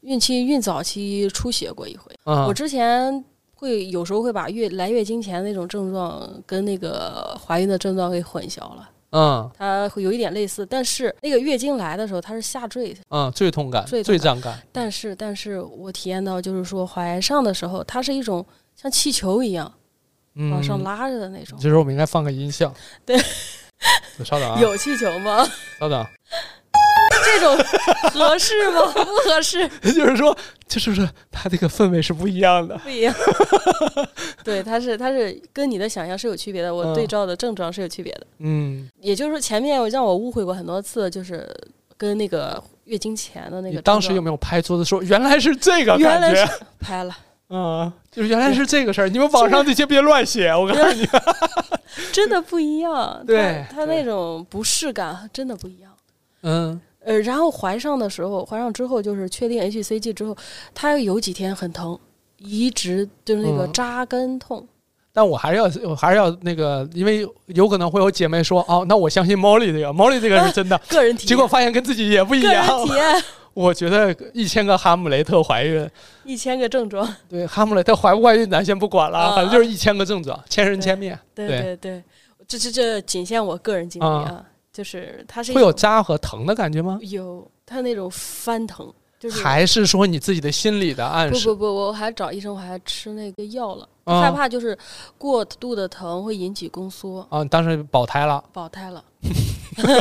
Speaker 2: 孕期孕早期出血过一回。
Speaker 1: 啊
Speaker 2: 我之前会有时候会把月来月经前那种症状跟那个怀孕的症状给混淆了，
Speaker 1: 嗯
Speaker 2: 它会有一点类似，但是那个月经来的时候它是下坠，
Speaker 1: 嗯，最痛感、
Speaker 2: 最痛感
Speaker 1: 最胀感，
Speaker 2: 但是但是我体验到就是说怀上的时候它是一种像气球一样
Speaker 1: 嗯，
Speaker 2: 往上。拉着的那种。
Speaker 1: 这时候我们应该放个音效。
Speaker 2: 对，
Speaker 1: 稍等啊，
Speaker 2: 有气球 吗？
Speaker 1: 稍等啊，
Speaker 2: 这种合适吗？不合适，
Speaker 1: 就是说，就是说，它这个氛围是不一样的。
Speaker 2: 不 一样。对，它是它是跟你的想象是有区别的，我
Speaker 1: 嗯
Speaker 2: 对照的症状是有区别的。
Speaker 1: 嗯，
Speaker 2: 也就是说，前面我让我误会过很多次，就是跟那个月经前的那
Speaker 1: 你
Speaker 2: 个
Speaker 1: 当时有没有拍桌子说，原来是这个
Speaker 2: 原
Speaker 1: 感
Speaker 2: 来
Speaker 1: 觉？
Speaker 2: 是拍了，
Speaker 1: 嗯，就是原来是这个事儿。你们网上那些别乱写，我告诉你。
Speaker 2: 真的不一样。
Speaker 1: 对
Speaker 2: 它它
Speaker 1: 对
Speaker 2: 那种不适感真的不一样。
Speaker 1: 嗯
Speaker 2: 呃，然后怀上的时候，怀上之后就是确定 HCG 之后，它有几天很疼，一直就是那个
Speaker 1: 嗯
Speaker 2: 扎根痛。
Speaker 1: 但我还是要，我还是要那个，因为有可能会有姐妹说，哦，那我相信 Molly 这个，Molly 这个是真的，
Speaker 2: 个人体验，
Speaker 1: 结果发现跟自己也不一
Speaker 2: 个
Speaker 1: 样。
Speaker 2: 人体验
Speaker 1: 我觉得一千个哈姆雷特怀孕，
Speaker 2: 一千个症状。
Speaker 1: 对哈姆雷特怀不怀孕咱先不管了，
Speaker 2: 啊
Speaker 1: 反正就是一千个症状，千人千面，
Speaker 2: 对
Speaker 1: 对
Speaker 2: 对对，这这这仅限我个人经历啊，就是它是一
Speaker 1: 会有
Speaker 2: 种
Speaker 1: 扎和疼的感觉吗？
Speaker 2: 有它那种翻腾，就是
Speaker 1: 还是说你自己的心理的暗
Speaker 2: 不
Speaker 1: 示？
Speaker 2: 不不，我还找医生，我还吃那个药了，
Speaker 1: 啊
Speaker 2: 害怕就是过度的疼会引起宫缩，
Speaker 1: 啊，你当时保胎了，
Speaker 2: 保胎了。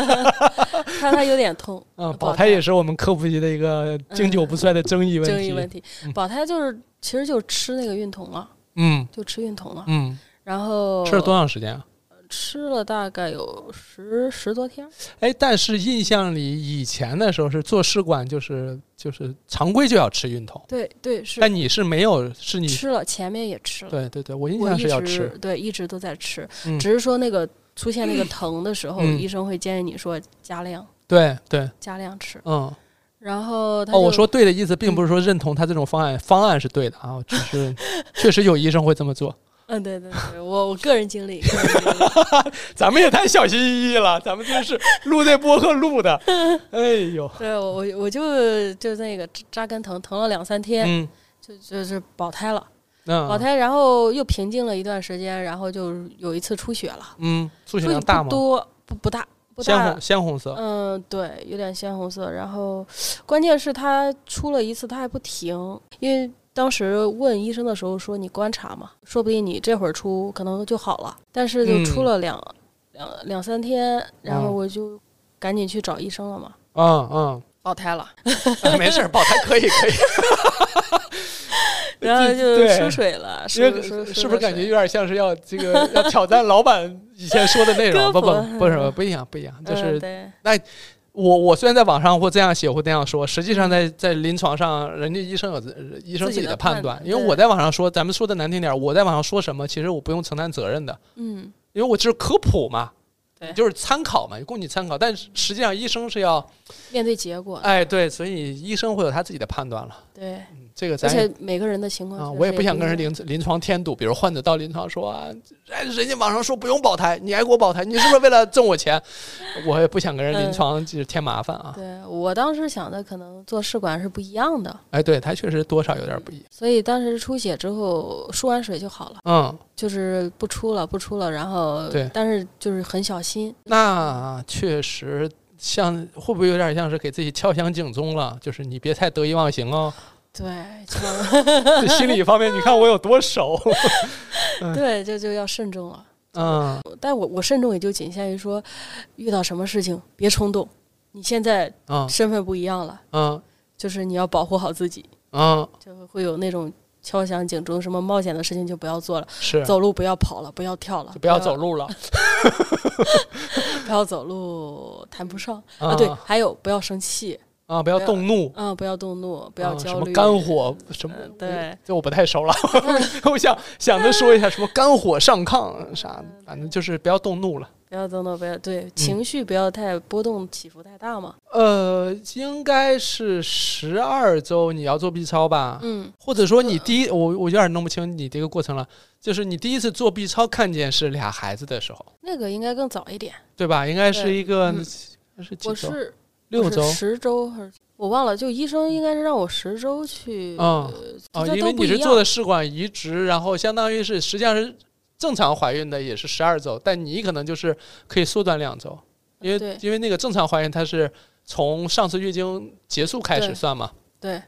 Speaker 2: 它它有点痛，
Speaker 1: 嗯，
Speaker 2: 保
Speaker 1: 保
Speaker 2: 胎
Speaker 1: 胎也是我们科普级的一个经久不衰的争议问
Speaker 2: 争
Speaker 1: 题。
Speaker 2: 议问题
Speaker 1: 嗯。
Speaker 2: 保胎就是其实就是吃那个孕酮了，
Speaker 1: 嗯
Speaker 2: 就吃孕酮了。
Speaker 1: 嗯，
Speaker 2: 然后
Speaker 1: 吃了多长时间啊？
Speaker 2: 吃了大概有十十多天儿，
Speaker 1: 哎，但是印象里以前的时候是做试管，就是就是常规就要吃孕酮，
Speaker 2: 对对是
Speaker 1: 但你是没有，是你
Speaker 2: 吃了，前面也吃了。
Speaker 1: 对对对，我印
Speaker 2: 我
Speaker 1: 象
Speaker 2: 一
Speaker 1: 是
Speaker 2: 直
Speaker 1: 要吃，
Speaker 2: 对，一直都在吃，
Speaker 1: 嗯
Speaker 2: 只是说那个出现那 个疼的时候，
Speaker 1: 嗯
Speaker 2: 医生会建议你说加量
Speaker 1: 对对，
Speaker 2: 加量吃。
Speaker 1: 嗯。
Speaker 2: 然后他
Speaker 1: 哦，我
Speaker 2: 就
Speaker 1: 说对的意思，并不是说认同他这种方案，方案是对的 啊，只是确实有医生会这么做。
Speaker 2: 嗯，对对对，我我个人经历，个人经历
Speaker 1: 咱们也太小心翼翼了，咱们真是录这播客录的，哎呦，
Speaker 2: 对我我我就就那个扎根疼疼了两三天，
Speaker 1: 嗯，
Speaker 2: 就就是保胎了，
Speaker 1: 那
Speaker 2: 保，胎，然后又平静了一段时间，然后就有一次出血了，
Speaker 1: 嗯，出血
Speaker 2: 出血
Speaker 1: 量大
Speaker 2: 不
Speaker 1: 吗？
Speaker 2: 多，不不大不
Speaker 1: 鲜
Speaker 2: 大
Speaker 1: 红，鲜红色，
Speaker 2: 嗯，对，有点鲜红色。然后，关键是他出了一次，他还不停，因为当时问医生的时候说你观察嘛，说不定你这会儿出可能就好了，但是就出
Speaker 1: 嗯
Speaker 2: 了两、两两三天，然后
Speaker 1: 嗯
Speaker 2: 我就赶紧去找医生了嘛，
Speaker 1: 嗯嗯
Speaker 2: 保胎了，
Speaker 1: 啊， 没事儿，保胎可以可以，
Speaker 2: 然后就
Speaker 1: 对
Speaker 2: 输水了，
Speaker 1: 因
Speaker 2: 输
Speaker 1: 为
Speaker 2: 输
Speaker 1: 是
Speaker 2: 输
Speaker 1: 不是
Speaker 2: 了
Speaker 1: 感觉
Speaker 2: 水
Speaker 1: 有点像是要这个要挑战老板以前说的内容？
Speaker 2: 科
Speaker 1: 不不
Speaker 2: 普
Speaker 1: 不是不一样不一样，就
Speaker 2: 嗯
Speaker 1: 是
Speaker 2: 对，
Speaker 1: 我我虽然在网上或这样写或那样说，实际上在在临床上，人家医生有自医生
Speaker 2: 嗯自己
Speaker 1: 自己
Speaker 2: 的
Speaker 1: 的
Speaker 2: 判
Speaker 1: 判断。
Speaker 2: 断
Speaker 1: 因为
Speaker 2: 对
Speaker 1: 我在网上说，咱们说的难听点儿，我在网上说什么，其实我不用承担责任的，
Speaker 2: 嗯，
Speaker 1: 因为我就是科普嘛
Speaker 2: 对，
Speaker 1: 就是参考嘛，供你参考。但是实际上，医生是要
Speaker 2: 面对结果，
Speaker 1: 哎对，所以医生会有他自己的判断了。
Speaker 2: 对，
Speaker 1: 嗯这个
Speaker 2: 而
Speaker 1: 咱也
Speaker 2: 且每个人的情况
Speaker 1: 啊，
Speaker 2: 确
Speaker 1: 我也
Speaker 2: 实
Speaker 1: 不想跟人
Speaker 2: 一样
Speaker 1: 临临床添堵。比如患者到临床说啊，哎，人家网上说不用保胎，你还给我保胎，你是不是为了挣我钱？ 我也不想跟人临
Speaker 2: 嗯
Speaker 1: 床就是添麻烦啊。
Speaker 2: 对我当时想的可能做试管是不一样的，
Speaker 1: 哎，对他确实多少有点不一样。
Speaker 2: 所以当时出血之后输完水就好了，
Speaker 1: 嗯，
Speaker 2: 就是不出了不出了，然后
Speaker 1: 对
Speaker 2: 但是就是很小心，
Speaker 1: 那确实像会不会有点像是给自己敲响警钟了？就是你别太得意忘形 哦。
Speaker 2: 对，就
Speaker 1: 这心理方面，你看我有多熟。
Speaker 2: 对，就就要慎重了。
Speaker 1: 嗯，
Speaker 2: 但我我慎重也就仅限于说，遇到什么事情别冲动，你现在
Speaker 1: 嗯
Speaker 2: 身份不一样了，
Speaker 1: 嗯
Speaker 2: 就是你要保护好自己，
Speaker 1: 嗯，
Speaker 2: 就会有那种敲响警钟，什么冒险的事情就不要做了，
Speaker 1: 是，
Speaker 2: 走路不要跑了，不要跳了，
Speaker 1: 就不要走，路了
Speaker 2: 不要走路谈不上啊。对，还有不要生气，
Speaker 1: 啊，不要
Speaker 2: 不要
Speaker 1: 动怒。
Speaker 2: 嗯，不要动怒，不要
Speaker 1: 啊
Speaker 2: 焦
Speaker 1: 什
Speaker 2: 虑，
Speaker 1: 么肝火什么
Speaker 2: 嗯，对，
Speaker 1: 这我不太熟 了。我想想着说一下什么肝火上亢啥的，反正就是不要动怒了。
Speaker 2: 不要动怒，不要对
Speaker 1: 嗯
Speaker 2: 情绪不要太波动起伏太大嘛。嗯
Speaker 1: 呃，应该是十二周你要做 B 超吧，
Speaker 2: 嗯，
Speaker 1: 或者说你第一，我我有点弄不清你这个过程了，就是你第一次做 B 超看见是俩孩子的时候，
Speaker 2: 那个应该更早一点，
Speaker 1: 对吧？应该是
Speaker 2: 对
Speaker 1: 一个
Speaker 2: 嗯
Speaker 1: 是几
Speaker 2: 我
Speaker 1: 周？
Speaker 2: 是
Speaker 1: 六周
Speaker 2: 我是十周还是我忘了，就医生应该是让我十周去
Speaker 1: 嗯
Speaker 2: 呃
Speaker 1: 哦，
Speaker 2: 这
Speaker 1: 因
Speaker 2: 都
Speaker 1: 为
Speaker 2: 不
Speaker 1: 你
Speaker 2: 一
Speaker 1: 是
Speaker 2: 样。
Speaker 1: 做的试管移植，然后相当于是实际上是正常怀孕的也是十二周，但你可能就是可以缩短两周，因为、
Speaker 2: 对
Speaker 1: 因为那个正常怀孕它是从上次月经结束开始
Speaker 2: 对
Speaker 1: 算嘛。
Speaker 2: 对，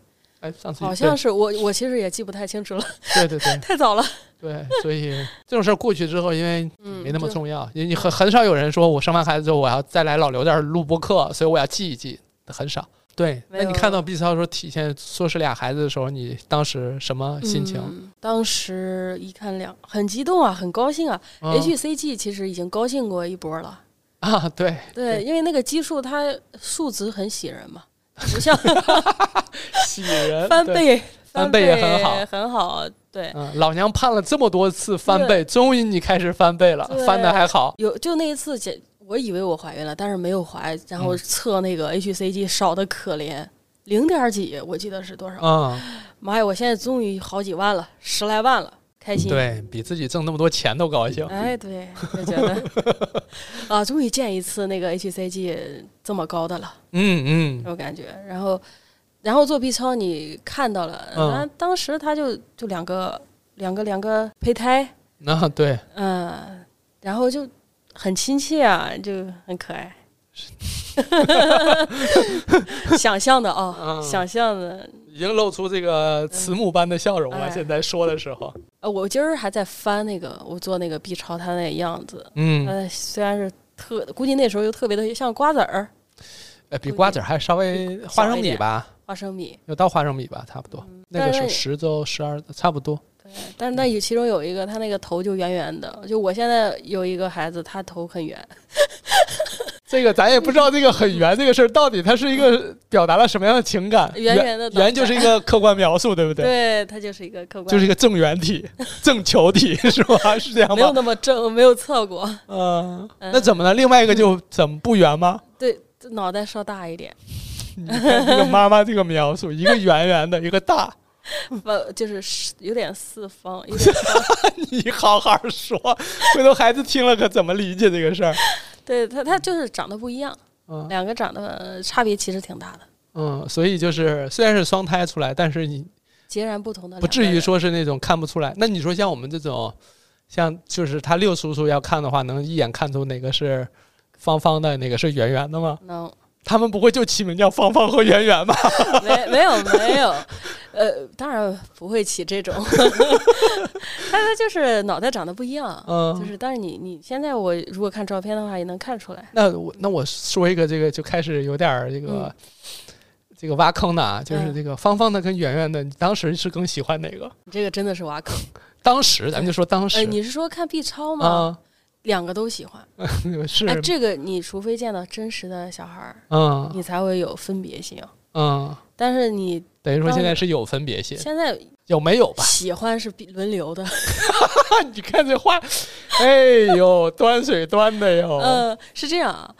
Speaker 1: 哎，上次
Speaker 2: 好像是我，我其实也记不太清楚了，
Speaker 1: 对对对
Speaker 2: 太早了。
Speaker 1: 对对，所以这种事儿过去之后，因为
Speaker 2: 嗯，
Speaker 1: 没那么
Speaker 2: 就
Speaker 1: 重要，因为你很很少有人说我生完孩子之后我要再来老刘这儿录播客，所以我要记一记，很少。对，
Speaker 2: 没
Speaker 1: 那你
Speaker 2: 有
Speaker 1: 看到 B 超说体现说是俩孩子的时候，你当时什么心情？
Speaker 2: 嗯当时一看两，很激动啊，很高兴啊。
Speaker 1: 嗯
Speaker 2: HCG 其实已经高兴过一波了，
Speaker 1: 啊， 对，
Speaker 2: 对，因为那个激素它数值很喜 人嘛，不像
Speaker 1: 喜人
Speaker 2: 翻。
Speaker 1: 对
Speaker 2: 倍，
Speaker 1: 翻倍
Speaker 2: 倍
Speaker 1: 也很好
Speaker 2: 很好。对，
Speaker 1: 嗯，老娘盼了这么多次翻倍，终于你开始翻倍了，
Speaker 2: 对
Speaker 1: 翻的还好。
Speaker 2: 有就那一次检，我以为我怀孕了，但是没有怀，然后
Speaker 1: 嗯
Speaker 2: 测那个 HCG 少的可怜，零点几，我记得是多少？
Speaker 1: 嗯，
Speaker 2: 妈呀，我现在终于好几万了，十来万了，开心。
Speaker 1: 对比自己挣那么多钱都高兴。
Speaker 2: 哎，对，就觉得 啊，终于见一次那个 HCG 这么高的了，
Speaker 1: 嗯嗯，
Speaker 2: 我感觉。然后，然后做 B 超你看到了，
Speaker 1: 嗯
Speaker 2: 然后当时他就就两个两个两个胚胎，
Speaker 1: 那对，
Speaker 2: 嗯、然后就很亲切啊，就很可爱。 想象的啊、
Speaker 1: 嗯
Speaker 2: 想象的。
Speaker 1: 已经露出这个慈母般的笑容了。
Speaker 2: 嗯哎
Speaker 1: 现在说的时候，
Speaker 2: 呃，我今儿还在翻那个我做那个 B 超，他那样子，
Speaker 1: 嗯，
Speaker 2: 呃，虽然是特，估计那时候又特别的像瓜子儿、
Speaker 1: 哎比瓜子儿还稍微花生米吧，
Speaker 2: 花生米，
Speaker 1: 有到花生米吧，差不多。那个
Speaker 2: 但
Speaker 1: 是
Speaker 2: 是
Speaker 1: 十周、十二，差不多。
Speaker 2: 但是那有其中有一个，他那个头就圆圆的，就我现在有一个孩子，他头很圆，
Speaker 1: 这个咱也不知道这个很圆这个事儿到底它是一 个表达了什么样的情感。
Speaker 2: 圆圆的
Speaker 1: 圆就是一个客观描述，对不对？
Speaker 2: 对他就是一个客观，
Speaker 1: 就是一个正圆体、正球体是吧？是这样
Speaker 2: 没有
Speaker 1: 吗？
Speaker 2: 那么正，没有测过，
Speaker 1: 嗯、
Speaker 2: 嗯
Speaker 1: 那怎么了？另外一个就怎么不圆 吗？
Speaker 2: 对，脑袋稍大 一点，
Speaker 1: 你看这个妈妈这个描述，一个圆圆的，一个大。
Speaker 2: 不就是有点四方，有点
Speaker 1: 你好好说，回头孩子听了可怎么理解这个事儿？
Speaker 2: 对他他就是长得不一样，
Speaker 1: 嗯
Speaker 2: 两个长得差别其实挺大的，
Speaker 1: 嗯，所以就是虽然是双胎出来，但是你
Speaker 2: 截然不同的，
Speaker 1: 不至于，说是那种看不出来。那你说像我们这种，像就是他六叔叔要看的话，能一眼看出哪个是方方的，哪个是圆圆的吗？
Speaker 2: 能
Speaker 1: 他们不会就起名叫方方和圆圆吧？
Speaker 2: 没没有没有，呃，当然不会起这种， 他他就是脑袋长得不一样，
Speaker 1: 嗯，
Speaker 2: 就是，但是你你现在我如果看照片的话，也能看出来。
Speaker 1: 那我那我说一个这个就开始有点儿这个、这个挖坑的啊，就是
Speaker 2: 嗯
Speaker 1: 这个方方的跟圆圆的，你当时是更喜欢哪个？
Speaker 2: 你这个真的是挖坑。呃
Speaker 1: 当时咱们就说当时，
Speaker 2: 呃，你是说看 B 超吗？
Speaker 1: 啊
Speaker 2: 两个都喜欢。
Speaker 1: 嗯是，
Speaker 2: 哎，这个你除非见到真实的小孩儿，
Speaker 1: 嗯
Speaker 2: 你才会有分别心。
Speaker 1: 嗯，
Speaker 2: 但是你
Speaker 1: 等于说
Speaker 2: 当
Speaker 1: 现在是有分别心，
Speaker 2: 现在
Speaker 1: 有没有吧？
Speaker 2: 喜欢是比轮流的，
Speaker 1: 你看这话，哎呦，端水端的 哟，
Speaker 2: 呃，是这样啊。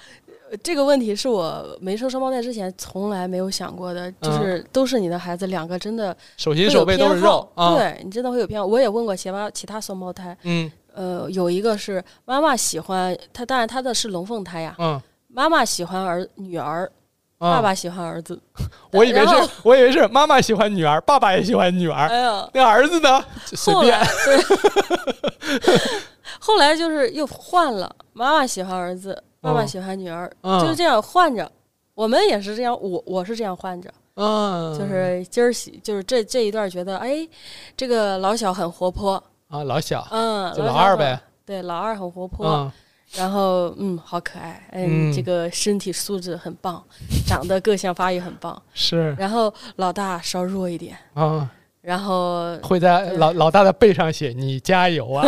Speaker 2: 呃这个问题是我没生双胞胎之前从来没有想过的，就是都是你的孩子，两个真的
Speaker 1: 手
Speaker 2: 会
Speaker 1: 心嗯
Speaker 2: 有
Speaker 1: 手背都是
Speaker 2: 偏好
Speaker 1: 肉啊，
Speaker 2: 对你真的会有偏好。我也问过其他其他双胞胎，
Speaker 1: 嗯
Speaker 2: 呃，有一个是妈妈喜欢他，当然他的是龙凤胎呀，
Speaker 1: 嗯，
Speaker 2: 妈妈喜欢儿女儿，
Speaker 1: 啊
Speaker 2: 爸，爸喜欢儿子。
Speaker 1: 我以为
Speaker 2: 然后
Speaker 1: 是，我以为是妈妈喜欢女儿，爸爸也喜欢女儿，
Speaker 2: 哎呀，
Speaker 1: 那儿子呢？就随
Speaker 2: 后
Speaker 1: 便
Speaker 2: 来，对，后来就是又换了，妈妈喜欢儿子，爸爸
Speaker 1: 嗯
Speaker 2: 喜欢女儿，
Speaker 1: 嗯
Speaker 2: 就是这样换着。我们也是这样，我我是这样换着，
Speaker 1: 嗯，
Speaker 2: 就是今儿喜，就是这这一段觉得，哎，这个老小很活泼，
Speaker 1: 啊，老小
Speaker 2: 嗯，
Speaker 1: 就
Speaker 2: 老
Speaker 1: 老
Speaker 2: 小
Speaker 1: 二
Speaker 2: 很，
Speaker 1: 呗，
Speaker 2: 对，老二很活泼，
Speaker 1: 嗯
Speaker 2: 然后嗯，好可爱，哎，
Speaker 1: 嗯
Speaker 2: 你这个身体素质很棒，长得各项发育很棒，
Speaker 1: 是
Speaker 2: 然后老大稍弱一点，
Speaker 1: 啊，
Speaker 2: 然后
Speaker 1: 会在老老大的背上写你加油 啊，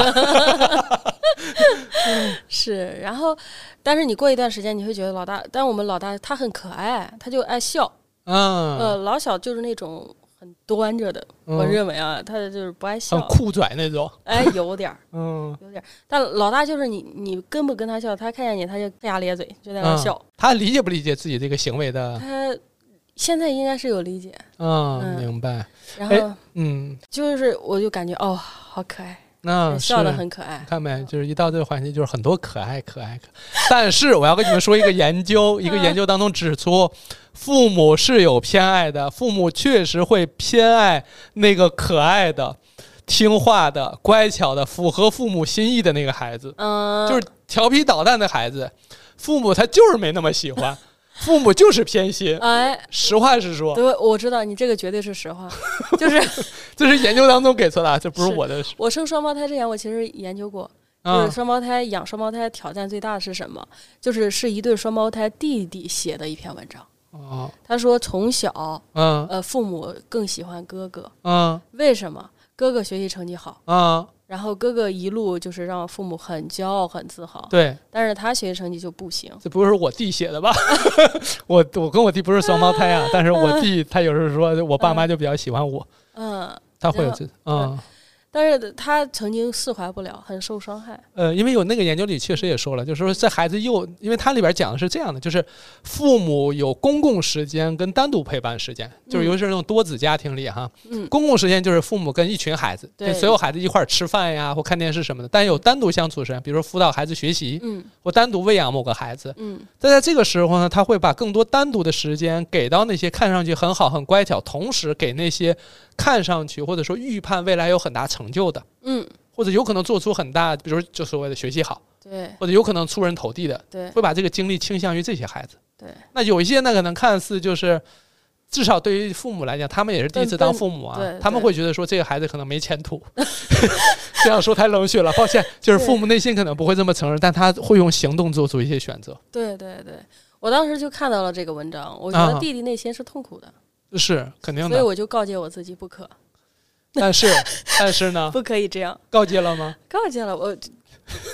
Speaker 2: 是，然后，但是你过一段时间，你会觉得老大，但我们老大他很可爱，他就爱笑。呃，
Speaker 1: 嗯，
Speaker 2: 老小就是那种很端着的，我
Speaker 1: 嗯哦
Speaker 2: 认为啊，他就是不爱笑
Speaker 1: 很，酷拽那 种，
Speaker 2: 哎，有点儿，
Speaker 1: 嗯，
Speaker 2: 有点儿。但老大就是你，你跟不跟他笑，他看见你他就龇牙咧嘴，就在那儿
Speaker 1: 嗯
Speaker 2: 笑。
Speaker 1: 他理解不理解自己这个行为的？
Speaker 2: 他现在应该是有理解，
Speaker 1: 嗯，
Speaker 2: 嗯
Speaker 1: 明白，
Speaker 2: 然
Speaker 1: 哎
Speaker 2: 后
Speaker 1: 嗯，
Speaker 2: 就是我就感觉哦，好可爱，
Speaker 1: 那嗯是
Speaker 2: 笑得很可爱。
Speaker 1: 看没，就是一到这个环节，就是很多可爱、可爱、可爱。但是我要跟你们说一个研究， 一个研究当中指出，父母是有偏爱的，父母确实会偏爱那个可爱的、听话的、乖巧的、符合父母心意的那个孩子，
Speaker 2: 嗯，
Speaker 1: 就是调皮捣蛋的孩子，父母他就是没那么喜 欢，父母就是偏心。
Speaker 2: 哎，
Speaker 1: 实话实说，
Speaker 2: 对，我知道你这个绝对是 实话，就是
Speaker 1: 这是研究当中给出的，这不是
Speaker 2: 是
Speaker 1: 我的。
Speaker 2: 我生双胞胎之前，我其实研究过，就
Speaker 1: 啊
Speaker 2: 是双胞胎养双胞胎挑战最大的是什么？就是是一对双胞胎弟弟写的一篇文章。
Speaker 1: 哦，
Speaker 2: 他说从小，
Speaker 1: 嗯
Speaker 2: 呃，父母更喜欢哥哥，
Speaker 1: 嗯
Speaker 2: 为什么？哥哥学习成绩好，
Speaker 1: 嗯，
Speaker 2: 然后哥哥一路就是让父母很骄傲、很自豪。
Speaker 1: 对。
Speaker 2: 但是他学习成绩就不行。
Speaker 1: 这不是我弟写的吧？ 我我跟我弟不是双胞胎啊，但是我弟他有时候说，我爸妈就比较喜欢我，
Speaker 2: 嗯，
Speaker 1: 他会有这嗯
Speaker 2: 但是他曾经释怀不了，很受伤害。
Speaker 1: 呃，因为有那个研究里确实也说了，就是说这孩子又，因为它里边讲的是这样的，就是父母有公共时间跟单独陪伴时间，就是尤其是那种多子家庭里哈，
Speaker 2: 嗯
Speaker 1: 公共时间就是父母跟一群孩子，
Speaker 2: 对
Speaker 1: 跟所有孩子一块儿吃饭呀或看电视什么的，但有单独相处时间，比如说辅导孩子学习
Speaker 2: 嗯
Speaker 1: 或单独喂养某个孩子，
Speaker 2: 嗯
Speaker 1: 但在这个时候呢，他会把更多单独的时间给到那些看上去很好、很乖巧，同时给那些看上去或者说预判未来有很大成就的，
Speaker 2: 嗯，
Speaker 1: 或者有可能做出很大，比如就所谓的学习好，
Speaker 2: 对
Speaker 1: 或者有可能出人头地的，
Speaker 2: 对
Speaker 1: 会把这个精力倾向于这些孩子。
Speaker 2: 对，
Speaker 1: 那有一些呢，可能看似就是。至少对于父母来讲，他们也是第一次当
Speaker 2: 笨笨
Speaker 1: 父母啊
Speaker 2: 对，对
Speaker 1: 他们会觉得说这个孩子可能没前途。 这样说太冷血了，抱歉，就是
Speaker 2: 对
Speaker 1: 父母内心可能不会这么承认，但他会用行动做出一些选择。
Speaker 2: 对对对。我当时就看到了这个文章，我觉
Speaker 1: 啊
Speaker 2: 得弟弟内心是痛苦的，
Speaker 1: 是肯定的，啊
Speaker 2: 所以我就告诫我自己不可。
Speaker 1: 但是，但是呢，
Speaker 2: 不可以这样，
Speaker 1: 告诫了吗？
Speaker 2: 告诫了我，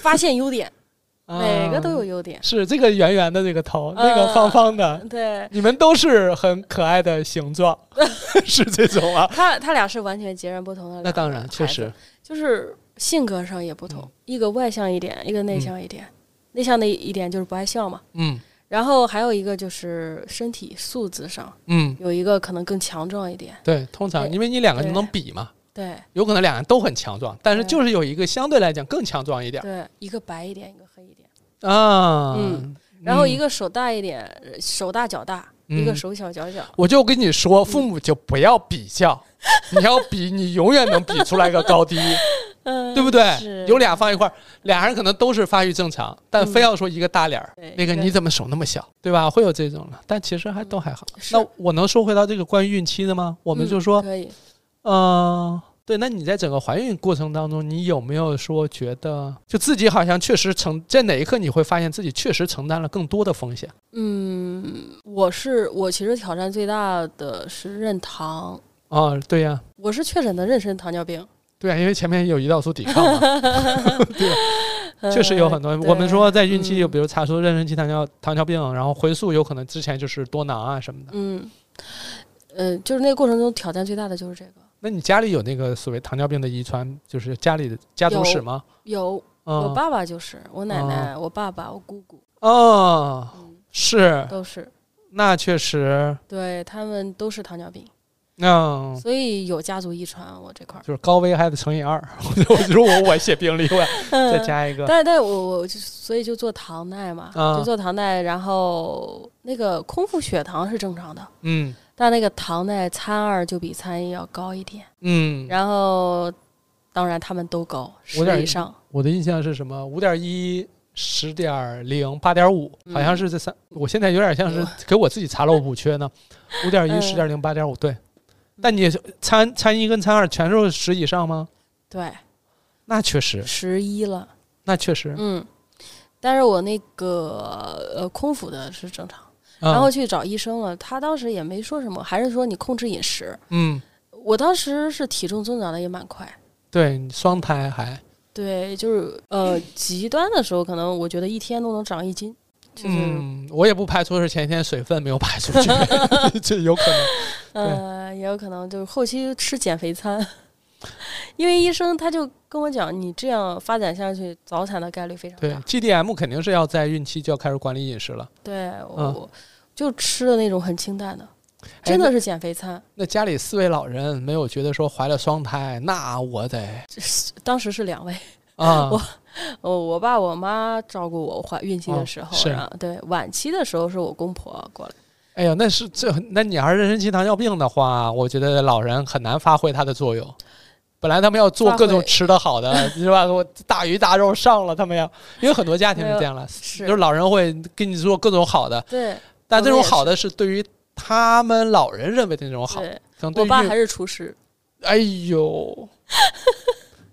Speaker 2: 发现优点，
Speaker 1: 啊
Speaker 2: 每个都有。优点。
Speaker 1: 是这个圆圆的这个头，那个
Speaker 2: 啊
Speaker 1: 方方的，
Speaker 2: 对
Speaker 1: 你们都是很可爱的形状，
Speaker 2: 嗯
Speaker 1: 是这种啊？
Speaker 2: 他，他俩是完全截然不同的。
Speaker 1: 那当然，确实，，
Speaker 2: 就是性格上也不同，
Speaker 1: 嗯
Speaker 2: 一个外向一点，一个内向一点。内向的一点就是不爱笑嘛，
Speaker 1: 嗯
Speaker 2: 然后还有一个就是身体素质上
Speaker 1: 嗯，
Speaker 2: 有一个可能更强壮一点。
Speaker 1: 对，通常
Speaker 2: 对
Speaker 1: 因为你两个就
Speaker 2: 对
Speaker 1: 能比嘛，
Speaker 2: 对
Speaker 1: 有可能两个人都很强壮，但是
Speaker 2: 对
Speaker 1: 就是有一个相对来讲更强壮一点
Speaker 2: 对，一个白一点，一个黑一点，
Speaker 1: 啊。
Speaker 2: 嗯，然后一
Speaker 1: 个
Speaker 2: 个手大一点，呃手大脚大，
Speaker 1: 嗯
Speaker 2: 一个手小脚小。
Speaker 1: 我就跟你说，父母就不要比 较，你要比，你永远能比出来个高低。
Speaker 2: 嗯，
Speaker 1: 对不对
Speaker 2: 是？
Speaker 1: 有俩放一块儿，俩人可能都是发育正常，但非
Speaker 2: 嗯
Speaker 1: 要说一个大脸儿
Speaker 2: 对，
Speaker 1: 那个
Speaker 2: 对嗯
Speaker 1: 你怎么手那么小，对吧？会有这种的，但其实还都还好。
Speaker 2: 是嗯
Speaker 1: 那我能说回到这个关于孕期的吗？我
Speaker 2: 我
Speaker 1: 们就说，
Speaker 2: 可以。
Speaker 1: 嗯，对，那你在整个怀孕过程当中，你有没有说觉得就自己好像确实承在哪一刻你会发现自己确实承担了更多的风险？
Speaker 2: 嗯，我是我其实挑战最大的是妊娠，
Speaker 1: 哦，对呀，
Speaker 2: 我是确诊的妊娠糖尿病，
Speaker 1: 对啊，因为前面有胰岛素抵抗嘛， 对吧？确实有很多。
Speaker 2: 对
Speaker 1: 我们说在孕期，
Speaker 2: 嗯
Speaker 1: 有比如查出妊娠期糖尿糖尿病，然后回溯有可能之前就是多囊啊什么的。
Speaker 2: 嗯，呃，就是那个过程中挑战最大的就是这个。
Speaker 1: 那你家里有那个所谓糖尿病的遗传，就是家里的家族史吗？
Speaker 2: 有，我
Speaker 1: 嗯，
Speaker 2: 爸爸就是，我奶奶、我爸爸、我姑姑，
Speaker 1: 哦，
Speaker 2: 嗯，
Speaker 1: 是，
Speaker 2: 都是，
Speaker 1: 那确实，
Speaker 2: 对他们都是糖尿病，
Speaker 1: 嗯，
Speaker 2: 所以有家族遗传啊我这块儿。
Speaker 1: 就是高危还得乘以二。 我如果我写病历，我
Speaker 2: 嗯
Speaker 1: 再 加一个，
Speaker 2: 但但我我就所以就做糖耐嘛，
Speaker 1: 啊
Speaker 2: 就做糖耐，然后那个空腹血糖是正常的，
Speaker 1: 嗯
Speaker 2: 但那个糖耐参二就比参一要高一点，
Speaker 1: 嗯。
Speaker 2: 然后当然他们都高
Speaker 1: 我
Speaker 2: 十
Speaker 1: 有点
Speaker 2: 以上，
Speaker 1: 我的印象是什么？五点一、十点零、八点五，
Speaker 2: 嗯
Speaker 1: 好像是这三。我现在有点像是给我自己查漏补缺呢。五点一、
Speaker 2: 嗯
Speaker 1: 十点零、八点五，对。但你参参一跟参二全是十以上吗？
Speaker 2: 对，
Speaker 1: 那确实，
Speaker 2: 十一了，
Speaker 1: 那确实。
Speaker 2: 嗯，但是我那个呃空腹的是正常，
Speaker 1: 嗯
Speaker 2: 然后去找医生了，他当时也没说什么，还是说你控制饮食。
Speaker 1: 嗯，
Speaker 2: 我当时是体重增长的也蛮快，
Speaker 1: 对，你双胎还
Speaker 2: 对，就是呃极端的时候，可能我觉得一天都能长一斤，就是、
Speaker 1: 嗯，我也不排除是前一天水分没有排出去， 这有可能。
Speaker 2: 呃也有可能就是后期吃减肥餐， 因为医生他就跟我讲，你这样发展下去，早产的概率非常
Speaker 1: 对
Speaker 2: 大。
Speaker 1: ，GDM 肯定是要在孕期就要开始管理饮食了。
Speaker 2: 对，我、
Speaker 1: 嗯
Speaker 2: 我就吃的那种很清淡的，真的
Speaker 1: 哎
Speaker 2: 是减肥餐。
Speaker 1: 那，那家里四位老人没有觉得说怀了双胎，那我得
Speaker 2: 当时是两位，
Speaker 1: 啊，
Speaker 2: 我我哦我爸我妈照顾我怀孕期的时候，
Speaker 1: 哦是
Speaker 2: 然后对晚期的时候是我公婆过来。
Speaker 1: 哎呀，那是这，那你要是妊娠期糖尿病的话，我觉得老人很难发挥它的作用。本来他们要做各
Speaker 2: 发
Speaker 1: 种
Speaker 2: 挥
Speaker 1: 吃的好 的，是吧？我大鱼大肉上了，他们要，因为很多家庭是这样了，
Speaker 2: 是
Speaker 1: 就是老人会给你做各种好的，
Speaker 2: 对
Speaker 1: 但这种
Speaker 2: 我们也是
Speaker 1: 好的是对于他们老人认为的那种好，可
Speaker 2: 对，
Speaker 1: 能对
Speaker 2: 我
Speaker 1: 于
Speaker 2: 爸还是厨 师，
Speaker 1: 哎呦，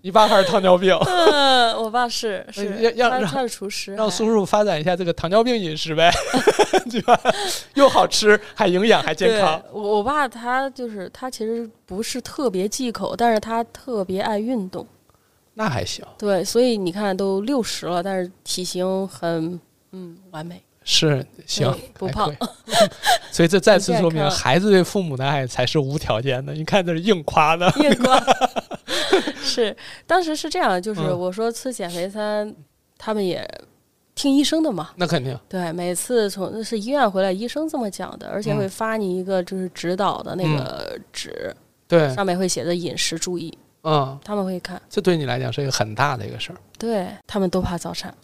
Speaker 1: 你爸还是糖尿 病，
Speaker 2: 嗯，我爸是
Speaker 1: 要
Speaker 2: 是，
Speaker 1: 呃要
Speaker 2: 他
Speaker 1: 让
Speaker 2: 他是厨师，
Speaker 1: 让
Speaker 2: 还
Speaker 1: 叔叔发展一下这个糖尿病饮食呗， 对吧？又好吃，还营养，还健康。
Speaker 2: 对我我爸他就是他其实不是特别忌口，但是他特别爱运动。
Speaker 1: 那还行，
Speaker 2: 对，所以你看都六十了，但是体型很嗯完美，
Speaker 1: 是行
Speaker 2: 对，嗯不
Speaker 1: 还
Speaker 2: 胖
Speaker 1: 可以。 所以这再次说
Speaker 2: 很健
Speaker 1: 明，
Speaker 2: 康
Speaker 1: 孩子对父母的爱才是无条件的。你看这是硬夸 的，
Speaker 2: 夜 光是当时是这样，就是
Speaker 1: 嗯
Speaker 2: 我说吃减肥餐，他们也听医生的嘛。
Speaker 1: 那肯定。
Speaker 2: 对，每次从那是医院回来，医生这么讲的，而且
Speaker 1: 嗯
Speaker 2: 会发你一个就是指导的那个纸，
Speaker 1: 对，
Speaker 2: 上面会写着饮食注意，
Speaker 1: 嗯，
Speaker 2: 他们会看。
Speaker 1: 这对你来讲是一个很大的一个事儿。
Speaker 2: 对他们都怕早产，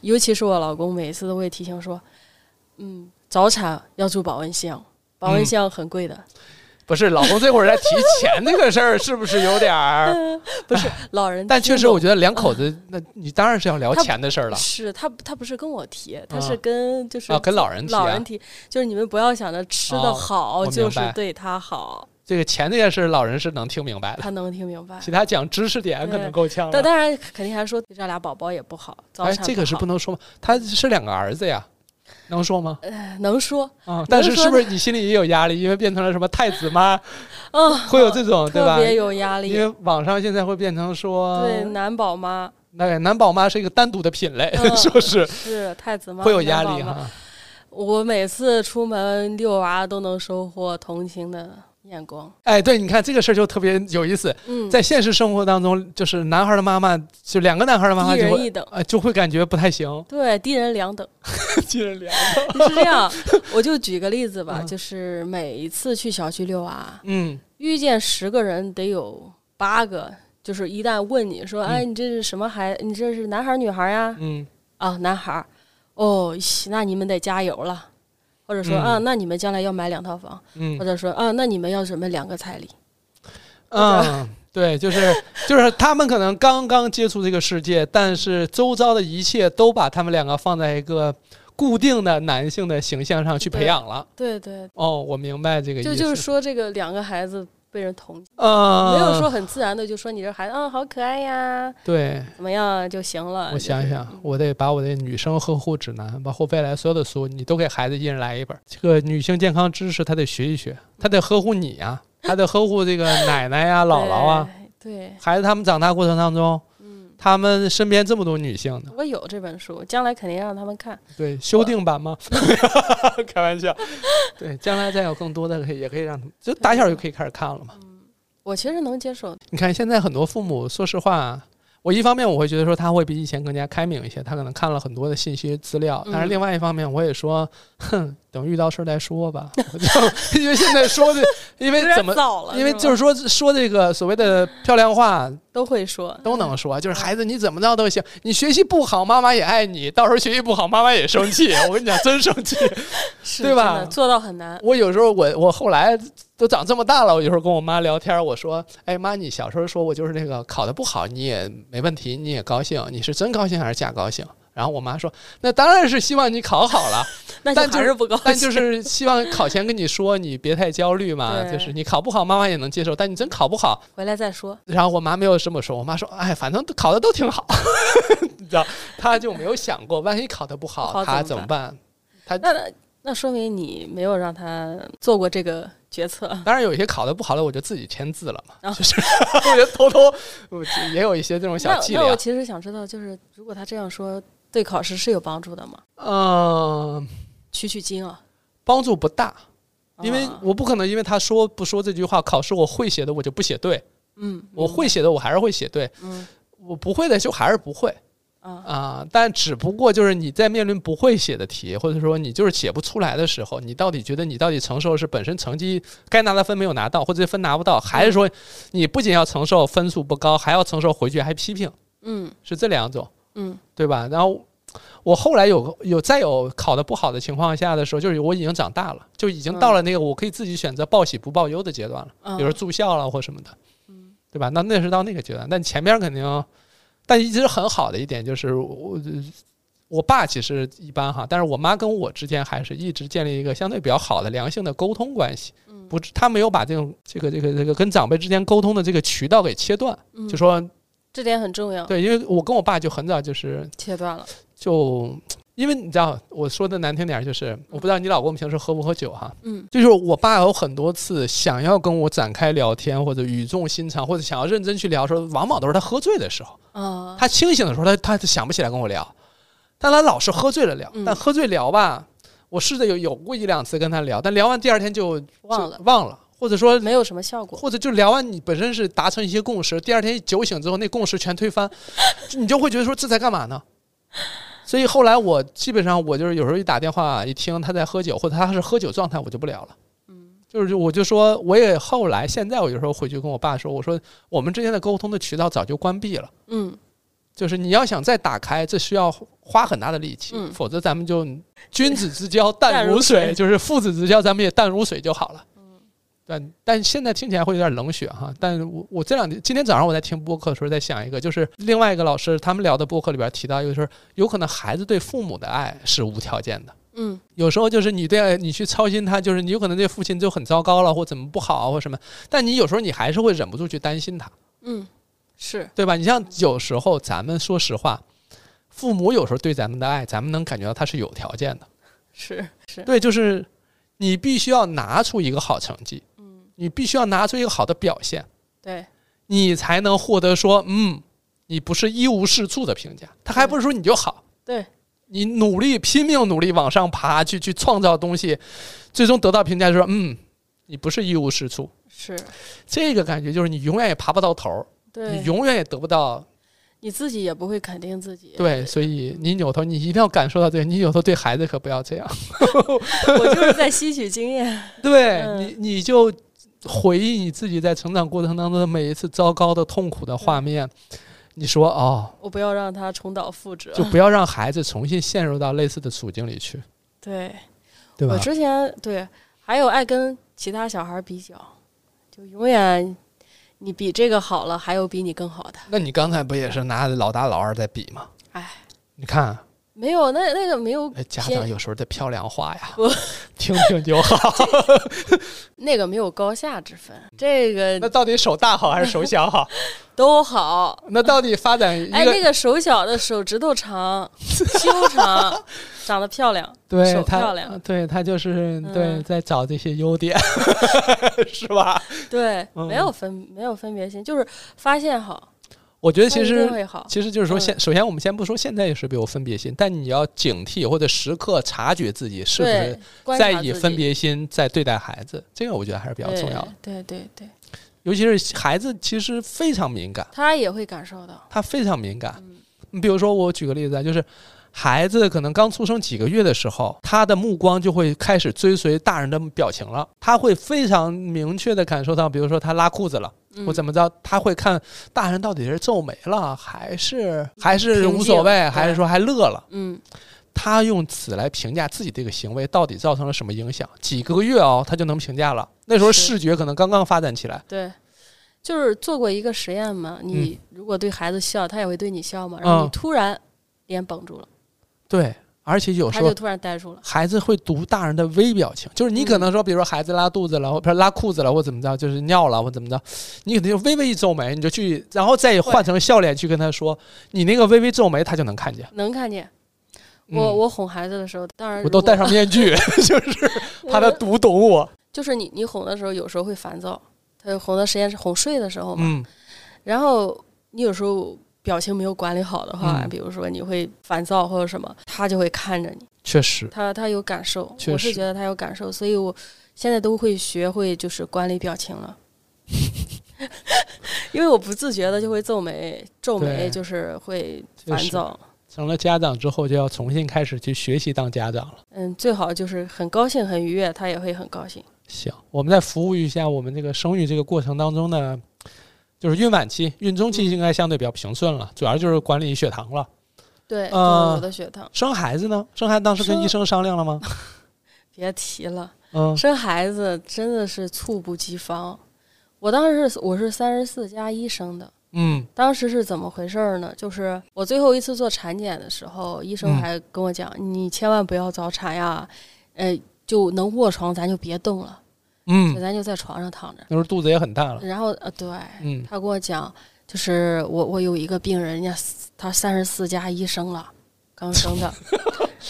Speaker 2: 尤其是我老公，每次都会提醒说，嗯，早产要住保温箱，保温
Speaker 1: 嗯
Speaker 2: 箱很贵的。
Speaker 1: 不是，老公这会儿在提钱这个事儿，是不是有点儿？
Speaker 2: 不是老嗯人听懂，嗯
Speaker 1: 但确实，我觉得两口子，那你当然是要聊
Speaker 2: 他
Speaker 1: 钱的事儿了
Speaker 2: 是他他不是跟我提，他
Speaker 1: 啊
Speaker 2: 是跟就是
Speaker 1: 啊，跟老人提
Speaker 2: 老
Speaker 1: 啊
Speaker 2: 人。提，就是你们不要想着吃
Speaker 1: 哦
Speaker 2: 的好
Speaker 1: 我
Speaker 2: 就
Speaker 1: 明
Speaker 2: 是
Speaker 1: 白
Speaker 2: 对他好，
Speaker 1: 这个钱这件事，老人是能听明白 的
Speaker 2: 他，能听明白。
Speaker 1: 其他讲知识点可能够呛了。
Speaker 2: 但当然肯定还说这俩宝宝也不好，早
Speaker 1: 哎，
Speaker 2: 产
Speaker 1: 这个是
Speaker 2: 不
Speaker 1: 不
Speaker 2: 好
Speaker 1: 能说吗？他是两个儿子呀，能说吗？
Speaker 2: 呃能说，
Speaker 1: 啊，但是
Speaker 2: 说
Speaker 1: 是不是你心里也有压力？因为变成了什么太子 妈，
Speaker 2: 嗯，
Speaker 1: 会有这种对
Speaker 2: 特
Speaker 1: 吧？
Speaker 2: 别有压
Speaker 1: 因
Speaker 2: 力。
Speaker 1: 为嗯网上现在会变成说，
Speaker 2: 对，男宝妈
Speaker 1: 那男宝妈是一个单独的品类，
Speaker 2: 嗯
Speaker 1: 说是
Speaker 2: 是太子妈，
Speaker 1: 会有压力
Speaker 2: 男宝妈
Speaker 1: 哈。
Speaker 2: 我每次出门遛娃都能收获同情的眼光。
Speaker 1: 哎，对，你看这个事儿就特别有意思，
Speaker 2: 嗯，
Speaker 1: 在现实生活当中，就是男孩的妈妈，就两个男孩的妈妈
Speaker 2: 低
Speaker 1: 就
Speaker 2: 人
Speaker 1: 会
Speaker 2: 一等，
Speaker 1: 呃就会感觉不太 行，
Speaker 2: 对，低人两 等。
Speaker 1: 接着聊。
Speaker 2: 是这样，我就举个例子吧，
Speaker 1: 嗯
Speaker 2: 就是每一次去小区遛娃，
Speaker 1: 嗯
Speaker 2: 遇见十个人得有八个，就是一旦问你说，
Speaker 1: 嗯
Speaker 2: 哎，你这是什么孩？你这是男孩儿女孩儿呀？
Speaker 1: 嗯，
Speaker 2: 啊，男孩儿，哦，西那你们得加油了。或者说、
Speaker 1: 嗯
Speaker 2: 啊，那你们将来要买两套房，或
Speaker 1: 嗯
Speaker 2: 者说啊，那你们要准备两个彩礼，
Speaker 1: 嗯，对，就是就是他们可能刚刚接触这个世界，但是周遭的一切都把他们两个放在一个固定的男性的形象上去培
Speaker 2: 对
Speaker 1: 养了。
Speaker 2: 对对，
Speaker 1: 哦，我明白这个意思。
Speaker 2: 就就是说这个两个孩子被人同情，
Speaker 1: 嗯，
Speaker 2: 没有说很自然的就说你这孩子啊好可爱呀，
Speaker 1: 对。
Speaker 2: 怎么样啊就行了。
Speaker 1: 我想想，我得把我的女生呵护指南，包括未来所有的书，你都给孩子一人来一本。这个女性健 康知识，她得学一学，她得呵护你啊，她得呵护这个奶奶呀、姥姥啊，
Speaker 2: 对，
Speaker 1: 孩子他们长大过程当中，
Speaker 2: 嗯，
Speaker 1: 他们身边这么多女性呢，
Speaker 2: 我有这本书，将来肯定让他们看。
Speaker 1: 对，修订版吗？ 开玩 笑，对，将来再有更多的可以，也可以让他们就打小就可以开始看了嘛。
Speaker 2: 我其实能接受，
Speaker 1: 你看现在很多父母，说实话，我一方面我会觉得说他会比以前更加开明一些，他可能看了很多的信息资料，但是
Speaker 2: 嗯
Speaker 1: 另外一方面我也说，哼，等遇到事儿再说吧。 我就因为现在说的，因为
Speaker 2: 有点
Speaker 1: 怎么？
Speaker 2: 早了，
Speaker 1: 因为
Speaker 2: 吧
Speaker 1: 就是说说这个所谓的漂亮话
Speaker 2: 都会说，
Speaker 1: 都能说，就是孩子你怎么着都行，你学习不好妈妈也爱你，到时候学习不好妈妈也生气，我跟你讲真生气。
Speaker 2: 是
Speaker 1: 对吧
Speaker 2: 真的做到很难，
Speaker 1: 我有时候我我后来都长这么大了，我有时候跟我妈聊天，我说：“哎妈，你小时候说我就是那个考得不好，你也没问题，你也高兴，你是真高兴还是假高兴？”然后我妈说：“那当然是希望你考好 了，
Speaker 2: 那
Speaker 1: 但就
Speaker 2: 还是不高兴。
Speaker 1: 但就是希望考前跟你说，你别太焦虑嘛，
Speaker 2: 对
Speaker 1: 就是你考不好，妈妈也能接受，但你真考不好。”
Speaker 2: 回来再说，
Speaker 1: 然后我妈没有这么说，我妈说：“哎，反正考的都挺好，你知道，她就没有想过，万一考得不
Speaker 2: 不
Speaker 1: 好，
Speaker 2: 好
Speaker 1: 她
Speaker 2: 怎
Speaker 1: 怎
Speaker 2: 么
Speaker 1: 么办？”
Speaker 2: 那那说明你没有让他做过这个决策。
Speaker 1: 当然有一些考的不好的，我就自己签字了嘛，
Speaker 2: 啊
Speaker 1: 就是 我觉得偷偷， 我也有一些这种小
Speaker 2: 那
Speaker 1: 伎
Speaker 2: 那我
Speaker 1: 俩。
Speaker 2: 其实想知道，就是如果他这样说，对考试是有帮助的吗？
Speaker 1: 嗯、
Speaker 2: 取取经啊，
Speaker 1: 帮助不大，因为
Speaker 2: 啊
Speaker 1: 我不可能因为他说不说这句话，考试我会写的我就不写对，
Speaker 2: 嗯，
Speaker 1: 我会写的我还是会写对，
Speaker 2: 嗯
Speaker 1: 我不会的就还是不会
Speaker 2: 啊，
Speaker 1: 啊、但只不过就是你在面临不会写的题，或者说你就是写不出来的时候，你到底觉得你到底承受的是本身成绩该拿的分没有拿到，或者分拿不到，还
Speaker 2: 嗯
Speaker 1: 是说你不仅要承受分数不高，还要承受回去还批评，
Speaker 2: 嗯
Speaker 1: 是这两种。
Speaker 2: 嗯
Speaker 1: 对吧？然后我后来有有再有考的不好的情况下的时候，就是我已经长大了，就已经到了那个我可以自己选择报喜不报忧的阶段了，
Speaker 2: 啊，
Speaker 1: 比如说住校了或什么的，对吧？那那是到那个阶段，但前边肯定，但一直很好的一点就是我。我爸其实一般哈，但是我妈跟我之间还是一直建立一个相对比较好的良性的沟通关系，
Speaker 2: 嗯
Speaker 1: 不，他没有把这种这个这个这个跟长辈之间沟通的这个渠道给切断，
Speaker 2: 嗯
Speaker 1: 就说
Speaker 2: 这点很重要，
Speaker 1: 对，因为我跟我爸就很早就是
Speaker 2: 切断了，
Speaker 1: 就因为你知道，我说的难听点儿，就是我不知道你老公平时喝不喝酒哈、
Speaker 2: 嗯
Speaker 1: 就是我爸有很多次想要跟我展开聊天，或者语重心长，或者想要认真去聊的时候，往往都是他喝醉的时候，
Speaker 2: 啊，
Speaker 1: 他清醒的时候，他他想不起来跟我聊，但他老是喝醉了聊，
Speaker 2: 嗯
Speaker 1: 但喝醉聊吧，我试着有有过一两次跟他聊，但聊完第二天就就
Speaker 2: 忘了
Speaker 1: 忘了，或者说
Speaker 2: 没有什么效果，
Speaker 1: 或者就聊完，你本身是达成一些共识，第二天一酒醒之后，那共识全推翻， 就你就会觉得说这在干嘛呢？所以后来我基本上我就是有时候一打电话一听他在喝酒，或者他是喝酒状态，我就不聊了。
Speaker 2: 嗯
Speaker 1: 就是就我就说，我也后来现在我有时候回去跟我爸说，我说我们之间的沟通的渠道早就关闭了，
Speaker 2: 嗯，
Speaker 1: 就是你要想再打开，这需要花很大的力气，
Speaker 2: 嗯
Speaker 1: 否则咱们就君子之交淡
Speaker 2: 淡
Speaker 1: 如
Speaker 2: 如
Speaker 1: 水，
Speaker 2: 水
Speaker 1: 就是父子之交咱们也淡如水就好了。但但现在听起来会有点冷血哈，但我我这两天今天早上我在听播客的时候在想一个，就是另外一个老师他们聊的播客里边提到一个，就是有可能孩子对父母的爱是无条件的，
Speaker 2: 嗯
Speaker 1: 有时候就是你对你去操心他，就是你有可能对父亲就很糟糕了，或怎么不好啊，或什么，但你有时候你还是会忍不住去担心他，
Speaker 2: 嗯，是
Speaker 1: 对吧？你像有时候咱们说实话，父母有时候对咱们的爱，咱们能感觉到他是有条件的。
Speaker 2: 是是，
Speaker 1: 对，就是你必须要拿出一个好成绩，
Speaker 2: 嗯，
Speaker 1: 你必须要拿出一个好的表现，
Speaker 2: 对，
Speaker 1: 你才能获得说，嗯，你不是一无是处的评价。他还不是说你就好，
Speaker 2: 对，
Speaker 1: 你努力拼命努力往上爬，去去创造东西，最终得到评价就是说，嗯，你不是一无是处。
Speaker 2: 是，
Speaker 1: 这个感觉就是你永远也爬不到头儿，
Speaker 2: 对
Speaker 1: 你，永远也得不到
Speaker 2: 你自己也不会肯定自己，
Speaker 1: 对，所以你扭头，你一定要感受到这个。你扭头对孩子可不要这样。
Speaker 2: 我就是在吸取经验，
Speaker 1: 对、
Speaker 2: 嗯
Speaker 1: 你，你就回忆你自己在成长过程当中的每一次糟糕的、痛苦的画
Speaker 2: 嗯
Speaker 1: 面。你说哦，
Speaker 2: 我不要让他重蹈覆辙，
Speaker 1: 就不要让孩子重新陷入到类似的处境里去，
Speaker 2: 对。
Speaker 1: 对吧
Speaker 2: 嗯我？之前对，还有爱跟其他小孩比较，就永远你比这个好了，还有比你更好的。
Speaker 1: 那你刚才不也是拿老大老二在比吗？
Speaker 2: 哎，
Speaker 1: 你看，
Speaker 2: 没有那那个没有
Speaker 1: 哎家
Speaker 2: 偏
Speaker 1: 长有时候这漂亮话呀
Speaker 2: 不，
Speaker 1: 听听就 好。
Speaker 2: 那个没有高下之分，这
Speaker 1: 嗯那
Speaker 2: 个
Speaker 1: 到底手大好还是手小好？
Speaker 2: 都好。
Speaker 1: 那到底发展一
Speaker 2: 哎，那
Speaker 1: 个
Speaker 2: 个手小的手指头长， 修长，长得漂亮，
Speaker 1: 对
Speaker 2: 手
Speaker 1: 他
Speaker 2: 漂亮，
Speaker 1: 对他就是对
Speaker 2: 嗯
Speaker 1: 在找这些优点， 是吧？
Speaker 2: 对，
Speaker 1: 嗯
Speaker 2: 没有分没有分别心，就是发现好，
Speaker 1: 我觉得
Speaker 2: 它
Speaker 1: 其
Speaker 2: 一定
Speaker 1: 实
Speaker 2: 会好。
Speaker 1: 其实就是说
Speaker 2: 嗯
Speaker 1: 现，首先我们先不说现在是不是有分别心，但你要警惕或者时刻察觉自己是不
Speaker 2: 对
Speaker 1: 是，
Speaker 2: 观
Speaker 1: 在
Speaker 2: 察
Speaker 1: 以
Speaker 2: 自
Speaker 1: 分
Speaker 2: 己
Speaker 1: 别心在对待孩子，这个我觉得还是比较重要的。
Speaker 2: 对对对对，
Speaker 1: 尤其是孩子其实非常敏感，
Speaker 2: 他也会感受到。
Speaker 1: 他非常敏感。
Speaker 2: 嗯
Speaker 1: 你比如说，我举个例子啊，就是孩子可能刚出生几个月的时候，他的目光就会开始追随大人的表情了，他会非常明确的感受到，比如说他拉裤子了。
Speaker 2: 嗯
Speaker 1: 我怎么着？他会看大人到底是皱眉了，还是还是
Speaker 2: 平静
Speaker 1: 无所谓，
Speaker 2: 对
Speaker 1: 还是说还乐了？
Speaker 2: 嗯
Speaker 1: 他用此来评价自己这个行为到底造成了什么影响？几个月哦，他就能评价了。那时候
Speaker 2: 是
Speaker 1: 视觉可能刚刚发展起来，
Speaker 2: 对，就是做过一个实验嘛，你如果对孩子笑，他也会对你笑嘛，
Speaker 1: 嗯
Speaker 2: 然后你突然脸绷住了，
Speaker 1: 对，而且有
Speaker 2: 他
Speaker 1: 时
Speaker 2: 就
Speaker 1: 候
Speaker 2: 突然呆住了。
Speaker 1: 孩子会读大人的微表情，就是你可能说，比如说孩子拉肚子了，或者拉裤子了，或怎么着，就是尿了或怎么着，你可能就微微一皱眉，你就去，然后再换成笑脸去跟他说，你那个微微皱眉，他就能看见。
Speaker 2: 能看见，
Speaker 1: 嗯
Speaker 2: 我、我哄孩子的时候，当然
Speaker 1: 我都戴上面具，
Speaker 2: 如果
Speaker 1: 怕他读懂 我。
Speaker 2: 就是你你哄的时候，有时候会烦躁，他哄的时间是哄睡的时候嘛，
Speaker 1: 嗯
Speaker 2: 然后你有时候表情没有管理好的话，
Speaker 1: 嗯
Speaker 2: 比如说你会烦躁或者什么，他就会看着你，，
Speaker 1: 确实，
Speaker 2: 他他有感受，
Speaker 1: 确
Speaker 2: 我是
Speaker 1: 实
Speaker 2: 觉得他有感受，所以我现在都会学会就是管理表情了， 因为我不自觉的就会皱眉，皱眉
Speaker 1: 对
Speaker 2: 就是会
Speaker 1: 确
Speaker 2: 烦
Speaker 1: 实
Speaker 2: 躁。
Speaker 1: 成了家长之后，就要重新开始去学习当家长了。
Speaker 2: 嗯，最好就是很高兴、很愉悦，他也会很高兴。
Speaker 1: 行，我们再服务一下我们这个生育这个过程当中呢，就是孕晚期、孕中期应该相对比较平顺了，主要就是管理血糖了。
Speaker 2: 对，就是
Speaker 1: 呃
Speaker 2: 我的血糖，
Speaker 1: 生孩子呢？生孩子当时跟
Speaker 2: 生
Speaker 1: 医生商量 了吗？
Speaker 2: 别提了，
Speaker 1: 嗯，
Speaker 2: 生孩子真的是猝不及防。我当时是我是三十四加一生的，
Speaker 1: 嗯
Speaker 2: 当时是怎么回事儿呢？就是我最后一次做产检的时候，医生
Speaker 1: 嗯
Speaker 2: 还跟我讲：“你千万不要早产呀，呃，就能卧床咱就别动了，就
Speaker 1: 嗯，
Speaker 2: 咱就在床上躺着。
Speaker 1: 那时候肚子也很大了。
Speaker 2: 然后呃，对
Speaker 1: 嗯
Speaker 2: 他跟我讲，就是我我有一个病人，人家他三十四加一生了，刚生 的。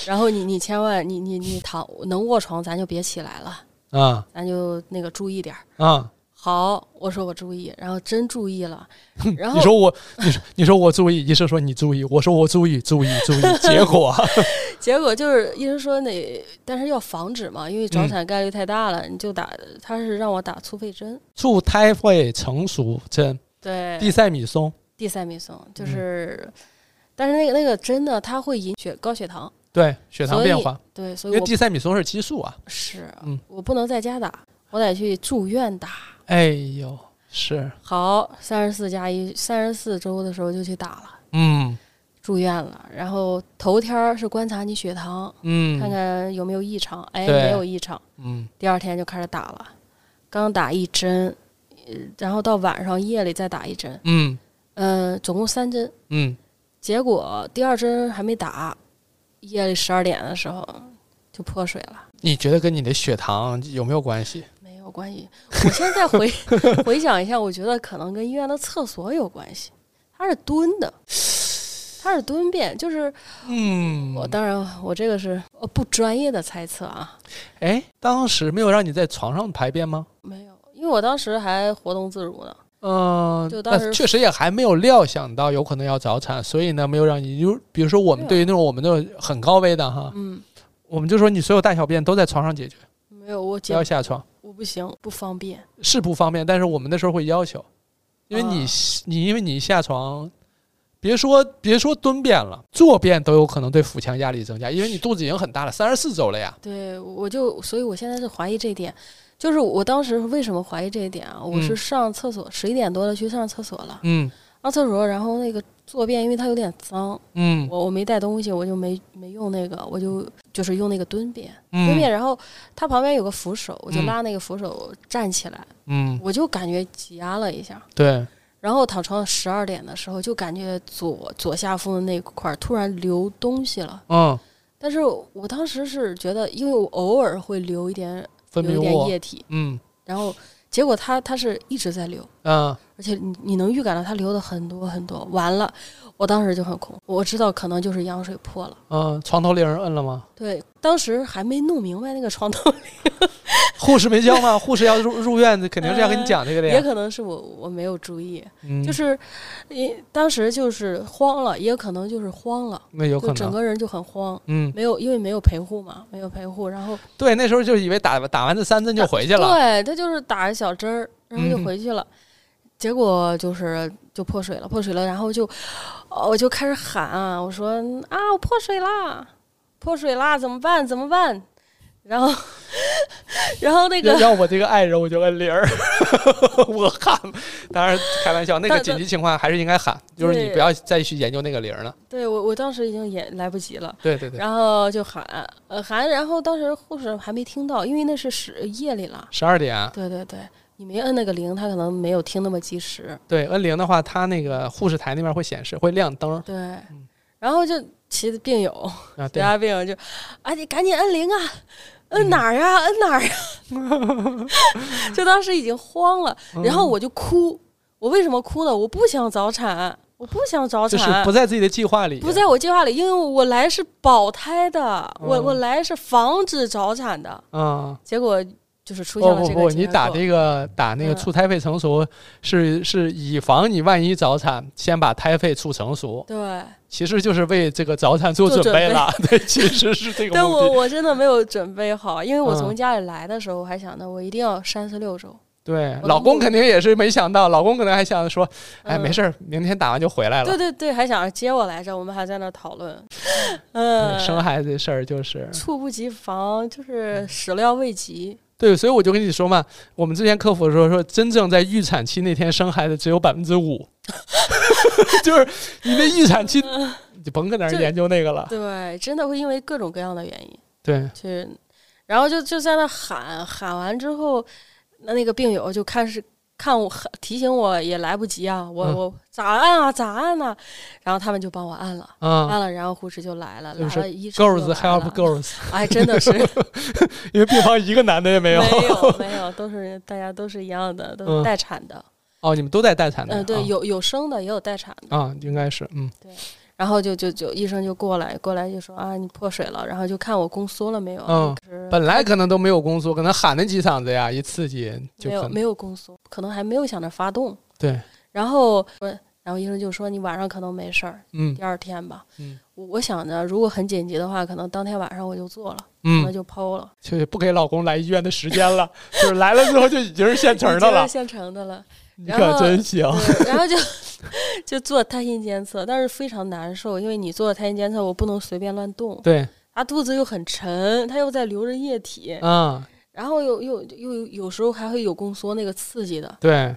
Speaker 2: 然后你你千万你你你躺能卧床咱就别起来了，
Speaker 1: 啊
Speaker 2: 咱就那个注意点儿。
Speaker 1: 啊！
Speaker 2: 好，我说我注意，然后真注意了，然后
Speaker 1: 你说我，你说你说我注意，医生说你注意，我说我注意，注意注 意，结果
Speaker 2: 结果就是医生说那，但是要防止嘛，因为
Speaker 1: 嗯
Speaker 2: 早产概率太大了，你就打，他是让我打促肺针，
Speaker 1: 促胎肺成熟针，
Speaker 2: 对，
Speaker 1: 地塞米松，
Speaker 2: 地塞米松就是，
Speaker 1: 嗯
Speaker 2: 但是那个那个针呢，它会引血高血糖，
Speaker 1: 对血糖
Speaker 2: 所以
Speaker 1: 变化，
Speaker 2: 对，所
Speaker 1: 因
Speaker 2: 以
Speaker 1: 为
Speaker 2: 我
Speaker 1: 地塞米松是激素啊。
Speaker 2: 是、
Speaker 1: 嗯
Speaker 2: 我不能在家打，我得去住院打。
Speaker 1: 哎呦，是，
Speaker 2: 好，三十四加一，三十四周的时候就去打了，
Speaker 1: 嗯
Speaker 2: 住院了，然后头天儿是观察你血糖，
Speaker 1: 嗯，
Speaker 2: 看看有没有异常，哎，
Speaker 1: 对
Speaker 2: 没有异常。
Speaker 1: 嗯
Speaker 2: 第二天就开始打了，刚打一针，呃然后到晚上夜里再打一针，
Speaker 1: 嗯
Speaker 2: 嗯、总共三针。
Speaker 1: 嗯，
Speaker 2: 结果第二针还没打，夜里十二点的时候就破水了，
Speaker 1: 你觉得跟你的血糖有没有关系？
Speaker 2: 没有关系。我现在回回想一下，我觉得可能跟医院的厕所有关系，它是蹲的。它是蹲便，就是
Speaker 1: 嗯
Speaker 2: 我当然我这个是呃不专业的猜测啊，
Speaker 1: 哎，当时没有让你在床上排便吗？
Speaker 2: 没有，因为我当时还活动自如呢，
Speaker 1: 嗯、
Speaker 2: 就当
Speaker 1: 那
Speaker 2: 时
Speaker 1: 确实也还没有料想到有可能要早产，所以呢，没有让你，就比如说我们对
Speaker 2: 对啊
Speaker 1: 于那种我们那种很高危的哈，
Speaker 2: 嗯，
Speaker 1: 我们就说你所有大小便都在床上解决，
Speaker 2: 没有我
Speaker 1: 不
Speaker 2: 姐
Speaker 1: 要下床，
Speaker 2: 我不行，不方便。
Speaker 1: 是不方便，但是我们那时候会要求，因为你、
Speaker 2: 啊
Speaker 1: 你因为你下床，别说别说蹲便了，坐便都有可能对腹腔压力增加，因为你肚子已经很大了，三十四周了呀。
Speaker 2: 对，我就所以我现在是怀疑这一点，就是我当时为什么怀疑这一点啊？我是
Speaker 1: 嗯
Speaker 2: 上厕所十一点多了去上厕所了，
Speaker 1: 嗯
Speaker 2: 上厕所然后那个坐便，因为它有点脏，
Speaker 1: 嗯
Speaker 2: 我我没带东西，我就没没用那个，我就就是用那个蹲便，蹲便，
Speaker 1: 嗯
Speaker 2: 然后它旁边有个扶手，我就
Speaker 1: 嗯
Speaker 2: 拉那个扶手站起来，
Speaker 1: 嗯，
Speaker 2: 我就感觉挤压了一下。
Speaker 1: 对，
Speaker 2: 然后躺床上十二点的时候，就感觉左左下腹的那块儿突然流东西了，
Speaker 1: 嗯，
Speaker 2: 但是我当时是觉得，因为我偶尔会流一点
Speaker 1: 分泌
Speaker 2: 有一点
Speaker 1: 物，
Speaker 2: 液体，
Speaker 1: 嗯
Speaker 2: 然后结果它它是一直在流，
Speaker 1: 啊
Speaker 2: 而而且你你能预感到它流的很多很多。完了，我当时就很恐，我知道可能就是羊水破了。
Speaker 1: 嗯，床头铃儿摁了吗？
Speaker 2: 对，当时还没弄明白那个床头铃，
Speaker 1: 护士没教吗？ 护士要入入院，肯定是要跟你讲这个的
Speaker 2: 也
Speaker 1: 呀。
Speaker 2: 可能是我我没有注意，
Speaker 1: 啊嗯，
Speaker 2: 就是你当时就是慌了，也可能就是慌了，
Speaker 1: 那有
Speaker 2: 就
Speaker 1: 可
Speaker 2: 整
Speaker 1: 能。
Speaker 2: 个人就很慌。
Speaker 1: 嗯，
Speaker 2: 没有，因为没有陪护嘛，没有陪护，然后
Speaker 1: 对，那时候就以为打打完这三针就回去了。
Speaker 2: 对他就是打个小针儿，然后
Speaker 1: 嗯
Speaker 2: 就回去了，结果就是就破水了，破水了，然后就哦我就开始喊啊，我说啊我破水啦，破水啦，怎么办？怎么办？然后 然后那
Speaker 1: 要
Speaker 2: 个
Speaker 1: 要我这个爱人，我就摁铃儿， 我喊。当然开玩笑，那个
Speaker 2: 但
Speaker 1: 紧急情况还是应该喊，就是你
Speaker 2: 对
Speaker 1: 不要再去研究那个铃儿了。
Speaker 2: 对我我当时已经也来不及了。
Speaker 1: 对对对，
Speaker 2: 然后就喊，呃喊，然后当时护士还没听到，因为那是十夜里了。
Speaker 1: 十二点，啊
Speaker 2: 对对对，你没摁那个铃，他可能没有听那么及时。
Speaker 1: 对摁铃的话，它那个护士台那边会显示，会亮灯儿
Speaker 2: 对，
Speaker 1: 嗯
Speaker 2: 然后就骑着病友，
Speaker 1: 啊。
Speaker 2: 其
Speaker 1: 对，
Speaker 2: 他病友就，啊，你赶紧摁铃啊，摁哪儿啊，摁哪儿啊， 就当时已经慌了，
Speaker 1: 嗯
Speaker 2: 然后我就哭，我为什么哭呢？我不想早产，我不想早
Speaker 1: 就是
Speaker 2: 产
Speaker 1: 不。在自己的计划里。
Speaker 2: 不在我计划里，因为我来是保胎的，我
Speaker 1: 嗯
Speaker 2: 我来是防止早产的，
Speaker 1: 啊。
Speaker 2: 结果就是出现
Speaker 1: 不
Speaker 2: 了
Speaker 1: 不
Speaker 2: 这个
Speaker 1: 不，
Speaker 2: 结
Speaker 1: 你打
Speaker 2: 果
Speaker 1: 这个打那个
Speaker 2: 嗯
Speaker 1: 促胎费成熟，是是以防你万一早产，先把胎费促成熟，
Speaker 2: 对，
Speaker 1: 其实就是为这个早产做
Speaker 2: 做
Speaker 1: 准
Speaker 2: 准
Speaker 1: 备
Speaker 2: 备
Speaker 1: 了。 对，其实是这个
Speaker 2: 但我
Speaker 1: 目的。
Speaker 2: 我真的没有准备好，因为我从
Speaker 1: 嗯
Speaker 2: 家里来的时候，我还想着我一定要三十六周，
Speaker 1: 对，
Speaker 2: 我
Speaker 1: 老公
Speaker 2: 我
Speaker 1: 肯定也是没想到，老公可能还想着说，哎，
Speaker 2: 嗯
Speaker 1: 没事儿，明天打完就回来
Speaker 2: 对
Speaker 1: 了。
Speaker 2: 对对，还想着接我来着，我们还在那儿 讨论。嗯，
Speaker 1: 生孩子的事儿嗯就是
Speaker 2: 猝不及防，就是始料未及。
Speaker 1: 对，所以我就跟你说嘛，我们之前科普的时候说，真正在预产期那天生孩子只有百分之五， 就是你那预产期，
Speaker 2: 嗯
Speaker 1: 你甭搁那儿
Speaker 2: 这
Speaker 1: 研究那个了。
Speaker 2: 对，真的会因为各种各样的原因
Speaker 1: 对，
Speaker 2: 去，然后就就在那喊喊完之后，那那个病友就开始看我喊提醒我也来不及啊，我、
Speaker 1: 嗯
Speaker 2: 我咋按啊咋按啊，然后他们就帮我按了。
Speaker 1: 啊、
Speaker 2: 按了，然后护士就来了，
Speaker 1: 就
Speaker 2: 来
Speaker 1: 是
Speaker 2: 了医生就
Speaker 1: Girls
Speaker 2: 来
Speaker 1: help
Speaker 2: 了
Speaker 1: girls，
Speaker 2: 哎，真的是
Speaker 1: 因为病房一个男的也没有。
Speaker 2: 没有没有，都是大家都是一样的，都
Speaker 1: 嗯
Speaker 2: 是待产的。
Speaker 1: 哦，你们都在待产的呀。哦
Speaker 2: 嗯，对，有有生的，也有待产的。
Speaker 1: 啊啊，应该是嗯
Speaker 2: 然后就就就医生就过来，过来就说啊，你破水了，然后就看我宫缩了没有啊，
Speaker 1: 嗯，
Speaker 2: 就是
Speaker 1: 本来可能都没有宫缩，可能喊那几嗓子呀，一刺激就可
Speaker 2: 没有
Speaker 1: 能
Speaker 2: 没有宫缩，可能还没有想着发动。
Speaker 1: 对，
Speaker 2: 然后说，然后医生就说你晚上可能没事儿，
Speaker 1: 嗯
Speaker 2: 第二天吧。
Speaker 1: 嗯
Speaker 2: 我我想着如果很紧急的话，可能当天晚上我就做了，那
Speaker 1: 嗯，
Speaker 2: 就剖了，
Speaker 1: 就是不给老公来医院的时间了， 就是来了之后就已经是现成的
Speaker 2: 已经
Speaker 1: 了哦
Speaker 2: 是，现成的了。
Speaker 1: 你
Speaker 2: 然后
Speaker 1: 可真行。
Speaker 2: 对，然后就 就做胎心监测，但是非常难受，因为你做胎心监测，我不能随便乱动，
Speaker 1: 对，
Speaker 2: 他肚子又很沉，他又在流着液体，
Speaker 1: 啊，
Speaker 2: 然后又又又有有时候还会有宫缩那个刺激的，
Speaker 1: 对，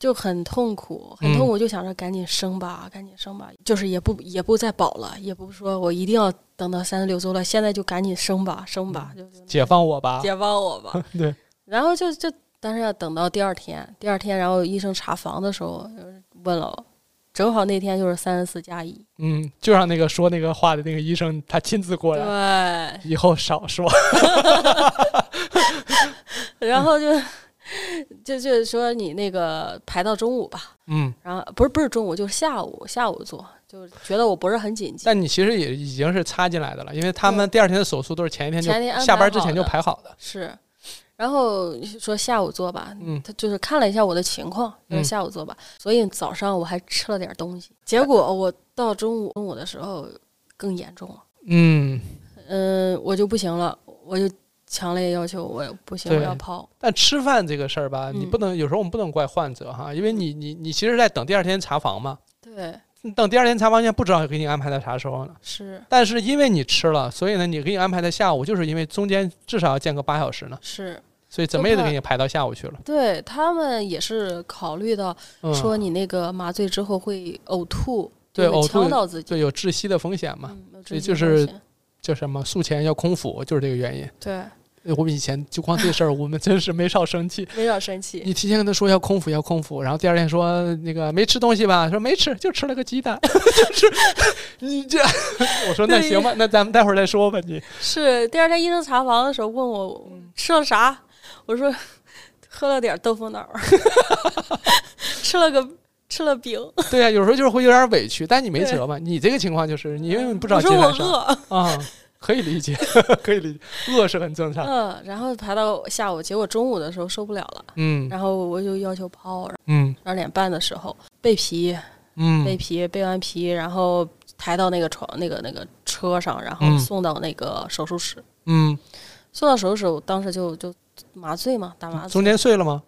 Speaker 2: 就很痛苦，很
Speaker 1: 嗯
Speaker 2: 痛苦，就想着赶紧生吧，赶紧生吧，就是也不也不再保了，也不说我一定要等到三十六周了，现在就赶紧生吧，生吧，就就
Speaker 1: 解放我吧。
Speaker 2: 解放我 吧。
Speaker 1: 对，
Speaker 2: 然后就就，但是要等到第二天，第二天，然后医生查房的时候就是问了我，正好那天就是三十四加一，
Speaker 1: 嗯，就让那个说那个话的那个医生他亲自过来，
Speaker 2: 对，
Speaker 1: 以后少说。
Speaker 2: 然后就 就就说你那个排到中午吧。
Speaker 1: 嗯，
Speaker 2: 然后不是不是中午，就是下午，下午做，就是觉得我不是很紧急。
Speaker 1: 但你其实也已经是插进来的了，因为他们第二天的手术都是前一天就
Speaker 2: 前一天安排
Speaker 1: 下班之前就
Speaker 2: 好的
Speaker 1: 排好的。
Speaker 2: 是，然后说下午做吧，
Speaker 1: 嗯
Speaker 2: 他就是看了一下我的情况，就是
Speaker 1: 嗯
Speaker 2: 下午做吧。所以早上我还吃了点东西，结果我到中午中午的时候更严重了，
Speaker 1: 嗯，
Speaker 2: 嗯，我就不行了，我就强烈要求我不行，
Speaker 1: 对
Speaker 2: 我要抛。
Speaker 1: 但吃饭这个事儿吧，
Speaker 2: 嗯
Speaker 1: 你不能有时候我们不能怪患者哈，因为你你你其实在等第二天查房嘛，
Speaker 2: 对，
Speaker 1: 你等第二天查房，现在不知道给你安排到啥时候呢。
Speaker 2: 是
Speaker 1: 但是因为你吃了，所以呢，你给你安排在下午，就是因为中间至少要间隔八小时呢，
Speaker 2: 是，
Speaker 1: 所以怎么也得给你排到下午去了。
Speaker 2: 对他们也是考虑到
Speaker 1: 嗯，
Speaker 2: 说你那个麻醉之后会呕吐，
Speaker 1: 对
Speaker 2: 就会
Speaker 1: 呕吐
Speaker 2: 呛到自己，
Speaker 1: 对有窒息的风险嘛，
Speaker 2: 嗯，有
Speaker 1: 所以
Speaker 2: 这
Speaker 1: 就
Speaker 2: 些风
Speaker 1: 是
Speaker 2: 险
Speaker 1: 叫什么术前要空腹，就是这个原因。哎
Speaker 2: 对。
Speaker 1: 我们以前就光这事儿，我们真是没少生气。
Speaker 2: 没少生气。
Speaker 1: 你提前跟他说要空腹，要空腹，然后第二天说那个没吃东西吧，说没吃，就吃了个鸡蛋， 就是你这，我说那行吧，那咱们待会儿再说吧，你
Speaker 2: 是第二天医生查房的时候问我 吃了啥，我说喝了点豆腐脑儿，吃了个吃了饼，
Speaker 1: 对呀、有时候就是会有点委屈，但你没辙嘛。你这个情况就是你因为你不知道
Speaker 2: 我
Speaker 1: 接
Speaker 2: 说我
Speaker 1: 下上
Speaker 2: 饿，
Speaker 1: 啊，可以理 解，可以理解，饿是很正常。
Speaker 2: 嗯，然后排到下午，结果中午的时候受不了了，
Speaker 1: 嗯
Speaker 2: 然后我就要求泡，然后
Speaker 1: 嗯
Speaker 2: 十二点半的时候备皮，备
Speaker 1: 嗯
Speaker 2: 皮备完皮，然后抬到那个床那个那个车上，然后
Speaker 1: 嗯
Speaker 2: 送到那个手术室，
Speaker 1: 嗯，
Speaker 2: 送到手术室，我当时就就麻醉嘛，打麻醉，
Speaker 1: 中间睡了吗？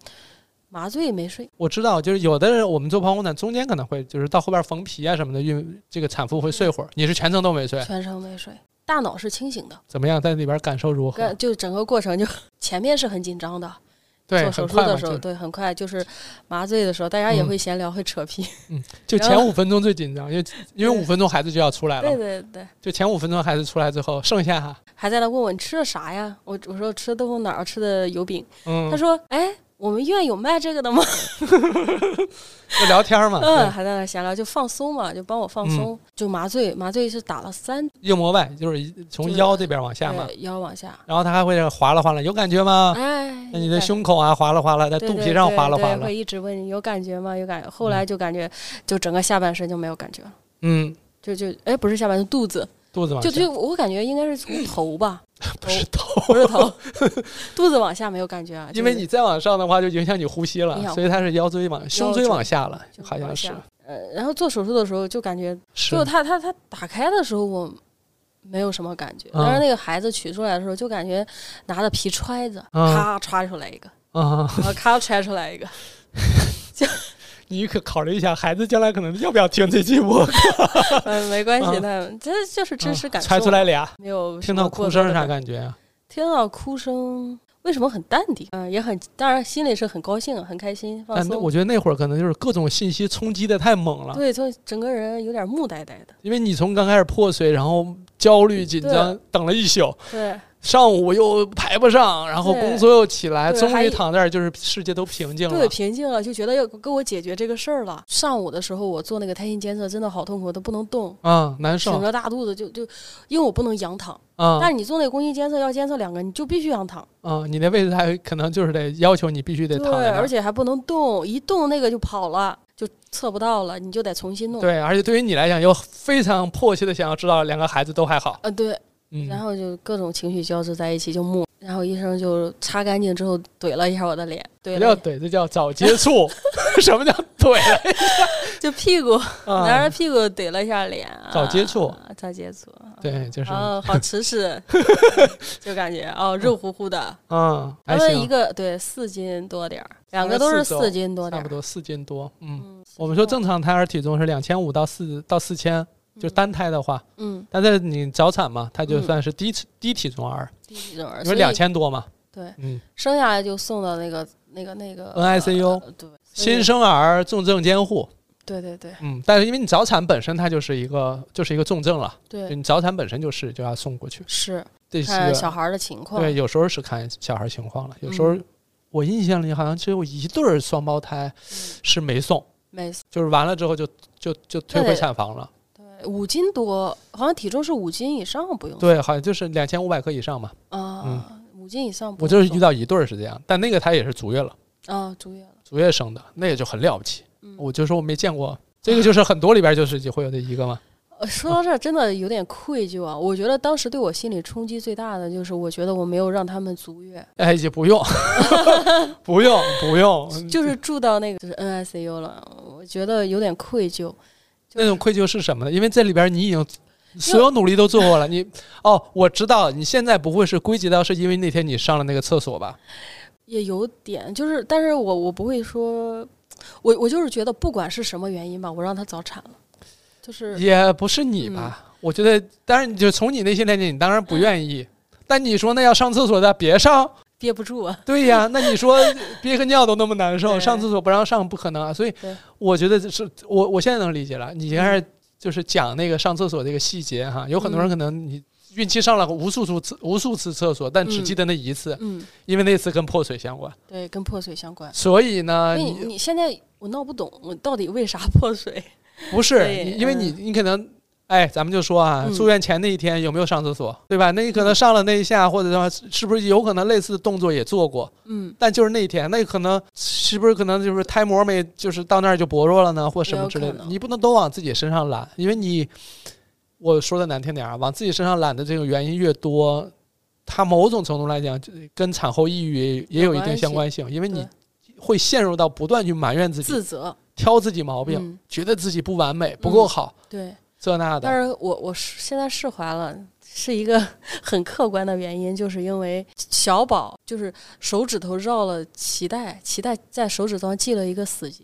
Speaker 2: 麻醉没睡，
Speaker 1: 我知道，就是有的人我们做剖宫产，中间可能会就是到后边缝皮啊什么的，孕这个产妇会睡会
Speaker 2: 嗯
Speaker 1: 儿。你是全程都没睡，
Speaker 2: 全程没睡，大脑是清醒的，
Speaker 1: 怎么样？在里边感受如何
Speaker 2: 跟？就整个过程就 前面是很紧张的，
Speaker 1: 对，
Speaker 2: 做
Speaker 1: 很
Speaker 2: 手术
Speaker 1: 快嘛，
Speaker 2: 的时
Speaker 1: 就
Speaker 2: 候，
Speaker 1: 是
Speaker 2: 对，很快就是麻醉的时候，大家也
Speaker 1: 嗯
Speaker 2: 会闲聊，会 扯皮，
Speaker 1: 就
Speaker 2: 然
Speaker 1: 前
Speaker 2: 后
Speaker 1: 五分钟最紧张，因为因为五分钟孩子就要出来了
Speaker 2: 对
Speaker 1: 嘛，
Speaker 2: 对对。
Speaker 1: 就前五分钟孩子出来之后，剩下哈
Speaker 2: 还在那问我你吃的啥呀？我我说吃的豆腐脑儿，吃的油饼。
Speaker 1: 嗯
Speaker 2: 他，说：“哎，我们医院有卖这个的吗
Speaker 1: 就聊天？” 嘛，啊
Speaker 2: 嗯，
Speaker 1: 对嗯
Speaker 2: 还在那闲聊，就放松嘛，就帮我放松，就麻醉，麻醉是打了三
Speaker 1: 硬膜外就是一从
Speaker 2: 就是
Speaker 1: 腰这边往下嘛，
Speaker 2: 对腰往下，
Speaker 1: 然后他还会划拉划拉，有感觉吗？
Speaker 2: 哎，
Speaker 1: 啊那你的胸口啊划拉划拉，在
Speaker 2: 对
Speaker 1: 肚
Speaker 2: 对
Speaker 1: 皮上
Speaker 2: 对
Speaker 1: 划拉
Speaker 2: 对
Speaker 1: 划拉
Speaker 2: 会，一直问你有感觉吗？有感觉，后来就感觉就整个下半身就没有感觉了。
Speaker 1: 嗯，
Speaker 2: 就就哎，不是下半身，肚子，
Speaker 1: 肚子往
Speaker 2: 就
Speaker 1: 下嗯
Speaker 2: 就我感觉应该是从头吧，
Speaker 1: 不是头，
Speaker 2: 不是头， 肚子往下没有感觉啊，
Speaker 1: 因为
Speaker 2: 就是
Speaker 1: 你再往上的话就影响你呼吸
Speaker 2: 影
Speaker 1: 了，
Speaker 2: 响
Speaker 1: 所以它是腰椎往胸椎
Speaker 2: 椎
Speaker 1: 往下了，
Speaker 2: 就
Speaker 1: 好像
Speaker 2: 往
Speaker 1: 是
Speaker 2: 下呃，然后做手术的时候就感觉
Speaker 1: 是
Speaker 2: 就，他他他打开的时候我没有什么感觉，
Speaker 1: 嗯
Speaker 2: 但是那个孩子取出来的时候就感觉拿着皮揣子，
Speaker 1: 嗯
Speaker 2: 咔揣出来一个，
Speaker 1: 啊，
Speaker 2: 然后咔揣出来一 个，
Speaker 1: 你可考虑一下，孩子将来可能要不要听这期播客，
Speaker 2: 嗯，没关系，
Speaker 1: 嗯
Speaker 2: 他这就是真实感受，
Speaker 1: 猜出来俩，
Speaker 2: 没有什
Speaker 1: 听
Speaker 2: 么
Speaker 1: 到
Speaker 2: 过
Speaker 1: 哭
Speaker 2: 多的
Speaker 1: 声啥
Speaker 2: 感？
Speaker 1: 感觉啊？
Speaker 2: 听到哭声。为什么很淡定？嗯，也很，当然心里是很高兴、啊很开心、放
Speaker 1: 嗯但那
Speaker 2: 松。
Speaker 1: 我觉得那会儿可能就是各种信息冲击的太猛了，
Speaker 2: 对，就整个人有点木呆呆 的。
Speaker 1: 因为你从刚开始破碎，然后焦
Speaker 2: 嗯
Speaker 1: 虑紧张，等了一宿，
Speaker 2: 对，
Speaker 1: 上午又排不上，然后
Speaker 2: 对
Speaker 1: 工作又起来，
Speaker 2: 对
Speaker 1: 终
Speaker 2: 还
Speaker 1: 于躺那儿，就是世界都平静
Speaker 2: 对，
Speaker 1: 了。
Speaker 2: 平静了，啊就觉得要跟我解决这个事儿了。上午的时候，我做那个胎心监测，真的好痛苦，我都不能动。
Speaker 1: 啊，难
Speaker 2: 挺
Speaker 1: 受
Speaker 2: 着大肚子就就，因为我不能仰躺，
Speaker 1: 啊
Speaker 2: 但是你做那个宫颈监测要监测两个，你就必须仰躺，
Speaker 1: 啊！你那位置还可能就是得要求你必须得躺在那
Speaker 2: 而
Speaker 1: 儿。
Speaker 2: 且还不能动，一动那个就跑了，就测不到了，你就得重新弄。，
Speaker 1: 对，而且对于你来讲，又非常迫切的想要知道两个孩子都还好。
Speaker 2: 呃对，
Speaker 1: 嗯，
Speaker 2: 然后就各种情绪交织在一起就木，然后医生就擦干净之后怼了一下我的脸，怼
Speaker 1: 不叫
Speaker 2: 了一下
Speaker 1: 怼，这叫早接 触。什么叫怼
Speaker 2: 就屁股，拿
Speaker 1: 啊
Speaker 2: 着？屁股怼了一下脸，
Speaker 1: 早接触
Speaker 2: 啊，早接触，
Speaker 1: 对，就是
Speaker 2: 啊， 好瓷实，就感觉哦肉乎乎的。
Speaker 1: 嗯，
Speaker 2: 他
Speaker 1: 还
Speaker 2: 们一
Speaker 1: 行，
Speaker 2: 个对四斤多点儿，两个
Speaker 1: 三
Speaker 2: 都
Speaker 1: 十
Speaker 2: 是
Speaker 1: 四周
Speaker 2: 四斤多
Speaker 1: 差
Speaker 2: 点儿
Speaker 1: 不，多四斤多。嗯，
Speaker 2: 嗯，
Speaker 1: 我们说正常胎儿体重是两千五到四到四千，就是单胎的话，
Speaker 2: 嗯，
Speaker 1: 但是你早产嘛，它就
Speaker 2: 嗯
Speaker 1: 算是低体低体重儿，
Speaker 2: 第一种儿，
Speaker 1: 因
Speaker 2: 所
Speaker 1: 为
Speaker 2: 以
Speaker 1: 两千多嘛。
Speaker 2: 对，
Speaker 1: 嗯，
Speaker 2: 生下来就送到那个那个那个
Speaker 1: NICU
Speaker 2: 呃对，所以
Speaker 1: 新生儿重症监护。
Speaker 2: 对对对
Speaker 1: 嗯，但是因为你早产本身它就是一个就是一个重症了，
Speaker 2: 对
Speaker 1: 你早产本身就是就要送过去。
Speaker 2: 是
Speaker 1: 这是
Speaker 2: 看小孩儿的嗯情况，
Speaker 1: 对，有时候是看小孩情况了，有时候、我印象里好像只有一对儿双胞
Speaker 2: 嗯
Speaker 1: 胎是没送，
Speaker 2: 没
Speaker 1: 就是完了之后就就就推回产房了。
Speaker 2: 对五斤多，好像体重是五斤以上不用
Speaker 1: 对，好像就是两千五百克以上嘛。
Speaker 2: 啊，五斤以上不
Speaker 1: 我就是
Speaker 2: 用
Speaker 1: 遇到一对儿是这样，但那个他也是足月了，
Speaker 2: 啊，住院了，
Speaker 1: 足月生的，那也就很了不起。
Speaker 2: 嗯
Speaker 1: 我就说我没见过，这个就是很多里边就是会有的一个嘛。
Speaker 2: 呃说到这儿真的有点愧疚啊！我觉得当时对我心理冲击最大的就是，我觉得我没有让他们足月，
Speaker 1: 哎，也不用， 不用，不用，
Speaker 2: 就是住到那个就是 NICU 了，我觉得有点愧疚。
Speaker 1: 那种愧疚是什么呢？因为这里边你已经所有努力都做过 了，你哦，我知道你现在不会是归结到是因为那天你上了那个厕所吧？
Speaker 2: 也有点，就是，但是我我不会说，我我就是觉得，不管是什么原因吧，我让他早产了，就是嗯
Speaker 1: 也不是你吧？我觉得，当然你就从你内心来讲，你当然不愿意。
Speaker 2: 嗯
Speaker 1: 但你说那要上厕所的别上，
Speaker 2: 憋不住 啊。
Speaker 1: 对呀，那你说憋个尿都那么难受，
Speaker 2: 对
Speaker 1: 上厕所不让上不可能啊。所以
Speaker 2: 对嗯
Speaker 1: 我觉得这是我我现在能理解了。你开始就是讲那个上厕所这个细节哈，有很多人可能你孕期上了无数处厕无数次厕所，但只
Speaker 2: 嗯
Speaker 1: 记得那一次，
Speaker 2: 嗯，
Speaker 1: 因为那次跟破水相关。
Speaker 2: 对，跟破水相关。
Speaker 1: 所以呢，
Speaker 2: 那你
Speaker 1: 呃你
Speaker 2: 你现在我闹不懂，我到底为啥破水？
Speaker 1: 不是
Speaker 2: 对
Speaker 1: 你因为你你可能哎，咱们就说啊，
Speaker 2: 嗯
Speaker 1: 住院前那一天有没有上厕所，对吧？那你可能上了那一下，或者说是不是有可能类似的动作也做过，
Speaker 2: 嗯，
Speaker 1: 但就是那一天，那可能是不是可能就是胎膜没，就是到那儿就薄弱了呢，或什么之类
Speaker 2: 有可
Speaker 1: 的？
Speaker 2: 能
Speaker 1: 你不能都往自己身上揽，因为你我说的难听点儿啊，往自己身上揽的这个原因越多，它某种程度来讲，就跟产后抑郁也也有一定相关性，因为你
Speaker 2: 对嗯
Speaker 1: 会陷入到不断去埋怨自己、
Speaker 2: 自责，
Speaker 1: 挑自己毛病，
Speaker 2: 嗯
Speaker 1: 觉得自己不完美、不够好，
Speaker 2: 对。
Speaker 1: 这那的。
Speaker 2: 嗯但是我我是现在释怀了，是一个很客观的原因，就是因为小宝就是手指头绕了脐带，脐带在手指头上系了一个死结，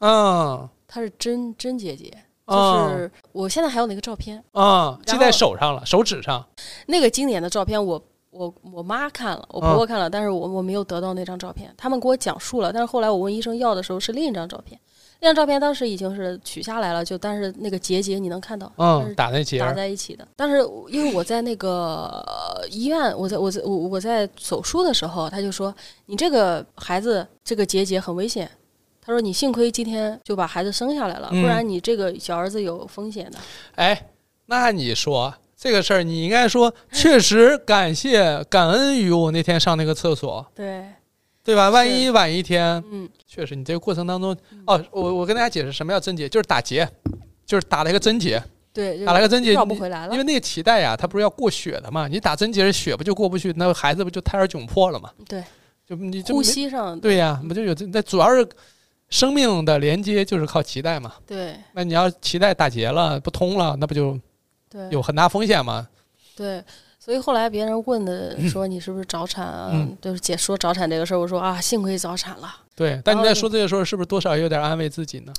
Speaker 1: 嗯
Speaker 2: 它是真真结节，就
Speaker 1: 嗯
Speaker 2: 是我现在还有那个照片，
Speaker 1: 嗯，系
Speaker 2: 然
Speaker 1: 在
Speaker 2: 后
Speaker 1: 手上了，手指上。
Speaker 2: 那个经典的照片我。我我妈看了，我婆婆看了，但是我我没有得到那张照片。他们给我讲述了，但是后来我问医生要的时候是另一张照片，那张照片当时已经是取下来了，就但是那个结节你能看到，但
Speaker 1: 嗯，
Speaker 2: 是
Speaker 1: 打那结
Speaker 2: 打
Speaker 1: 儿。
Speaker 2: 在一起的。但是我因为我在那个呃医院，我在我在我我在手术的时候，他就说你这个孩子这个结节很危险。他说你幸亏今天就把孩子生下来了，
Speaker 1: 嗯
Speaker 2: 不然你这个小儿子有风险的。
Speaker 1: 哎，那你说这个事儿，你应该说
Speaker 2: 嗯
Speaker 1: 确实感谢感恩于我那天上那个厕所，
Speaker 2: 对，
Speaker 1: 对吧？万一晚一天，
Speaker 2: 嗯，
Speaker 1: 确实你这个过程当中，哦，我我跟大家解释什么叫针结，就是打结，就是打了一个针结，
Speaker 2: 对，
Speaker 1: 打了个针结，
Speaker 2: 绕不
Speaker 1: 你
Speaker 2: 回来了
Speaker 1: 因为。那个脐带呀，它不是要过血的嘛？你打针结，血不就过不去，那孩子不就胎儿窘迫了嘛？
Speaker 2: 对，
Speaker 1: 就你就
Speaker 2: 呼
Speaker 1: 没
Speaker 2: 吸上，
Speaker 1: 对呀、不就有这？那主要是生命的连接就是靠脐带嘛。
Speaker 2: 对
Speaker 1: 那你要脐带打结了，不通了，那不就
Speaker 2: 对
Speaker 1: 有很大风险吗？
Speaker 2: 对，所以后来别人 问的说你是不是早产啊？
Speaker 1: 嗯
Speaker 2: 就是解说早产这个事儿，我说啊，幸亏早产了。
Speaker 1: 对，但你
Speaker 2: 然后
Speaker 1: 在
Speaker 2: 就
Speaker 1: 说这个时候，是不是多少有点安慰自己呢？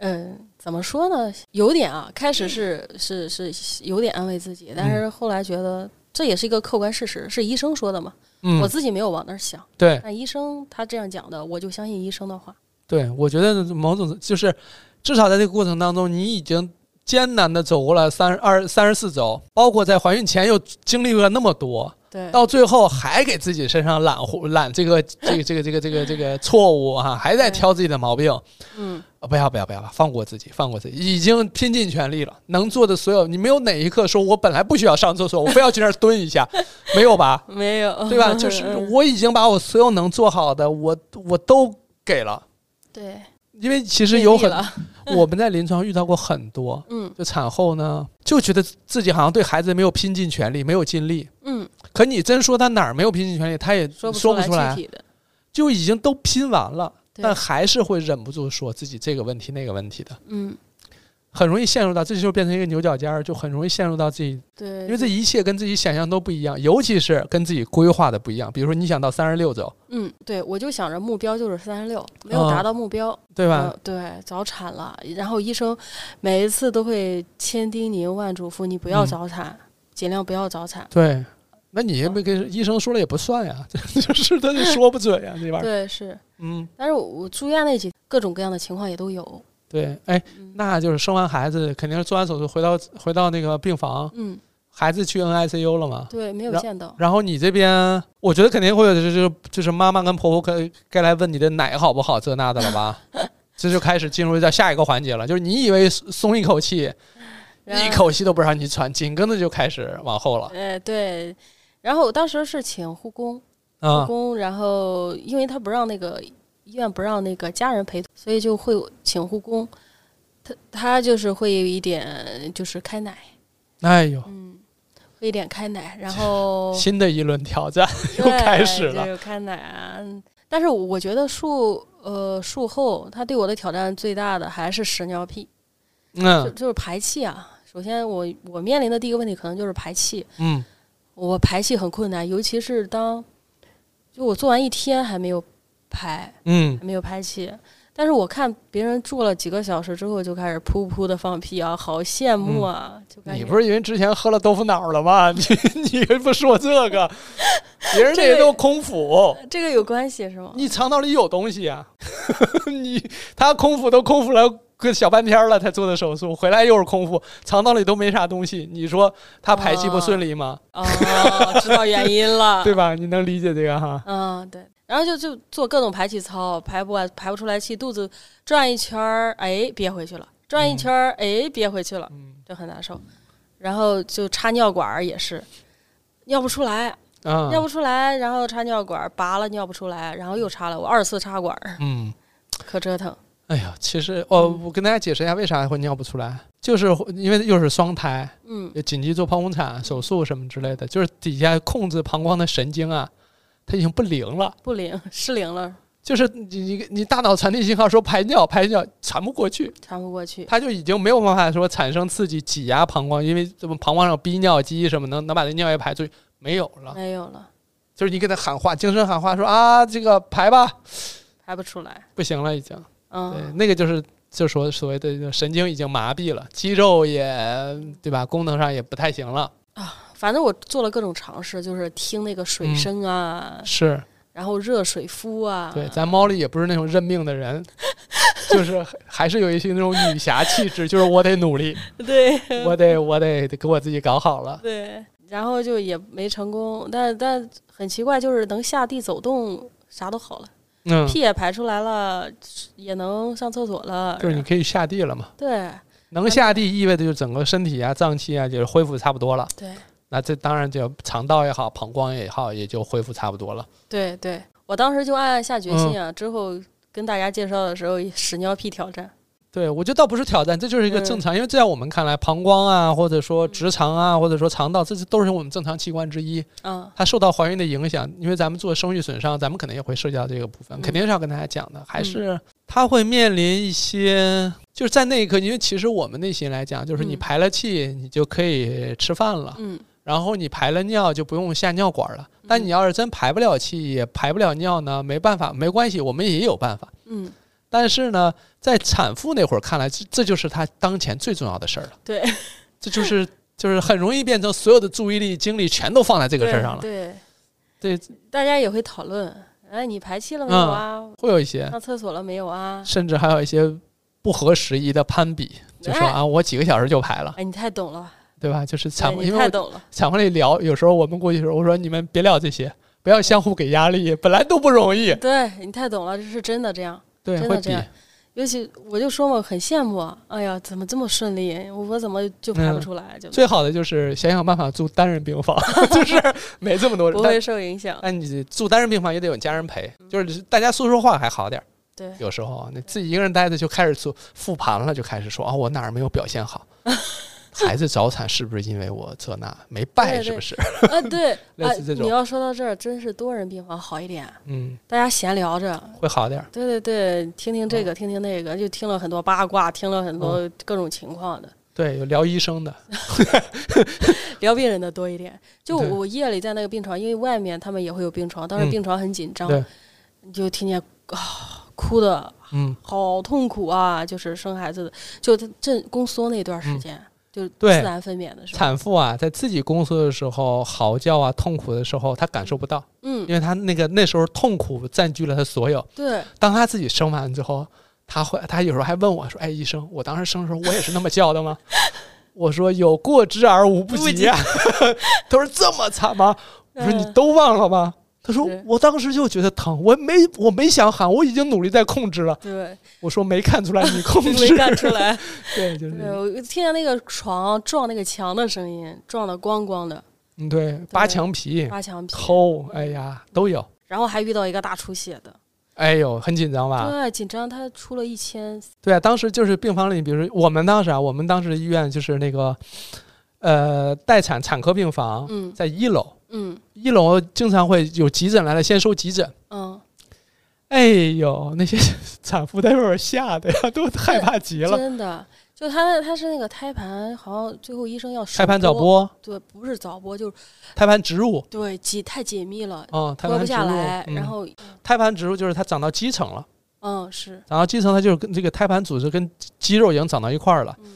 Speaker 2: 嗯，怎么说呢？有点啊，开始是是是有点安慰自己，但
Speaker 1: 嗯
Speaker 2: 是后来觉得这也是一个客观事实，是医生说的嘛，我
Speaker 1: 嗯，
Speaker 2: 自己没有往那儿想，
Speaker 1: 对
Speaker 2: 但医生他这样讲的，我就相信医生的话。
Speaker 1: 对，我觉得某种就是，至少在这个过程当中，你已经艰难的走过了三二三十四周，包括在怀孕前又经历了那么多，
Speaker 2: 对，
Speaker 1: 到最后还给自己身上揽护揽这个这个这个这个这个这个错误哈、还在
Speaker 2: 对
Speaker 1: 挑自己的毛病。
Speaker 2: 嗯，
Speaker 1: 啊不要不要不要，放过自己，放过自己，已经拼尽全力了，能做的所有，你没有哪一刻说我本来不需要上厕所，我非要去那儿蹲一下，没有吧？
Speaker 2: 没有，
Speaker 1: 对吧？就是
Speaker 2: 嗯
Speaker 1: 我已经把我所有能做好的，我我都给了，
Speaker 2: 对，
Speaker 1: 因为其实有
Speaker 2: 尽力
Speaker 1: 很
Speaker 2: 了
Speaker 1: 我们在临床遇到过很多，
Speaker 2: 嗯
Speaker 1: 就产后呢就觉得自己好像对孩子没有拼尽全力，没有尽力。
Speaker 2: 嗯，
Speaker 1: 可你真说他哪儿没有拼尽全力，他也
Speaker 2: 说
Speaker 1: 嗯不
Speaker 2: 出
Speaker 1: 出来
Speaker 2: 具，体的，
Speaker 1: 就已经都拼完了，
Speaker 2: 对
Speaker 1: 但还是会忍不住说自己这个问题那个问题的，
Speaker 2: 嗯，
Speaker 1: 很容易陷入到这就变成一个牛角尖儿，就很容易陷入到自己
Speaker 2: 对，
Speaker 1: 因为这一切跟自己想象都不一样，尤其是跟自己规划的不一样。比如说，你想到三十六周，
Speaker 2: 嗯，对，我就想着目标就是三十六，没有
Speaker 1: 啊
Speaker 2: 达到目标，
Speaker 1: 对吧？
Speaker 2: 嗯对，早产了。然后医生每一次都会千叮咛万嘱咐你不要
Speaker 1: 嗯
Speaker 2: 早产，尽量不要早产。
Speaker 1: 对，那你也没跟医生说了也不算呀， 就是他就说不准呀，这玩意儿。
Speaker 2: 对，是。
Speaker 1: 嗯，
Speaker 2: 但是我我住院那几各种各样的情况也都有。
Speaker 1: 对，哎，
Speaker 2: 嗯
Speaker 1: 那就是生完孩子肯定是做完手术回到回到那个病房，
Speaker 2: 嗯，
Speaker 1: 孩子去 NICU 了嘛。
Speaker 2: 对，没有
Speaker 1: 然
Speaker 2: 见到。
Speaker 1: 然后你这边，我觉得肯定会有就是就是妈妈跟婆婆该该来问你的奶好不好这那的了 吧。这就开始进入到下一个环节了，就是你以为松一口气，
Speaker 2: 然
Speaker 1: 一
Speaker 2: 后，
Speaker 1: 口气都不让你喘，紧跟着就开始往后了
Speaker 2: 呃，对。然后我当时是请护工，护
Speaker 1: 啊。
Speaker 2: 工，然后因为他不让那个医院不让那个家人陪同，所以就会请护工。他他就是会有一点就是开奶，
Speaker 1: 哎呦，
Speaker 2: 嗯，会一点开奶，然 后
Speaker 1: 新的一轮挑战又
Speaker 2: 对，
Speaker 1: 开始了
Speaker 2: 就。是开奶啊。但是我觉得术呃术后，他对我的挑战最大的还是屎尿屁，就
Speaker 1: 嗯
Speaker 2: 就是排气啊。首先我我面临的第一个问题可能就是排气，
Speaker 1: 嗯，
Speaker 2: 我排气很困难，尤其是当就我做完一天还没有排，
Speaker 1: 嗯，
Speaker 2: 还没有排气。但是我看别人坐了几个小时之后，就开始噗噗的放屁啊，好羡慕啊！就感
Speaker 1: 嗯
Speaker 2: 觉
Speaker 1: 你不是因为之前喝了豆腐脑了吗？ 你你不说这 个，别人这
Speaker 2: 这
Speaker 1: 些
Speaker 2: 个
Speaker 1: 都空腹，
Speaker 2: 这个有关系是吗？
Speaker 1: 你肠道里有东西啊。 你他空腹都空腹了个小半天了，才做的手术，回来又是空腹，肠道里都没啥东西。你说他排气不顺利吗？
Speaker 2: 哦，知道原因了。
Speaker 1: 对吧？你能理解这个哈？
Speaker 2: 嗯，对。然后就就做各种排气操，排不完，排不出来气，肚子转一圈儿，哎，憋回去了；转一圈儿，哎，憋回去了。
Speaker 1: 嗯，
Speaker 2: 就很难受。然后就插尿管儿也是，尿不出来，
Speaker 1: 啊，
Speaker 2: 尿不出来，然后插尿管儿，拔了尿不出来，然后又插了，我二次插管儿，
Speaker 1: 嗯，
Speaker 2: 可折腾。
Speaker 1: 哎呀，其实哦，我跟大家解释一下为啥会尿不出来，就是因为又是双胎，
Speaker 2: 嗯，
Speaker 1: 紧急做剖宫产手术什么之类的，就是底下控制膀胱的神经啊，它已经不灵了。
Speaker 2: 不灵，失灵了，
Speaker 1: 就是你你你大脑传递信号说排尿排尿传不过去，
Speaker 2: 传不过去。
Speaker 1: 它就已经没有办法说产生刺激挤压膀胱，因为这么膀胱上有逼尿机什么能能把那尿液排出去没有了，
Speaker 2: 没有了，
Speaker 1: 就是你给它喊话，精神喊话说啊这个排吧，
Speaker 2: 排不出来。
Speaker 1: 不行了已经，对
Speaker 2: 嗯，
Speaker 1: 那个就是就说所谓的神经已经麻痹了，肌肉也对吧，功能上也不太行了，
Speaker 2: 啊反正我做了各种尝试，就是听那个
Speaker 1: 嗯
Speaker 2: 水声啊，
Speaker 1: 是
Speaker 2: 然后热水敷啊，
Speaker 1: 对，咱猫里也不是那种认命的人，就是还是有一些那种女侠气质，就是我得努力，
Speaker 2: 对
Speaker 1: 我得我得给我自己搞好了。
Speaker 2: 对，然后就也没成功，但但很奇怪，就是能下地走动，啥都好了，
Speaker 1: 嗯，
Speaker 2: 屁也排出来了，也能上厕所了，
Speaker 1: 就是你可以下地了嘛，
Speaker 2: 对
Speaker 1: 能下地意味着就是整个身体啊、脏器啊，就是恢复差不多了。
Speaker 2: 对
Speaker 1: 那这当然就肠道也好，膀胱也好，也就恢复差不多了。
Speaker 2: 对对，我当时就暗暗下决
Speaker 1: 嗯
Speaker 2: 心啊，之后跟大家介绍的时候，屎尿屁挑战，
Speaker 1: 对，我觉得倒不是挑战，这就是一个正常，因为在我们看来，膀胱啊，或者说直肠啊，或者说肠道，这是都是我们正常器官之一。
Speaker 2: 嗯
Speaker 1: 它受到怀孕的影响，因为咱们做生育损伤，咱们肯定也会涉及到这个部分，
Speaker 2: 嗯
Speaker 1: 肯定是要跟大家讲的，还是它会面临一些，就是在那一刻，因为其实我们内心来讲，就是你
Speaker 2: 嗯
Speaker 1: 排了气，你就可以吃饭了，
Speaker 2: 嗯
Speaker 1: 然后你排了尿就不用下尿管了。但你要是真排不了气，也排不了尿呢，没办法，没关系，我们也有办法。
Speaker 2: 嗯，
Speaker 1: 但是呢，在产妇那会儿看来，这这就是她当前最重要的事儿了。
Speaker 2: 对，
Speaker 1: 这就是就是很容易变成所有的注意力、精力全都放在这
Speaker 2: 这
Speaker 1: 个事儿上了。
Speaker 2: 对，
Speaker 1: 对，嗯
Speaker 2: 大家也会讨论，哎，你排气了没有啊？
Speaker 1: 会有一些，
Speaker 2: 上厕所了没有啊？
Speaker 1: 甚至还有一些不合时宜的攀比，就说
Speaker 2: 哎
Speaker 1: 啊，我几个小时就排了，
Speaker 2: 哎，你太懂了，
Speaker 1: 对吧？就是
Speaker 2: 对
Speaker 1: 产妇，
Speaker 2: 你
Speaker 1: 啊因为
Speaker 2: 太
Speaker 1: 我
Speaker 2: 懂了，
Speaker 1: 产妇里聊，有时候我们过去的时候，我说你们别聊这些，不要相互给压力，本来都不容易，
Speaker 2: 对你太懂了，这是真的这样。
Speaker 1: 对，
Speaker 2: 嗯真的
Speaker 1: 会
Speaker 2: 这
Speaker 1: 比
Speaker 2: 样尤其我就说嘛，很羡慕，哎呀，怎么这么顺利？我我怎么就排不
Speaker 1: 嗯
Speaker 2: 出来？就
Speaker 1: 最好的就是想想办法住单人病 房，就是没这么多人
Speaker 2: 不，
Speaker 1: 但
Speaker 2: 会受影响。
Speaker 1: 那哎你住单人病房也得有家人陪，就是大家说说话还好点儿。
Speaker 2: 对
Speaker 1: 有时候啊你自己一个人待着就开始做复盘了，就开始说啊，我哪儿没有表现 好，孩子早产是不是因为我这那没败，
Speaker 2: 对
Speaker 1: 是不是？
Speaker 2: 啊，对，
Speaker 1: 类
Speaker 2: 啊
Speaker 1: 似这，种
Speaker 2: 你要说到这儿，真是多人病房好一点，
Speaker 1: 嗯，
Speaker 2: 大家闲聊着。
Speaker 1: 会好点儿。
Speaker 2: 对对对，听听这个，
Speaker 1: 嗯
Speaker 2: 听听那个，就听了很多八卦，听了很多各种情况的，
Speaker 1: 对，有聊医生的，
Speaker 2: 聊病人的多一点。就
Speaker 1: 对
Speaker 2: 我夜里在那个病床，因为外面他们也会有病床，当时
Speaker 1: 嗯
Speaker 2: 病床很紧张，
Speaker 1: 对
Speaker 2: 你就听见啊哭的
Speaker 1: 嗯，
Speaker 2: 好痛苦啊！就是生孩子的，就他正宫缩那段时间，就自
Speaker 1: 嗯对
Speaker 2: 然分娩的时候，
Speaker 1: 产妇啊，在自己宫缩的时候嚎叫啊、痛苦的时候，她感受不到，
Speaker 2: 嗯
Speaker 1: 因，为她那个那时候痛苦占据了她所有。
Speaker 2: 对，
Speaker 1: 当她自己生完之后，她会，她有时候还问我说：“哎，医生，我当时生的时候，我也是那么叫的吗？” 我说：“有过之而无不及呀、 他说：“这么惨吗？”我说：“你
Speaker 2: 嗯
Speaker 1: 都忘了吗？”他说
Speaker 2: 是：“
Speaker 1: 我当时就觉得疼，我没我没想喊，我已经努力在控制了。
Speaker 2: 对，”
Speaker 1: 我说：“没看出来你控制
Speaker 2: 没。干出来。”
Speaker 1: 对，就是这
Speaker 2: 对，
Speaker 1: 样
Speaker 2: 我听见那个床撞那个墙的声音，撞得咣咣的，
Speaker 1: 嗯，对，扒墙皮、
Speaker 2: 扒墙皮，
Speaker 1: 抠，哎呀，都有。
Speaker 2: 然后还遇到一个大出血的，
Speaker 1: 哎呦，很紧张吧？
Speaker 2: 对，啊紧张，他出了一千，
Speaker 1: 对啊，当时就是病房里，比如说我们当时啊，我们当时医院就是那个，呃，待产产科病房
Speaker 2: 嗯
Speaker 1: 在一楼，
Speaker 2: 嗯
Speaker 1: 一楼经常会有急诊来了，先收急诊。
Speaker 2: 嗯，
Speaker 1: 哎呦，那些 产妇在外边吓得呀，都害怕极了。
Speaker 2: 真的。就他，他是那个胎盘，好像最后医生要手
Speaker 1: 胎盘早，剥，
Speaker 2: 对，不是早剥，就是
Speaker 1: 胎盘植入，
Speaker 2: 对紧太紧密了，
Speaker 1: 嗯，胎
Speaker 2: 剥
Speaker 1: 盘
Speaker 2: 不
Speaker 1: 植
Speaker 2: 下
Speaker 1: 入
Speaker 2: 来，，然
Speaker 1: 嗯
Speaker 2: 后
Speaker 1: 胎盘植入就是它长到基层了，
Speaker 2: 嗯是，
Speaker 1: 长到基层它就是跟这个胎盘组织跟肌肉已经长到一块儿了，
Speaker 2: 嗯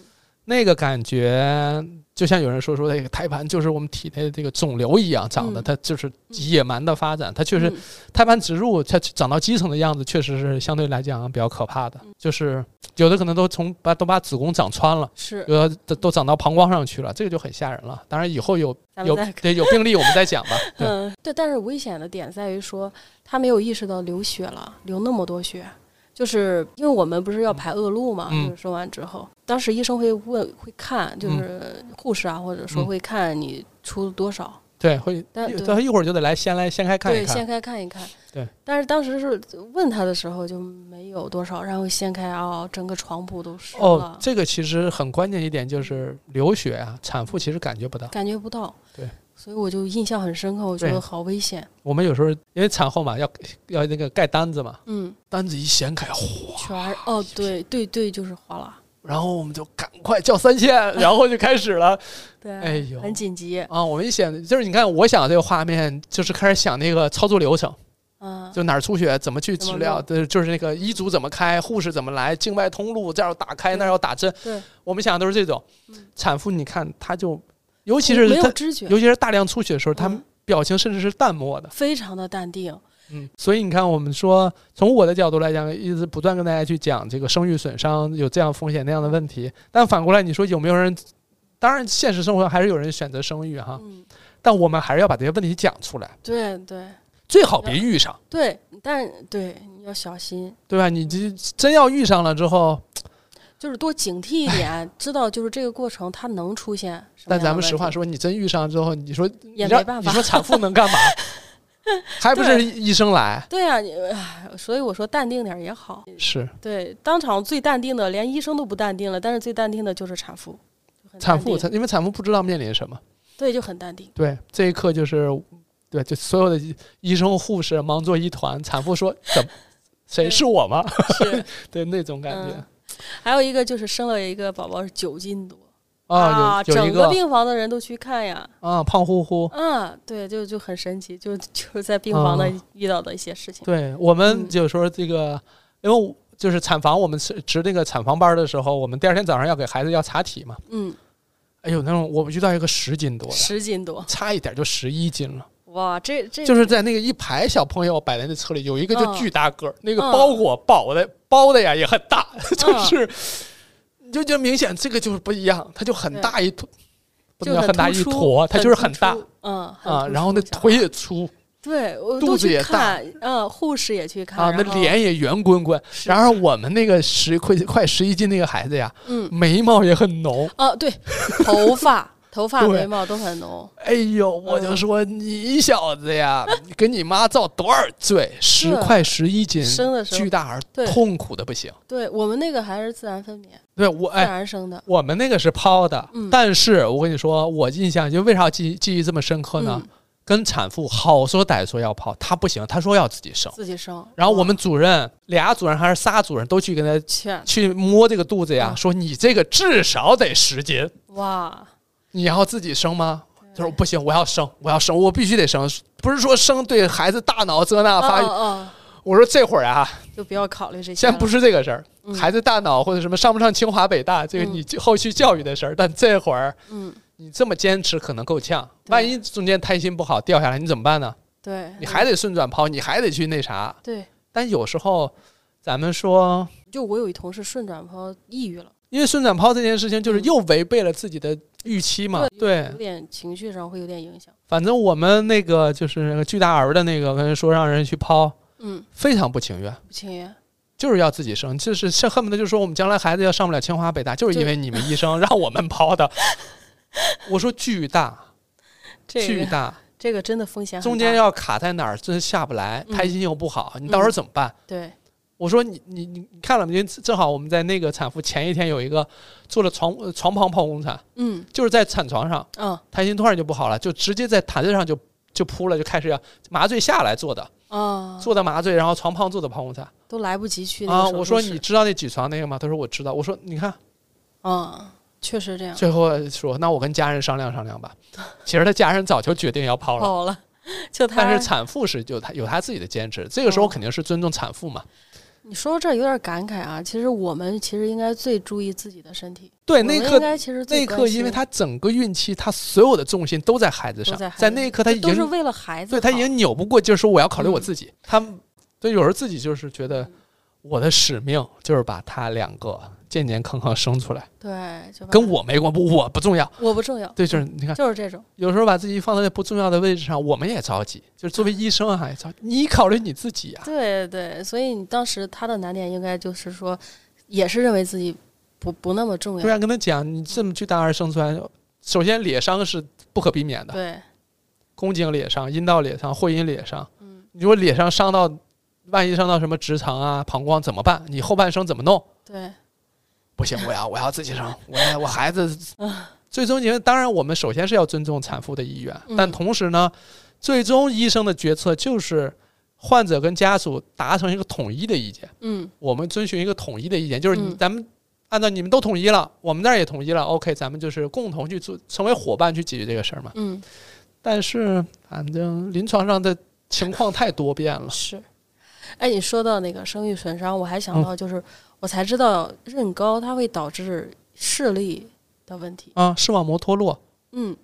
Speaker 1: 那个感觉就像有人说说那个胎盘就是我们体内的这个肿瘤一样长的，
Speaker 2: 嗯
Speaker 1: 它就是野蛮的发展，它确实
Speaker 2: 嗯
Speaker 1: 胎盘植入它长到基层的样子，确实是相对来讲比较可怕的
Speaker 2: 嗯，
Speaker 1: 就是有的可能都从把都把子宫长穿了。
Speaker 2: 是
Speaker 1: 有的都都长到膀胱上去了，这个就很吓人了。当然，以后有
Speaker 2: 咱们
Speaker 1: 有
Speaker 2: 再
Speaker 1: 对有病例我们再讲 吧。对，
Speaker 2: 嗯嗯，对，但是危险的点在于说，他没有意识到流血了，流那么多血，就是因为我们不是要排恶露嘛，
Speaker 1: 嗯
Speaker 2: 就是说完之后，当时医生会问会看，就是护士啊，或者说
Speaker 1: 嗯
Speaker 2: 会看你出多少，
Speaker 1: 对，会，
Speaker 2: 但对
Speaker 1: 他一会儿就得来，先来掀开看一
Speaker 2: 对，
Speaker 1: 看
Speaker 2: 掀，开看一看。
Speaker 1: 对，
Speaker 2: 但是当时是问他的时候就没有多少，然后掀开哦，整个床铺都湿了，
Speaker 1: 哦，这个其实很关键一点就是流血啊，产妇其实感觉不到。
Speaker 2: 感觉不到。
Speaker 1: 对，
Speaker 2: 所以我就印象很深刻，我觉
Speaker 1: 对
Speaker 2: 得好危险。
Speaker 1: 我们有时候因为产后嘛，要要那个盖单子嘛，
Speaker 2: 嗯，
Speaker 1: 单子一掀开，哗，
Speaker 2: 全是哦，对对对，就是哗啦，
Speaker 1: 然后我们就赶快叫三线， 然后就开始了
Speaker 2: 对，
Speaker 1: 哎呦
Speaker 2: 很紧急，
Speaker 1: 啊。我们一想，就是你看，我想这个画面，就是开始想那个操作流程，
Speaker 2: 嗯，
Speaker 1: 就哪儿出血怎么去治疗，
Speaker 2: 怎
Speaker 1: 对，就是那个医嘱怎么开，护士怎么来，境外通路这儿要打开，
Speaker 2: 对
Speaker 1: 那儿要打针，
Speaker 2: 对，
Speaker 1: 我们想的都是这种
Speaker 2: 嗯。
Speaker 1: 产妇，你看她就，尤其是
Speaker 2: 没有
Speaker 1: 她，
Speaker 2: 知觉，
Speaker 1: 尤其是大量出血的时候，她
Speaker 2: 嗯
Speaker 1: 表情甚至是淡漠的。
Speaker 2: 非常的淡定。
Speaker 1: 嗯，所以你看，我们说从我的角度来讲，一直不断跟大家去讲这个生育损伤有这样风险那样的问题，但反过来你说有没有人？当然，现实生活还是有人选择生育哈，
Speaker 2: 嗯，
Speaker 1: 但我们还是要把这些问题讲出来，
Speaker 2: 对对
Speaker 1: 最好别遇上，
Speaker 2: 对，但对你要小心，
Speaker 1: 对吧？你这真要遇上了之后，
Speaker 2: 就是多警惕一 点，知道就是这个过程它能出现什么
Speaker 1: 但
Speaker 2: 样的问题。
Speaker 1: 咱们实话说，你真遇上之后，你说你
Speaker 2: 啊也
Speaker 1: 让
Speaker 2: 没办
Speaker 1: 你
Speaker 2: 法
Speaker 1: 说产妇能 干嘛？还不是医生来？
Speaker 2: 对啊，你唉所以我说淡定点儿也好。
Speaker 1: 是
Speaker 2: 对，当场最淡定的，连医生都不淡定了，但是最淡定的就是产妇，就很
Speaker 1: 产
Speaker 2: 淡
Speaker 1: 妇，
Speaker 2: 定
Speaker 1: 产因为产妇不知道面临什么。
Speaker 2: 对就很淡定。
Speaker 1: 对，这一刻就是，对，就所有的医医生护士忙作一团，产妇说怎 么谁
Speaker 2: 对
Speaker 1: 是我吗？
Speaker 2: 是，
Speaker 1: 对，那种感觉
Speaker 2: 嗯、还有一个就是生了一个宝宝是九斤多
Speaker 1: 啊，有有一
Speaker 2: 嗯整个病房的人都去看呀。
Speaker 1: 啊，胖乎乎。
Speaker 2: 啊，对，就就很神奇，就就是在病房的
Speaker 1: 啊
Speaker 2: 遇到的一些事情。
Speaker 1: 对我们
Speaker 2: 嗯
Speaker 1: 有时候这个，因为我就是产房，我们是值那个产房班的时候，我们第二天早上要给孩子要查体嘛。
Speaker 2: 嗯，
Speaker 1: 哎呦，那种我们遇到一个十斤多的，
Speaker 2: 十斤多，
Speaker 1: 差一点就十一斤了，
Speaker 2: 哇，这这
Speaker 1: 就是在那个一排小朋友摆在那车里，有一个就
Speaker 2: 嗯
Speaker 1: 巨大个儿，那个
Speaker 2: 嗯
Speaker 1: 包裹包的包的呀也很大， 就
Speaker 2: 嗯
Speaker 1: 是你就觉得明显这个就是不一样，它就很
Speaker 2: 对
Speaker 1: 大一坨，不
Speaker 2: 就
Speaker 1: 能叫很大一
Speaker 2: 突出
Speaker 1: 坨，它就是很
Speaker 2: 突
Speaker 1: 大
Speaker 2: 出嗯很
Speaker 1: 啊，
Speaker 2: 突
Speaker 1: 然后
Speaker 2: 出
Speaker 1: 那
Speaker 2: 小孩
Speaker 1: 腿也粗
Speaker 2: 对，我
Speaker 1: 肚
Speaker 2: 都
Speaker 1: 子
Speaker 2: 去
Speaker 1: 也大
Speaker 2: 看，嗯，护士也去看
Speaker 1: 啊，那
Speaker 2: 然后
Speaker 1: 脸也圆滚滚。
Speaker 2: 是
Speaker 1: 然而我们那个十快快十一斤那个孩子呀，
Speaker 2: 嗯，
Speaker 1: 眉毛也很浓。
Speaker 2: 哦、 对，头发、头发、
Speaker 1: 对
Speaker 2: 眉毛都很浓，
Speaker 1: 哎呦，我就
Speaker 2: 嗯
Speaker 1: 说你小子呀，你跟你妈遭多少罪？十
Speaker 2: 是
Speaker 1: 块十一斤，
Speaker 2: 生的时候
Speaker 1: 巨大而
Speaker 2: 对
Speaker 1: 痛苦的不行。
Speaker 2: 对我们那个还是自然分娩、
Speaker 1: 对我
Speaker 2: 自
Speaker 1: 哎，
Speaker 2: 然生的，
Speaker 1: 我们那个是剖的，
Speaker 2: 嗯
Speaker 1: 但是我跟你说，我印象就为啥记忆记忆这么深刻呢？
Speaker 2: 嗯，
Speaker 1: 跟产妇好说歹说要泡，她不行，她说要自己生。
Speaker 2: 自己生。
Speaker 1: 然后我们
Speaker 2: 哇
Speaker 1: 主任俩主任还是仨主任都去跟她
Speaker 2: 劝
Speaker 1: 去摸这个肚子呀，
Speaker 2: 嗯
Speaker 1: 说你这个至少得十斤，
Speaker 2: 哇，
Speaker 1: 你要自己生吗？
Speaker 2: 嗯
Speaker 1: 她说不行，我要生，我要生，我必须得生。不是说生对孩子大脑这那发育，
Speaker 2: 嗯嗯
Speaker 1: 我说这会儿啊，
Speaker 2: 嗯就不要考虑这些了。
Speaker 1: 先不是这个事儿，
Speaker 2: 嗯
Speaker 1: 孩子大脑或者什么上不上清华北大，这个
Speaker 2: 嗯
Speaker 1: 你后续教育的事儿。但这会儿
Speaker 2: 嗯，
Speaker 1: 你这么坚持可能够呛，
Speaker 2: 对
Speaker 1: 万一中间胎心不好掉下来，你怎么办呢？
Speaker 2: 对，
Speaker 1: 你还得顺转抛，你还得去那啥。
Speaker 2: 对。
Speaker 1: 但有时候咱们说，
Speaker 2: 就我有一同事顺转抛抑郁了，
Speaker 1: 因为顺转抛这件事情，就是
Speaker 2: 嗯
Speaker 1: 又违背了自己的预期嘛。对
Speaker 2: 有，点情绪上会有点影响。
Speaker 1: 反正我们那个就是那个巨大儿的那个，跟人说让人去抛，
Speaker 2: 嗯，
Speaker 1: 非常不情愿。
Speaker 2: 不情愿。
Speaker 1: 就是要自己生，就是是恨不得就是说我们将来孩子要上不了清华北大，就是因为你们医生让我们抛 的。我说巨大，
Speaker 2: 这
Speaker 1: 巨
Speaker 2: 个
Speaker 1: 大，
Speaker 2: 这个真的风险很大
Speaker 1: 中间要卡在哪儿，真下不来，
Speaker 2: 嗯
Speaker 1: 胎心又不好，你到时候怎么办？
Speaker 2: 对
Speaker 1: 我说你你你你看了吗？因为正好我们在那个产妇前一天有一个做了床呃床旁剖宫产，
Speaker 2: 嗯
Speaker 1: 就是在产床上，
Speaker 2: 嗯
Speaker 1: 胎心突然就不好了，就直接在毯子上就就铺了，就开始要麻醉下来做的，
Speaker 2: 啊，
Speaker 1: 做的麻醉，然后床旁做的剖宫产
Speaker 2: 都来不及去那
Speaker 1: 哦啊。
Speaker 2: 个手术
Speaker 1: 我说
Speaker 2: 室
Speaker 1: 你知道那几床那个吗？他说我知道。我说你看，
Speaker 2: 嗯，确实这样。
Speaker 1: 最后说那我跟家人商量商量吧。其实他家人早就决定要抛了。
Speaker 2: 好了，就他。
Speaker 1: 但是产妇是就她有她自己的坚持，这个时候
Speaker 2: 哦
Speaker 1: 肯定是尊重产妇嘛。
Speaker 2: 你说到这儿有点感慨啊，其实我们其实应该最注意自己的身体。
Speaker 1: 对，
Speaker 2: 我
Speaker 1: 那一
Speaker 2: 们
Speaker 1: 刻
Speaker 2: 应该其实
Speaker 1: 那
Speaker 2: 最
Speaker 1: 一刻，
Speaker 2: 关心
Speaker 1: 因为她整个孕期，她所有的重心都在孩子
Speaker 2: 都
Speaker 1: 上，
Speaker 2: 在孩子
Speaker 1: 那一刻她已
Speaker 2: 都是
Speaker 1: 经
Speaker 2: 为了孩子
Speaker 1: 对
Speaker 2: 好，
Speaker 1: 她已经扭不过劲儿，说我要考虑我
Speaker 2: 嗯
Speaker 1: 自己。她对有时候自己就是觉得
Speaker 2: 嗯
Speaker 1: 我的使命就是把他两个健健康康生出来，
Speaker 2: 对，就
Speaker 1: 跟我没关不我不重要。
Speaker 2: 我不重要，
Speaker 1: 对，就是你看，
Speaker 2: 就是这种。
Speaker 1: 有时候把自己放在不重要的位置上，我们也着急。就是作为医生啊，也着急，你考虑你自己啊。
Speaker 2: 对对，所以你当时他的难点应该就是说，也是认为自己不不那么重
Speaker 1: 突
Speaker 2: 要。
Speaker 1: 然跟他讲，你这么巨大儿生出来，首先裂伤是不可避免的，
Speaker 2: 对，
Speaker 1: 宫颈裂伤、阴道裂伤、会阴裂伤。
Speaker 2: 嗯，
Speaker 1: 你如果裂伤伤到，万一伤到什么直肠啊、膀胱怎么办？你后半生怎么弄？
Speaker 2: 对，
Speaker 1: 不行，我要我要自己 生，我要我孩子
Speaker 2: 啊。
Speaker 1: 最终结论，当然我们首先是要尊重产妇的意愿，
Speaker 2: 嗯
Speaker 1: 但同时呢，最终医生的决策就是患者跟家属达成一个统一的意见。
Speaker 2: 嗯
Speaker 1: 我们遵循一个统一的意见，就是你
Speaker 2: 嗯
Speaker 1: 咱们按照你们都统一了，我们那儿也统一了，OK，咱们就是共同去做，成为伙伴去解决这个事儿嘛。
Speaker 2: 嗯，
Speaker 1: 但是反正临床上的情况太多变了，
Speaker 2: 是。哎，你说到那个生育损伤，我还
Speaker 1: 嗯
Speaker 2: 想到就是，我才知道妊高它会导致视力的问题。
Speaker 1: 啊，视网膜脱落，
Speaker 2: 嗯，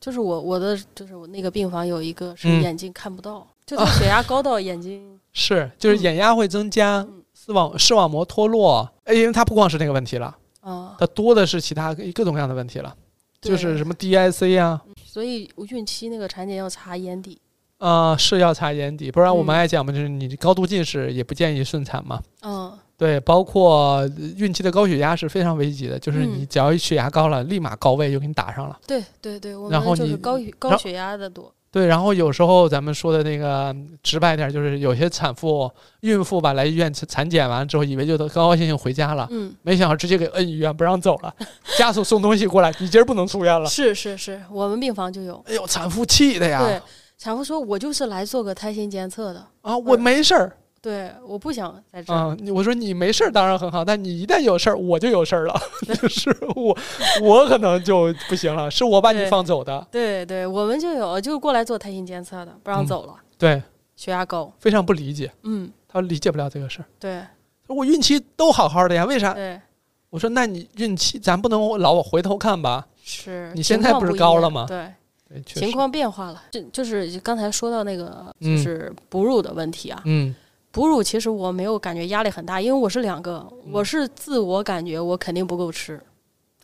Speaker 2: 就是我我的就是我那个病房有一个
Speaker 1: 嗯
Speaker 2: 是
Speaker 1: 眼
Speaker 2: 眼睛看不到，就他血压高到眼睛，
Speaker 1: 是就是
Speaker 2: 嗯
Speaker 1: 眼压会增加
Speaker 2: 嗯，
Speaker 1: 视网视网膜脱落，哎，因为它不光是那个问题了，
Speaker 2: 啊，
Speaker 1: 它多的是其他各种各样的问题了，
Speaker 2: 对
Speaker 1: 就是什么 DIC 啊，
Speaker 2: 所以我孕期那个产检要查眼底。
Speaker 1: 啊，是要查眼底，不然我们
Speaker 2: 嗯
Speaker 1: 爱讲嘛，就是你高度近视也不建议顺产嘛。
Speaker 2: 嗯，
Speaker 1: 对，包括呃孕期的高血压是非常危急的，就是
Speaker 2: 嗯
Speaker 1: 你只要一血压高了，立马高位就给你打上了。
Speaker 2: 对对对，我
Speaker 1: 然后
Speaker 2: 们就
Speaker 1: 你
Speaker 2: 是高血高
Speaker 1: 然
Speaker 2: 血压的多。
Speaker 1: 对，然后有时候咱们说的那个直白点儿，就是有些产妇、孕妇吧，来医院产产检完之后，以为就都高高兴兴回家了，
Speaker 2: 嗯，
Speaker 1: 没想到直接给摁医院不让走了，家属送东西过来，你今儿不能出院了。
Speaker 2: 是是是，我们病房就有。
Speaker 1: 哎呦，产妇气的
Speaker 2: 对
Speaker 1: 呀！，
Speaker 2: 产妇说我就是来做个胎心监测的，
Speaker 1: 啊，我没事儿
Speaker 2: 对，我不想在这儿。
Speaker 1: 啊、你我说你没事儿当然很好，但你一旦有事儿，我就有事儿 了，就是我，我可能就不行了，是我把你
Speaker 2: 对
Speaker 1: 放走的。
Speaker 2: 对对，我们就有，就是过来做胎心监测的，不让
Speaker 1: 嗯
Speaker 2: 走了，
Speaker 1: 对，
Speaker 2: 血压高。
Speaker 1: 非常不理解。
Speaker 2: 嗯，
Speaker 1: 他理解不了这个事儿。
Speaker 2: 对
Speaker 1: 我孕期都好好的呀，为啥？
Speaker 2: 对
Speaker 1: 我说，那你孕期咱不能老往回头看吧？
Speaker 2: 是。
Speaker 1: 你
Speaker 2: 情
Speaker 1: 现在
Speaker 2: 况
Speaker 1: 不是
Speaker 2: 一
Speaker 1: 高了
Speaker 2: 样
Speaker 1: 吗
Speaker 2: 对。
Speaker 1: 对，确实
Speaker 2: 情，况变化了，就就是刚才说到那个
Speaker 1: 嗯
Speaker 2: 就是哺乳的问题啊，
Speaker 1: 嗯
Speaker 2: 哺乳其实我没有感觉压力很大，因为我是两个，
Speaker 1: 嗯
Speaker 2: 我是自我感觉我肯定不够吃，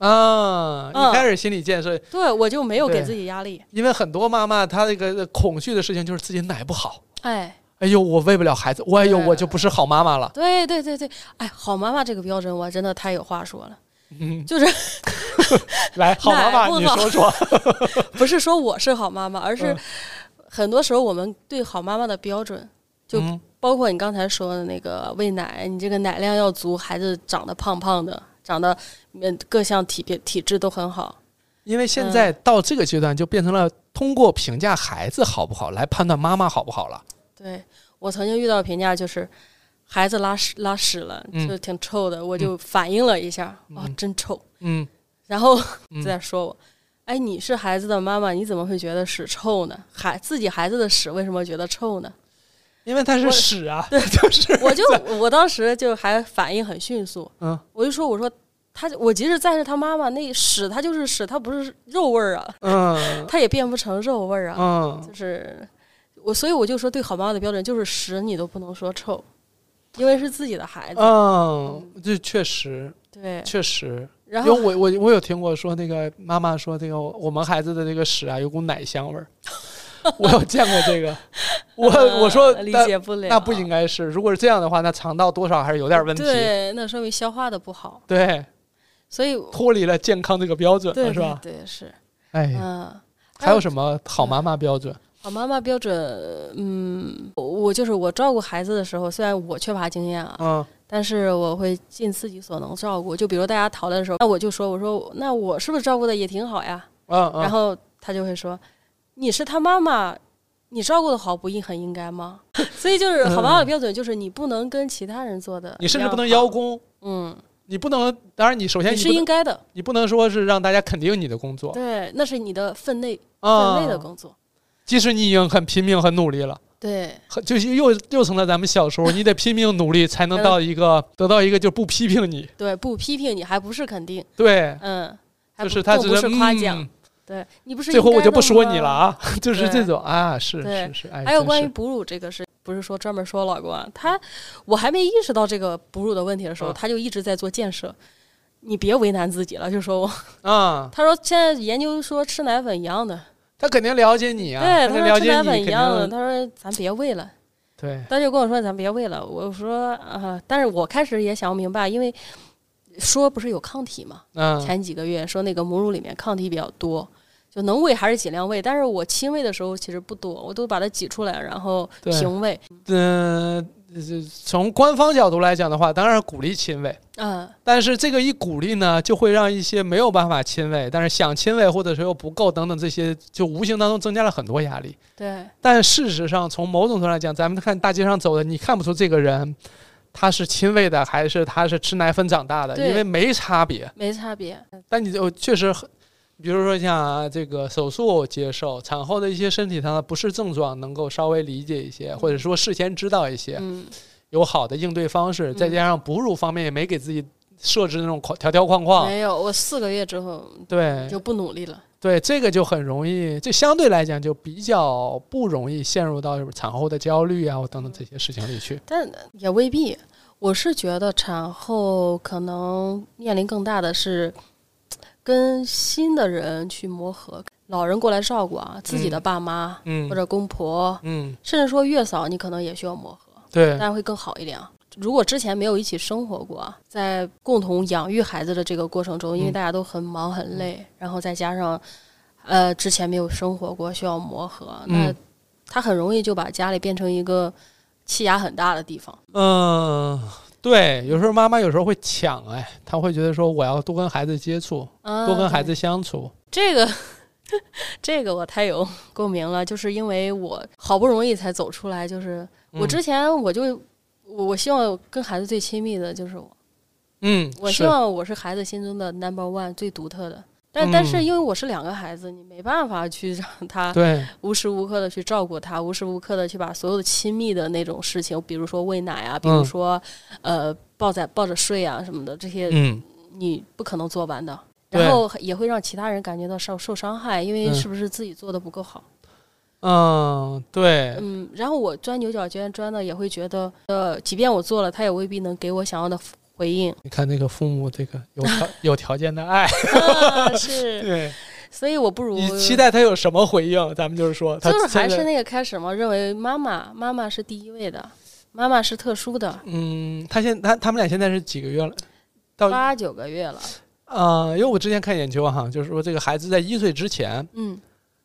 Speaker 1: 啊，
Speaker 2: 嗯
Speaker 1: 一开始心理建设，
Speaker 2: 对我就没有给
Speaker 1: 对
Speaker 2: 自己压力，
Speaker 1: 因为很多妈妈她这个恐惧的事情就是自己奶不好，
Speaker 2: 哎，
Speaker 1: 哎呦，我喂不了孩子，我哎呦，
Speaker 2: 对
Speaker 1: 我就不是好妈妈了。
Speaker 2: 对对对对，哎，好妈妈这个标准我真的太有话说了，
Speaker 1: 嗯，
Speaker 2: 就是
Speaker 1: 来，好妈
Speaker 2: 奶
Speaker 1: 妈，
Speaker 2: 不
Speaker 1: 你
Speaker 2: 好
Speaker 1: 说 说，
Speaker 2: 不是说我是好妈妈，而是
Speaker 1: 嗯
Speaker 2: 很多时候我们对好妈妈的标准，就
Speaker 1: 嗯
Speaker 2: 包括你刚才说的那个喂奶，你这个奶量要足，孩子长得胖胖的，长得嗯各项体别体质都很好，
Speaker 1: 因为现在
Speaker 2: 嗯
Speaker 1: 到这个阶段就变成了通过评价孩子好不好来判断妈妈好不好了。
Speaker 2: 对我曾经遇到评价就是，孩子拉屎拉屎了，
Speaker 1: 嗯
Speaker 2: 就挺臭的，我就反应了一下，哇、真臭。
Speaker 1: 嗯，
Speaker 2: 然后
Speaker 1: 嗯
Speaker 2: 再说我，哎，你是孩子的妈妈，你怎么会觉得屎臭呢？孩自己孩子的屎为什么觉得臭呢？
Speaker 1: 因为它是
Speaker 2: 我
Speaker 1: 屎啊， 就是
Speaker 2: 我就我当时就还反应很迅速，
Speaker 1: 嗯
Speaker 2: 我就说我说他我即使再是他妈妈，那屎他就是屎，他不是肉味儿啊，
Speaker 1: 嗯
Speaker 2: 他也变不成肉味儿啊，
Speaker 1: 嗯，
Speaker 2: 就是我，所以我就说对好妈妈的标准就是屎你都不能说臭，因为是自己的孩子。
Speaker 1: 嗯，这确实
Speaker 2: 对，
Speaker 1: 确实，
Speaker 2: 然
Speaker 1: 因为
Speaker 2: 后
Speaker 1: 我我我有听过说那个妈妈说这个我们孩子的这个屎啊有股奶香味 儿，我有见过这个，我
Speaker 2: 呃
Speaker 1: 我说
Speaker 2: 理
Speaker 1: 那
Speaker 2: 解不了，
Speaker 1: 那不应该是，如果是这样的话，那肠道多少还是有点问题，
Speaker 2: 对，那说明消化的不好，
Speaker 1: 对，
Speaker 2: 所以
Speaker 1: 脱离了健康这个标准
Speaker 2: 对
Speaker 1: 了是吧？
Speaker 2: 对对是，
Speaker 1: 哎，
Speaker 2: 嗯，
Speaker 1: 还有什么好妈妈标准？
Speaker 2: 好妈妈标准，嗯，我我就是我照顾孩子的时候，虽然我缺乏经验啊，
Speaker 1: 嗯
Speaker 2: 但是我会尽自己所能照顾。就比如大家讨论的时候，那我就说，我说那我是不是照顾的也挺好呀？
Speaker 1: 嗯嗯，
Speaker 2: 然后他就会说：“你是他妈妈，你照顾的好不应很应该吗？” 所以就是好妈妈的标准就是你不能跟其他人做的，
Speaker 1: 嗯你甚至不能邀，功，
Speaker 2: 嗯，
Speaker 1: 你不能，当然你首先
Speaker 2: 你
Speaker 1: 你
Speaker 2: 是
Speaker 1: 不能哦
Speaker 2: 应该的，
Speaker 1: 你不能说是让大家肯定你的工作
Speaker 2: 对，那是你的分内分
Speaker 1: 啊
Speaker 2: 内，的工作，
Speaker 1: 即使你已经很拼命很努力了。
Speaker 2: 对
Speaker 1: 很就是又又成了咱们小时候，你得拼命努力才能到一个得到一个就不批评你，
Speaker 2: 对，不批评你还不是肯定，
Speaker 1: 对，
Speaker 2: 嗯，
Speaker 1: 就
Speaker 2: 还不
Speaker 1: 是他
Speaker 2: 更
Speaker 1: 只
Speaker 2: 不是夸
Speaker 1: 嗯
Speaker 2: 奖，对你不是
Speaker 1: 这回
Speaker 2: 应
Speaker 1: 我
Speaker 2: 该
Speaker 1: 就不
Speaker 2: 的
Speaker 1: 说
Speaker 2: 吗
Speaker 1: 你了。啊， 就是这
Speaker 2: 对
Speaker 1: 种啊，是
Speaker 2: 对
Speaker 1: 是是，哎，
Speaker 2: 还有
Speaker 1: 真
Speaker 2: 关于
Speaker 1: 是
Speaker 2: 哺乳这个事，不是说专门说老公啊，他我还没意识到这个哺乳的问题的时候，
Speaker 1: 啊
Speaker 2: 他就一直在做建设。你别为难自己了，就说我。
Speaker 1: 啊，
Speaker 2: 他说现在研究说吃奶粉一样的，
Speaker 1: 他肯定了解你啊，
Speaker 2: 对，
Speaker 1: 他肯
Speaker 2: 他
Speaker 1: 定
Speaker 2: 说
Speaker 1: 了
Speaker 2: 吃
Speaker 1: 解
Speaker 2: 奶
Speaker 1: 你，
Speaker 2: 粉
Speaker 1: 肯
Speaker 2: 一
Speaker 1: 定
Speaker 2: 样的，他说咱别喂了，
Speaker 1: 对，
Speaker 2: 他就跟我说咱别喂了。我说啊，但是我开始也想不明白，因为说不是有抗体嘛，
Speaker 1: 嗯，
Speaker 2: 前几个月说那个母乳里面抗体比较多，就能喂还是尽量喂。但是我亲喂的时候其实不多，我都把它挤出来，然后
Speaker 1: 对
Speaker 2: 平喂。
Speaker 1: 嗯、这从官方角度来讲的话，当然鼓励亲喂，
Speaker 2: 嗯，
Speaker 1: 但是这个一鼓励呢，就会让一些没有办法亲喂，但是想亲喂或者是又不够等等这些，就无形当中增加了很多压力。
Speaker 2: 对，
Speaker 1: 但事实上，从某种程度来讲，咱们看大街上走的，你看不出这个人他是亲喂的还是他是吃奶粉长大的，
Speaker 2: 对
Speaker 1: 因为没差别。
Speaker 2: 没差别。
Speaker 1: 但你就确实很，比如说像啊这个手术接受、产后的一些身体上的不适症状，能够稍微理解一些，或者说事先知道一些，
Speaker 2: 嗯，
Speaker 1: 有好的应对方式。
Speaker 2: 嗯
Speaker 1: 再加上哺乳方面也没给自己设置那种框条条框框，
Speaker 2: 没有，我四个月之后
Speaker 1: 对
Speaker 2: 就不努力了。
Speaker 1: 对，这个就很容易，这相对来讲就比较不容易陷入到什么产后的焦虑啊或等等这些事情里去。
Speaker 2: 但也未必。我是觉得产后可能面临更大的是跟新的人去磨合，老人过来照顾啊，自己的爸妈、
Speaker 1: 嗯
Speaker 2: 或者公婆，
Speaker 1: 嗯，
Speaker 2: 甚至说月嫂，你可能也需要磨合，
Speaker 1: 对
Speaker 2: 但，是会更好一点啊。如果之前没有一起生活过啊，在共同养育孩子的这个过程中，因为
Speaker 1: 嗯
Speaker 2: 大家都很忙很累，然后再加上呃之前没有生活过，需要磨合，那
Speaker 1: 嗯
Speaker 2: 他很容易就把家里变成一个气压很大的地方。
Speaker 1: 嗯。对，有时候妈妈有时候会抢，哎，她会觉得说我要多跟孩子接触，
Speaker 2: 啊
Speaker 1: 多跟孩
Speaker 2: 对
Speaker 1: 子相处，
Speaker 2: 这个， 这个我太有共鸣了，就是因为我好不容易才走出来，就是我
Speaker 1: 嗯
Speaker 2: 之前我就我我希望跟孩子最亲密的就是我，
Speaker 1: 嗯，
Speaker 2: 我
Speaker 1: 是
Speaker 2: 希望我是孩子心中的 number one 最独特的。但但是因为我是两个孩子，你没办法 去让他
Speaker 1: 嗯对，
Speaker 2: 无时无刻的去照顾他，无时无刻的去把所有的亲密的那种事情，比如说喂奶啊，比如
Speaker 1: 嗯
Speaker 2: 说、呃抱在抱着睡啊什么的，这些
Speaker 1: 嗯，
Speaker 2: 你不可能做完的，
Speaker 1: 对
Speaker 2: 然后也会让其他人感觉到受受伤害，因为
Speaker 1: 嗯
Speaker 2: 是不是自己做的不够好？
Speaker 1: 嗯，对，
Speaker 2: 嗯，然后我钻牛角尖钻的也会觉得，呃，即便我做了，他也未必能给我想要的 回应。
Speaker 1: 你看那个父母这个有 条有条件的爱，
Speaker 2: 啊、是，
Speaker 1: 对
Speaker 2: 所以我不如
Speaker 1: 你期，待他有什么回应，咱们就是说，他
Speaker 2: 就是还
Speaker 1: 现
Speaker 2: 是
Speaker 1: 在
Speaker 2: 那个开始嘛，认为妈妈妈妈是第一位的，妈妈是特殊的，
Speaker 1: 嗯，他现他他们俩现在是几个月了？到
Speaker 2: 八九个月了，
Speaker 1: 呃，因为我之前看研究哈，就是说这个孩子在一岁之前，
Speaker 2: 嗯，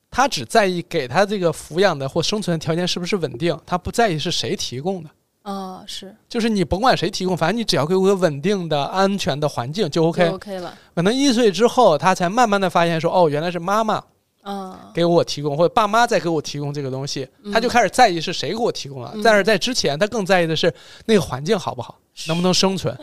Speaker 1: 他只在意给他这个抚养的或生存条件是不是稳定，他不在意是谁提供的。
Speaker 2: 啊、是
Speaker 1: 就是你甭管谁提供，反正你只要给我个稳定的、安全的环境就 OK
Speaker 2: 就。OK 了，
Speaker 1: 可能一岁之后，他才慢慢的发现说，哦，原来是妈妈
Speaker 2: 啊、
Speaker 1: 给我提供，或者爸妈在给我提供这个东西，他就
Speaker 2: 嗯
Speaker 1: 开始在意是谁给我提供了。
Speaker 2: 嗯
Speaker 1: 但是在之前，他更在意的是那个环境好不好，能不能生 存。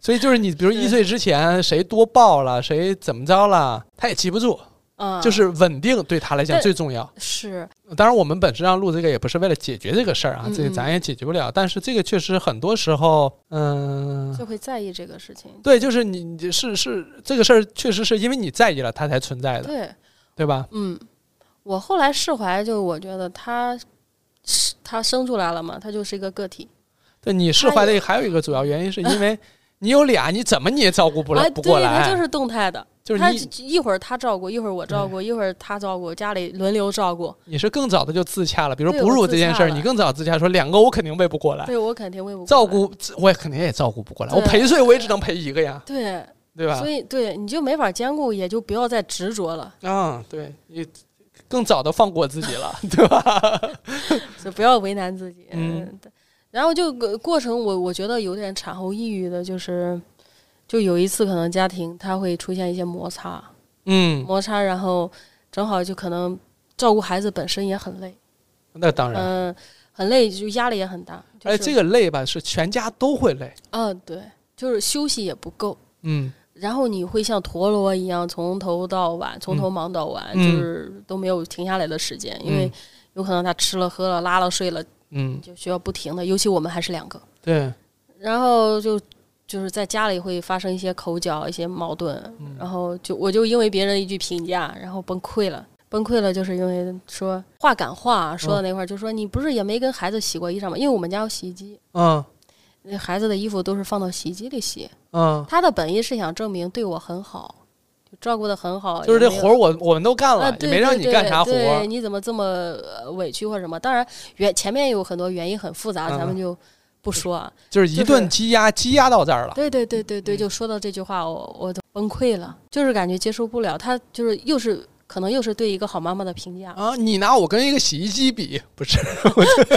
Speaker 1: 所以就是你，比如一岁之前谁多抱了，谁怎么着了，他也记不住。
Speaker 2: 啊、
Speaker 1: 就是稳定对他来讲
Speaker 2: 对
Speaker 1: 最重要。
Speaker 2: 是，
Speaker 1: 当然，我们本质上录这个也不是为了解决这个事儿啊
Speaker 2: 嗯，
Speaker 1: 这个咱也解决不了。但是这个确实很多时候，嗯、
Speaker 2: 就会在意这个事情，
Speaker 1: 对，就是你你是是这个事儿，确实是因为你在意了，它才存在的，
Speaker 2: 对。
Speaker 1: 对吧？
Speaker 2: 嗯，我后来释怀，就我觉得他是他生出来了嘛，他就是一个个体，
Speaker 1: 对你释怀的一个还有一个主要原因， 是因为你有俩，你怎么你也照顾不
Speaker 2: 啊
Speaker 1: 了不过
Speaker 2: 对，他
Speaker 1: 来，
Speaker 2: 就是动态的，
Speaker 1: 就是
Speaker 2: 他
Speaker 1: 你
Speaker 2: 一会儿他照顾，一会儿我照顾，一会儿他照顾，家里轮流照顾，
Speaker 1: 你是更早的就自洽了。比如
Speaker 2: 对
Speaker 1: 哺
Speaker 2: 我
Speaker 1: 乳
Speaker 2: 自
Speaker 1: 这件事
Speaker 2: 洽
Speaker 1: 儿，
Speaker 2: 了
Speaker 1: 你更早自洽，说两个我肯定喂不过来，
Speaker 2: 对我肯定喂不过
Speaker 1: 哎照
Speaker 2: 来，
Speaker 1: 顾我也肯定也照顾不过来，我
Speaker 2: 对
Speaker 1: 陪睡我也只能陪一个呀，
Speaker 2: 对，
Speaker 1: 对吧
Speaker 2: 所？以对你就没法兼顾，也就不要再执着了，
Speaker 1: 啊，对你更早的放过自己了， 对吧？
Speaker 2: 就不要为难自己。
Speaker 1: 嗯
Speaker 2: 嗯，然后就个过程我我觉得有点产后抑郁的，就是就有一次可能家庭它会出现一些摩擦，
Speaker 1: 嗯，
Speaker 2: 摩擦，然后正好就可能照顾孩子本身也很累，
Speaker 1: 那当然。
Speaker 2: 嗯、很累，就压力也很大。就是、
Speaker 1: 哎，这个累吧，是全家都会累。
Speaker 2: 啊，对，就是休息也不够，
Speaker 1: 嗯，
Speaker 2: 然后你会像陀螺一样从头到晚，从头忙到晚，
Speaker 1: 嗯
Speaker 2: 就是都没有停下来的时间，因为有可能他吃了喝了拉了睡了，
Speaker 1: 嗯，
Speaker 2: 就需要不停的，尤其我们还是两个，
Speaker 1: 对，
Speaker 2: 然后就。就是在家里会发生一些口角、一些矛盾，
Speaker 1: 嗯
Speaker 2: 然后就我就因为别人的一句评价，然后崩溃了。崩溃了，就是因为说话
Speaker 1: 嗯
Speaker 2: 赶话说到那块儿，就说你不是也没跟孩子洗过衣裳吗？因为我们家有洗衣机，
Speaker 1: 嗯
Speaker 2: 那孩子的衣服都是放到洗衣机里洗，
Speaker 1: 嗯，
Speaker 2: 他的本意是想证明对我很好，就照顾的很好，
Speaker 1: 就是这
Speaker 2: 也没有
Speaker 1: 活儿我我们都干
Speaker 2: 啊
Speaker 1: 了，也
Speaker 2: 对
Speaker 1: 没让你
Speaker 2: 对
Speaker 1: 干
Speaker 2: 对
Speaker 1: 啥活儿
Speaker 2: 对，你怎么这么呃委屈或者什么？当然，原前面有很多原因很复杂，咱们
Speaker 1: 嗯
Speaker 2: 就不说啊。
Speaker 1: 就是一
Speaker 2: 就是
Speaker 1: 顿积压，积压到这儿了。
Speaker 2: 对对对对
Speaker 1: 嗯
Speaker 2: 对，就说到这句话，我我都崩溃了，就是感觉接受不了。他就是又是可能又是对一个好妈妈的评价，
Speaker 1: 啊，你拿我跟一个洗衣机比，不 是？我就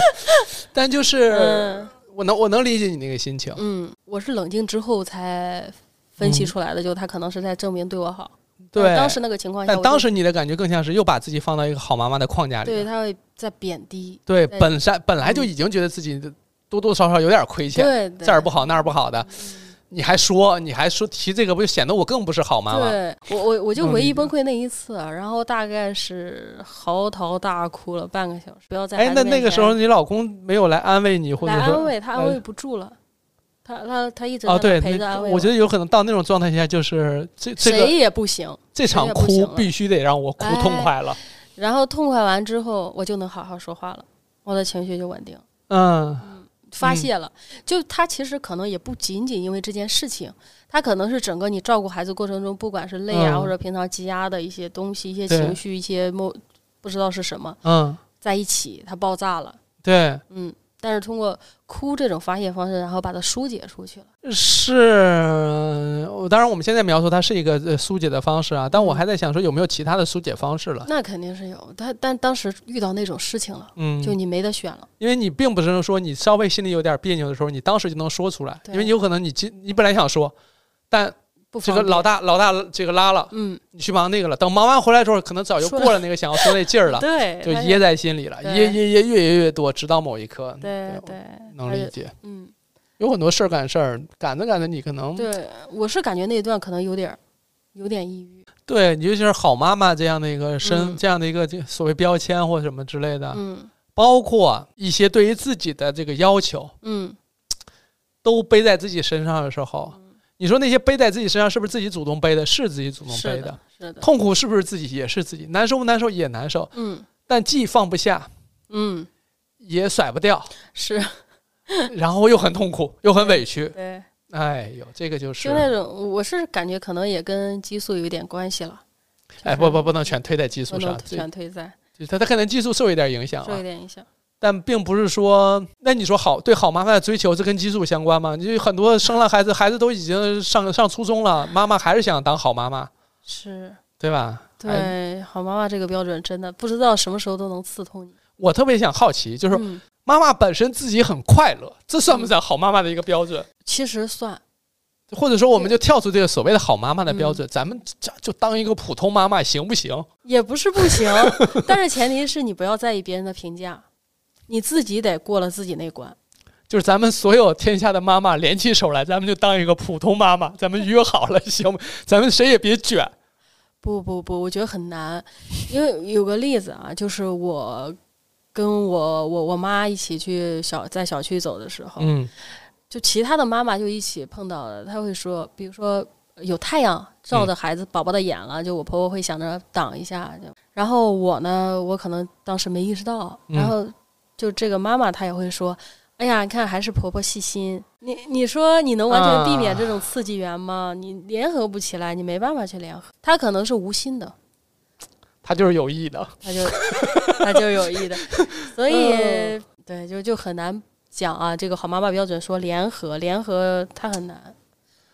Speaker 1: 但就是、
Speaker 2: 嗯
Speaker 1: 我能我能理解你那个心情，
Speaker 2: 嗯，我是冷静之后才分析
Speaker 1: 嗯
Speaker 2: 出来的，就他可能是在证明对我好。
Speaker 1: 对。
Speaker 2: 嗯当时那个情况下，
Speaker 1: 但
Speaker 2: 我
Speaker 1: 当
Speaker 2: 就
Speaker 1: 时你的感觉更像是又把自己放到一个好妈妈的框架里
Speaker 2: 对
Speaker 1: 了。
Speaker 2: 他会在贬低，
Speaker 1: 对，
Speaker 2: 对
Speaker 1: 本身本来就已经觉得自己多多少少有点亏欠，
Speaker 2: 对
Speaker 1: 这儿不好那儿不好的，你还说你还说提这个，不就显得我更不是好妈妈？
Speaker 2: 对我我我就
Speaker 1: 能
Speaker 2: 唯
Speaker 1: 理
Speaker 2: 一
Speaker 1: 解
Speaker 2: 崩溃那一次，啊然后大概是嚎啕大哭了半个小时，不要再
Speaker 1: 哎，那那个时候
Speaker 2: 来
Speaker 1: 你老公没有来安慰你，或者
Speaker 2: 安
Speaker 1: 说
Speaker 2: 慰他，
Speaker 1: 来
Speaker 2: 安慰不住了，他他他一直在
Speaker 1: 呃哦，
Speaker 2: 那
Speaker 1: 对，
Speaker 2: 陪着
Speaker 1: 那
Speaker 2: 安慰
Speaker 1: 我觉得有可能到那种状态下，就是这这
Speaker 2: 谁
Speaker 1: 个
Speaker 2: 也不行。
Speaker 1: 这场
Speaker 2: 也不行
Speaker 1: 哭
Speaker 2: 了
Speaker 1: 必须得让我哭
Speaker 2: 哎
Speaker 1: 痛快了。
Speaker 2: 然后痛快完之后，我就能好好说话了，我的情绪就稳定，
Speaker 1: 嗯，
Speaker 2: 发
Speaker 1: 嗯
Speaker 2: 泄了。就他其实可能也不仅仅因为这件事情，他可能是整个你照顾孩子过程中，不管是累啊，
Speaker 1: 嗯
Speaker 2: 或者平常积压的一些东西、一些
Speaker 1: 对
Speaker 2: 情绪、一些某不知道是什么，
Speaker 1: 嗯，
Speaker 2: 在一起，它爆炸了。
Speaker 1: 对，
Speaker 2: 嗯，但是通过哭这种发泄方式，然后把它疏解出去了。
Speaker 1: 是。我当然，我们现在描述它是一个呃疏解的方式啊，但我
Speaker 2: 嗯
Speaker 1: 还在想说有没有其他的疏解方式了。
Speaker 2: 那肯定是有，但但当时遇到那种事情了，
Speaker 1: 嗯，
Speaker 2: 就你没得选了。
Speaker 1: 因为你并不是说你稍微心里有点别扭的时候，你当时就能说出来，
Speaker 2: 对
Speaker 1: 因为有可能你今你本来想说，但
Speaker 2: 不
Speaker 1: 这
Speaker 2: 方
Speaker 1: 个
Speaker 2: 便，
Speaker 1: 老大老大这个拉了，
Speaker 2: 嗯，
Speaker 1: 你去忙那个了，等忙完回来之后，可能早就
Speaker 2: 说
Speaker 1: 过了那个想要说那劲儿了，
Speaker 2: 对，
Speaker 1: 啊就
Speaker 2: 他
Speaker 1: 噎在心里了，
Speaker 2: 对
Speaker 1: 噎噎噎越噎越多，直到某一刻，
Speaker 2: 对
Speaker 1: 我
Speaker 2: 对，
Speaker 1: 能
Speaker 2: 他
Speaker 1: 理
Speaker 2: 就
Speaker 1: 解。
Speaker 2: 嗯，
Speaker 1: 有很多事儿赶事儿，赶着赶着你可能
Speaker 2: 对，我是感觉那一段可能有点儿有点抑郁，
Speaker 1: 对你，尤其是好妈妈这样的一个身，
Speaker 2: 嗯
Speaker 1: 这样的一个这所谓标签或什么之类的，
Speaker 2: 嗯
Speaker 1: 包括一些对于自己的这个要求
Speaker 2: 嗯，
Speaker 1: 都背在自己身上的时候，你说那些背在自己身上是不是自己主动背的？是自己主动
Speaker 2: 是
Speaker 1: 背
Speaker 2: 的，是的，
Speaker 1: 痛苦是不是自己也是自己？难受不难受也难受，
Speaker 2: 嗯
Speaker 1: 但既放不下
Speaker 2: 嗯，
Speaker 1: 也甩不 掉，
Speaker 2: 是
Speaker 1: 然后又很痛 苦，又很委屈。
Speaker 2: 对，
Speaker 1: 哎呦，这个就是
Speaker 2: 就那种我是感觉可能也跟激素有一点关系了，
Speaker 1: 哎，不不不能全推在激素
Speaker 2: 不能
Speaker 1: 上，
Speaker 2: 全推在
Speaker 1: 这他他可能激素受一点影响
Speaker 2: 受
Speaker 1: 啊
Speaker 2: 一，点影响。
Speaker 1: 但并不是说，那你说好对好妈妈的追求，这跟激素相关吗？你就很多生了孩 子，孩子都已经上上初中了，妈妈还是想当好妈妈，
Speaker 2: 是
Speaker 1: 对吧？哎
Speaker 2: 对，好妈妈这个标准真的不知道什么时候都能刺痛你。
Speaker 1: 我特别想好奇，就是
Speaker 2: 嗯，
Speaker 1: 妈妈本身自己很快乐，这算不算好妈妈的一个标准？
Speaker 2: 其实算
Speaker 1: 嗯或者说，我们就跳出这个所谓的好妈妈的标准，咱们就就当一个普通妈妈行不行？
Speaker 2: 也不是不行，但是前提是你不要在意别人的评价，你自己得过了自己那关。
Speaker 1: 就是咱们所有天下的妈妈联起手来，咱们就当一个普通妈妈，咱们约好了行吗？咱们谁也别卷。
Speaker 2: 不不不，我觉得很难，因为有个例子啊，就是我跟我我我妈一起去小在小区走的时候，
Speaker 1: 嗯
Speaker 2: 就其他的妈妈就一起碰到了，她会说，比如说有太阳照着孩子宝宝的眼了，就我婆婆会想着挡一下，就然后我呢，我可能当时没意识到，
Speaker 1: 嗯
Speaker 2: 然后就这个妈妈她也会说。哎呀，你看还是婆婆细心。你你说你能完全避免这种刺激源吗？你联合不起来，你没办法去联合。她可能是无心的，
Speaker 1: 她就是有意的。
Speaker 2: 她就 她就有意的，所以、
Speaker 1: 嗯
Speaker 2: 对就就很难讲啊。这个好妈妈标准说联合，联合它很难。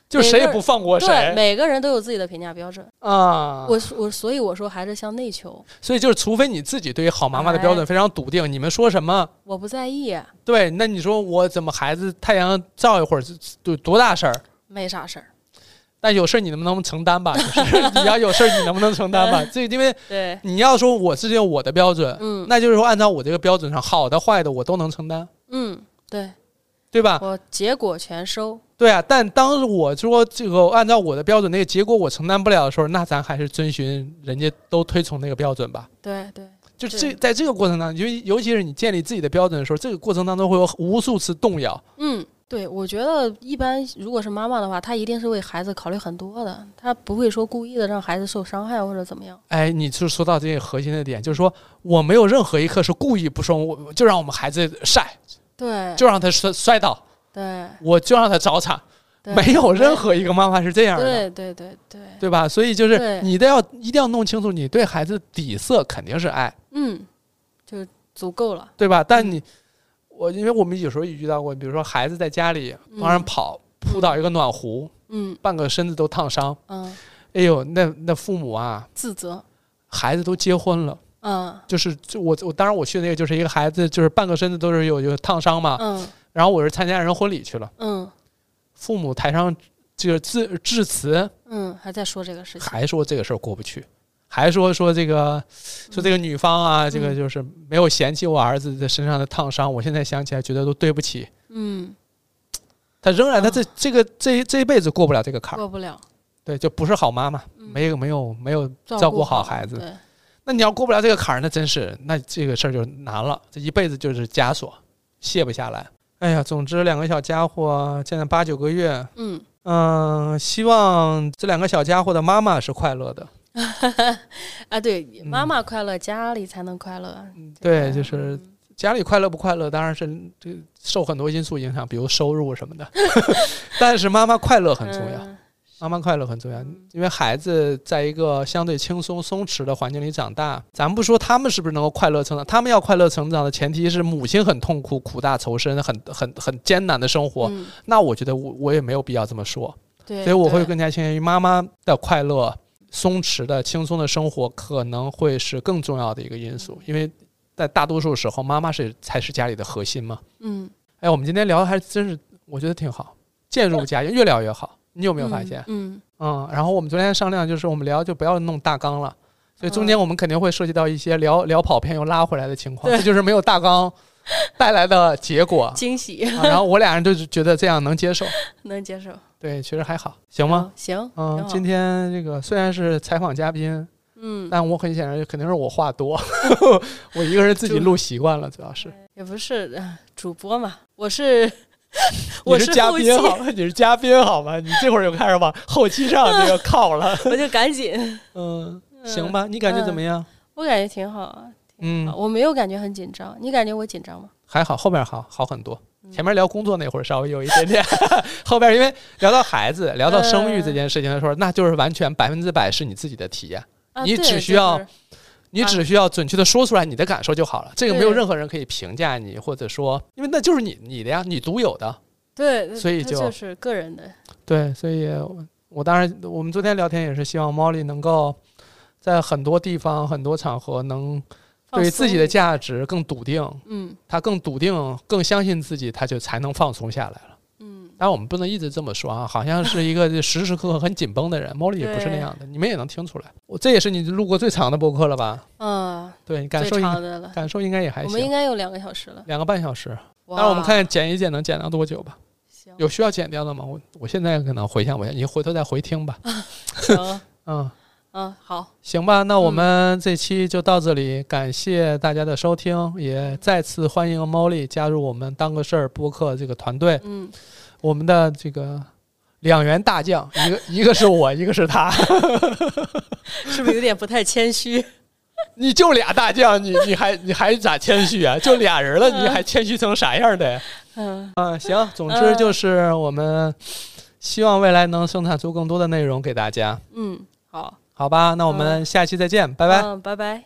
Speaker 1: 就是谁也不放过
Speaker 2: 对，
Speaker 1: 谁
Speaker 2: 每个人都有自己的评价标准。
Speaker 1: 啊。
Speaker 2: 我我所以我说还是向内求，
Speaker 1: 所以就是，除非你自己对于好妈妈的标准非常笃定，你们说什么？
Speaker 2: 我不在意，
Speaker 1: 对，那你说我怎么孩子太阳照一会儿，这多多大事儿？
Speaker 2: 没啥事儿。
Speaker 1: 但有事儿你能不能承担吧？就是你要有事儿你能不能承担吧？这因为
Speaker 2: 对，
Speaker 1: 你要说我制定我的标准，
Speaker 2: 嗯
Speaker 1: 那就是说按照我这个标准上，好的坏的我都能承担，
Speaker 2: 嗯，对
Speaker 1: 对吧？
Speaker 2: 我结果全收。
Speaker 1: 对啊。但当我说这个按照我的标准那个结果我承担不了的时候，那咱还是遵循人家都推崇那个标准吧。
Speaker 2: 对对，
Speaker 1: 就
Speaker 2: 对
Speaker 1: 这在这个过程当中，尤其尤其是你建立自己的标准的时候，这个过程当中会有无数次动摇。
Speaker 2: 嗯，对，我觉得一般如果是妈妈的话，她一定是为孩子考虑很多的，她不会说故意的让孩子受伤害或者怎么样。
Speaker 1: 哎，你就说到这个核心的点，就是说我没有任何一刻是故意不说，我就让我们孩子晒，
Speaker 2: 对，
Speaker 1: 就让他摔摔倒，
Speaker 2: 对
Speaker 1: 我就让他找茬。
Speaker 2: 对
Speaker 1: 没有任何一个妈妈是这样的，
Speaker 2: 对对对对，
Speaker 1: 对吧？所以就是
Speaker 2: 对
Speaker 1: 你都要一定要弄清楚，你对孩子的底色肯定是爱，
Speaker 2: 嗯，就足够了。
Speaker 1: 对吧？但
Speaker 2: 嗯
Speaker 1: 你我因为我们有时候也遇到过，比如说孩子在家里
Speaker 2: 嗯
Speaker 1: 往上跑，扑倒一个暖壶，
Speaker 2: 嗯
Speaker 1: 半个身子都烫伤，
Speaker 2: 嗯，
Speaker 1: 哎呦，那那父母啊，
Speaker 2: 自责。
Speaker 1: 孩子都结婚了。
Speaker 2: 嗯
Speaker 1: 就是就我我当然我去那个就是一个孩子就是半个身子都是有有烫伤嘛，
Speaker 2: 嗯
Speaker 1: 然后我是参加人婚礼去了，
Speaker 2: 嗯
Speaker 1: 父母台上就是致致辞，
Speaker 2: 嗯，还在说这个事情。
Speaker 1: 还说这个事儿过不去，还说说这个说这个女方啊，这个就是没有嫌弃我儿子的身上的烫伤，我现在想起来觉得都对不起。
Speaker 2: 嗯，
Speaker 1: 他仍然他这这个这这一辈子过不了这个坎儿，
Speaker 2: 过不了，
Speaker 1: 对，就不是好妈妈，
Speaker 2: 嗯
Speaker 1: 没有没有没有照
Speaker 2: 照
Speaker 1: 顾好
Speaker 2: 好
Speaker 1: 孩子。
Speaker 2: 对，
Speaker 1: 那你要过不了这个坎儿，那真是那这个事儿就难了，这一辈子就是枷锁，卸不下来。哎呀，总之两个小家伙现在八九个月，
Speaker 2: 嗯，
Speaker 1: 嗯、希望这两个小家伙的妈妈是快乐的。
Speaker 2: 啊，对，
Speaker 1: 嗯
Speaker 2: 妈妈快乐，家里才能快乐。啊
Speaker 1: 对，啊
Speaker 2: 吧
Speaker 1: 就是
Speaker 2: 嗯
Speaker 1: 家里快乐不快乐，当然是这受很多因素影响，比如收入什么 的。但是妈妈快乐很重要，
Speaker 2: 嗯
Speaker 1: 妈妈快乐很重要
Speaker 2: 嗯，
Speaker 1: 因为孩子在一个相对轻松松弛的环境里长大。咱们不说他们是不是能够快乐成长，他们要快乐成长的前提是母亲很痛苦、苦大仇深、很很很艰难的生活。
Speaker 2: 嗯
Speaker 1: 那我觉得我我也没有必要这么说，
Speaker 2: 对，
Speaker 1: 所以我会
Speaker 2: 对
Speaker 1: 更加倾向于妈妈的快乐、松弛的、轻松的生活可能会是更重要的一个因素，因为在大多数时候，妈妈是才是家里的核心嘛。
Speaker 2: 嗯，
Speaker 1: 哎，我们今天聊的还真是，我觉得挺好，渐入佳境，越聊越好。你有
Speaker 2: 有
Speaker 1: 没有发现？？
Speaker 2: 嗯，
Speaker 1: 嗯，然后我们昨天商量，就是我们聊就不要弄大纲了。所以中间
Speaker 2: 嗯
Speaker 1: 我们肯定会涉及到一些聊聊跑偏又拉回来的情况，
Speaker 2: 对。
Speaker 1: 这就是没有大纲带来的结果
Speaker 2: 惊喜
Speaker 1: 啊然后我俩人就是觉得这样能接受，
Speaker 2: 能接受
Speaker 1: 对，其实还好，行吗？
Speaker 2: 好行，
Speaker 1: 嗯，今
Speaker 2: 天
Speaker 1: 天这个虽然是采访嘉宾，
Speaker 2: 嗯，
Speaker 1: 但我很显然肯定是我话多， 我一个人自己录习惯了，主要是
Speaker 2: 也不是呃主播嘛，我是
Speaker 1: 你
Speaker 2: 我
Speaker 1: 是
Speaker 2: 是
Speaker 1: 嘉
Speaker 2: 后
Speaker 1: 宾
Speaker 2: 期
Speaker 1: 好吗？你是嘉宾好吗？你这会儿就开始往后期上
Speaker 2: 嗯
Speaker 1: 这个靠 了，
Speaker 2: 我就 赶紧，
Speaker 1: 嗯，行吧？你感觉怎么样？
Speaker 2: 我感觉嗯挺好啊，
Speaker 1: 嗯，
Speaker 2: 我没有感觉很紧张，你感觉我紧张吗？
Speaker 1: 还好，后面好好很多。
Speaker 2: 嗯
Speaker 1: 前面聊工作那会儿稍微有一点 点，后边因为聊到孩子、聊到生育这
Speaker 2: 嗯
Speaker 1: 件事情的时候，那就是完全百分之百是你自己的体验，
Speaker 2: 啊
Speaker 1: 你
Speaker 2: 对
Speaker 1: 只
Speaker 2: 就
Speaker 1: 需要
Speaker 2: 是
Speaker 1: 你
Speaker 2: 啊
Speaker 1: 只需要准确的说出来你的感受就好了。这个没有
Speaker 2: 对
Speaker 1: 任何人可以评价你，或者说，因为那就是你你的呀，你独有的。
Speaker 2: 对，
Speaker 1: 所以
Speaker 2: 它
Speaker 1: 就
Speaker 2: 就是个人的，
Speaker 1: 对，所以我我当然，我们昨天聊天也是希望 Molly 能够在很多地方、很多场合能
Speaker 2: 放
Speaker 1: 对自己
Speaker 2: 松
Speaker 1: 的
Speaker 2: 一点，
Speaker 1: 价值更笃定，
Speaker 2: 嗯
Speaker 1: 她更笃定、更相信自己，她就才能放松下来了。
Speaker 2: 嗯，
Speaker 1: 当然，我们不能一直这么说啊，好像是一个时时刻刻很紧绷的人。Molly 也不是那
Speaker 2: 对
Speaker 1: 样的，你们也能听出来。我这也是你录过最长的播客了吧？
Speaker 2: 啊，
Speaker 1: 对，你感受
Speaker 2: 最
Speaker 1: 应
Speaker 2: 长的了，
Speaker 1: 感受应该也还
Speaker 2: 我们应
Speaker 1: 行，
Speaker 2: 该有两个小时了。
Speaker 1: 两个半小时。
Speaker 2: 哇
Speaker 1: 当然，我们看看剪一剪能剪到多久吧。
Speaker 2: 行
Speaker 1: 有需要剪掉的吗？我我现在可能回想不一下，你回头再回听吧。
Speaker 2: 行，
Speaker 1: 嗯，
Speaker 2: 嗯，好，
Speaker 1: 行吧，那我们这期就到这里，感谢大家的收听，也再次欢迎 Molly 加入我们当个事儿播客这个团队。
Speaker 2: 嗯，
Speaker 1: 我们的这个两员大将，一 个一个是我，一个是他，
Speaker 2: 是不是有点不太谦虚？
Speaker 1: 你就俩大将，你你还你还咋谦虚啊？就俩人了，你还谦虚成啥样的呀？
Speaker 2: 嗯，
Speaker 1: 嗯，行，总之就是我们希望未来能生产出更多的内容给大家，
Speaker 2: 嗯，好，
Speaker 1: 好吧？那我们下期再见，拜拜。
Speaker 2: 嗯，拜拜。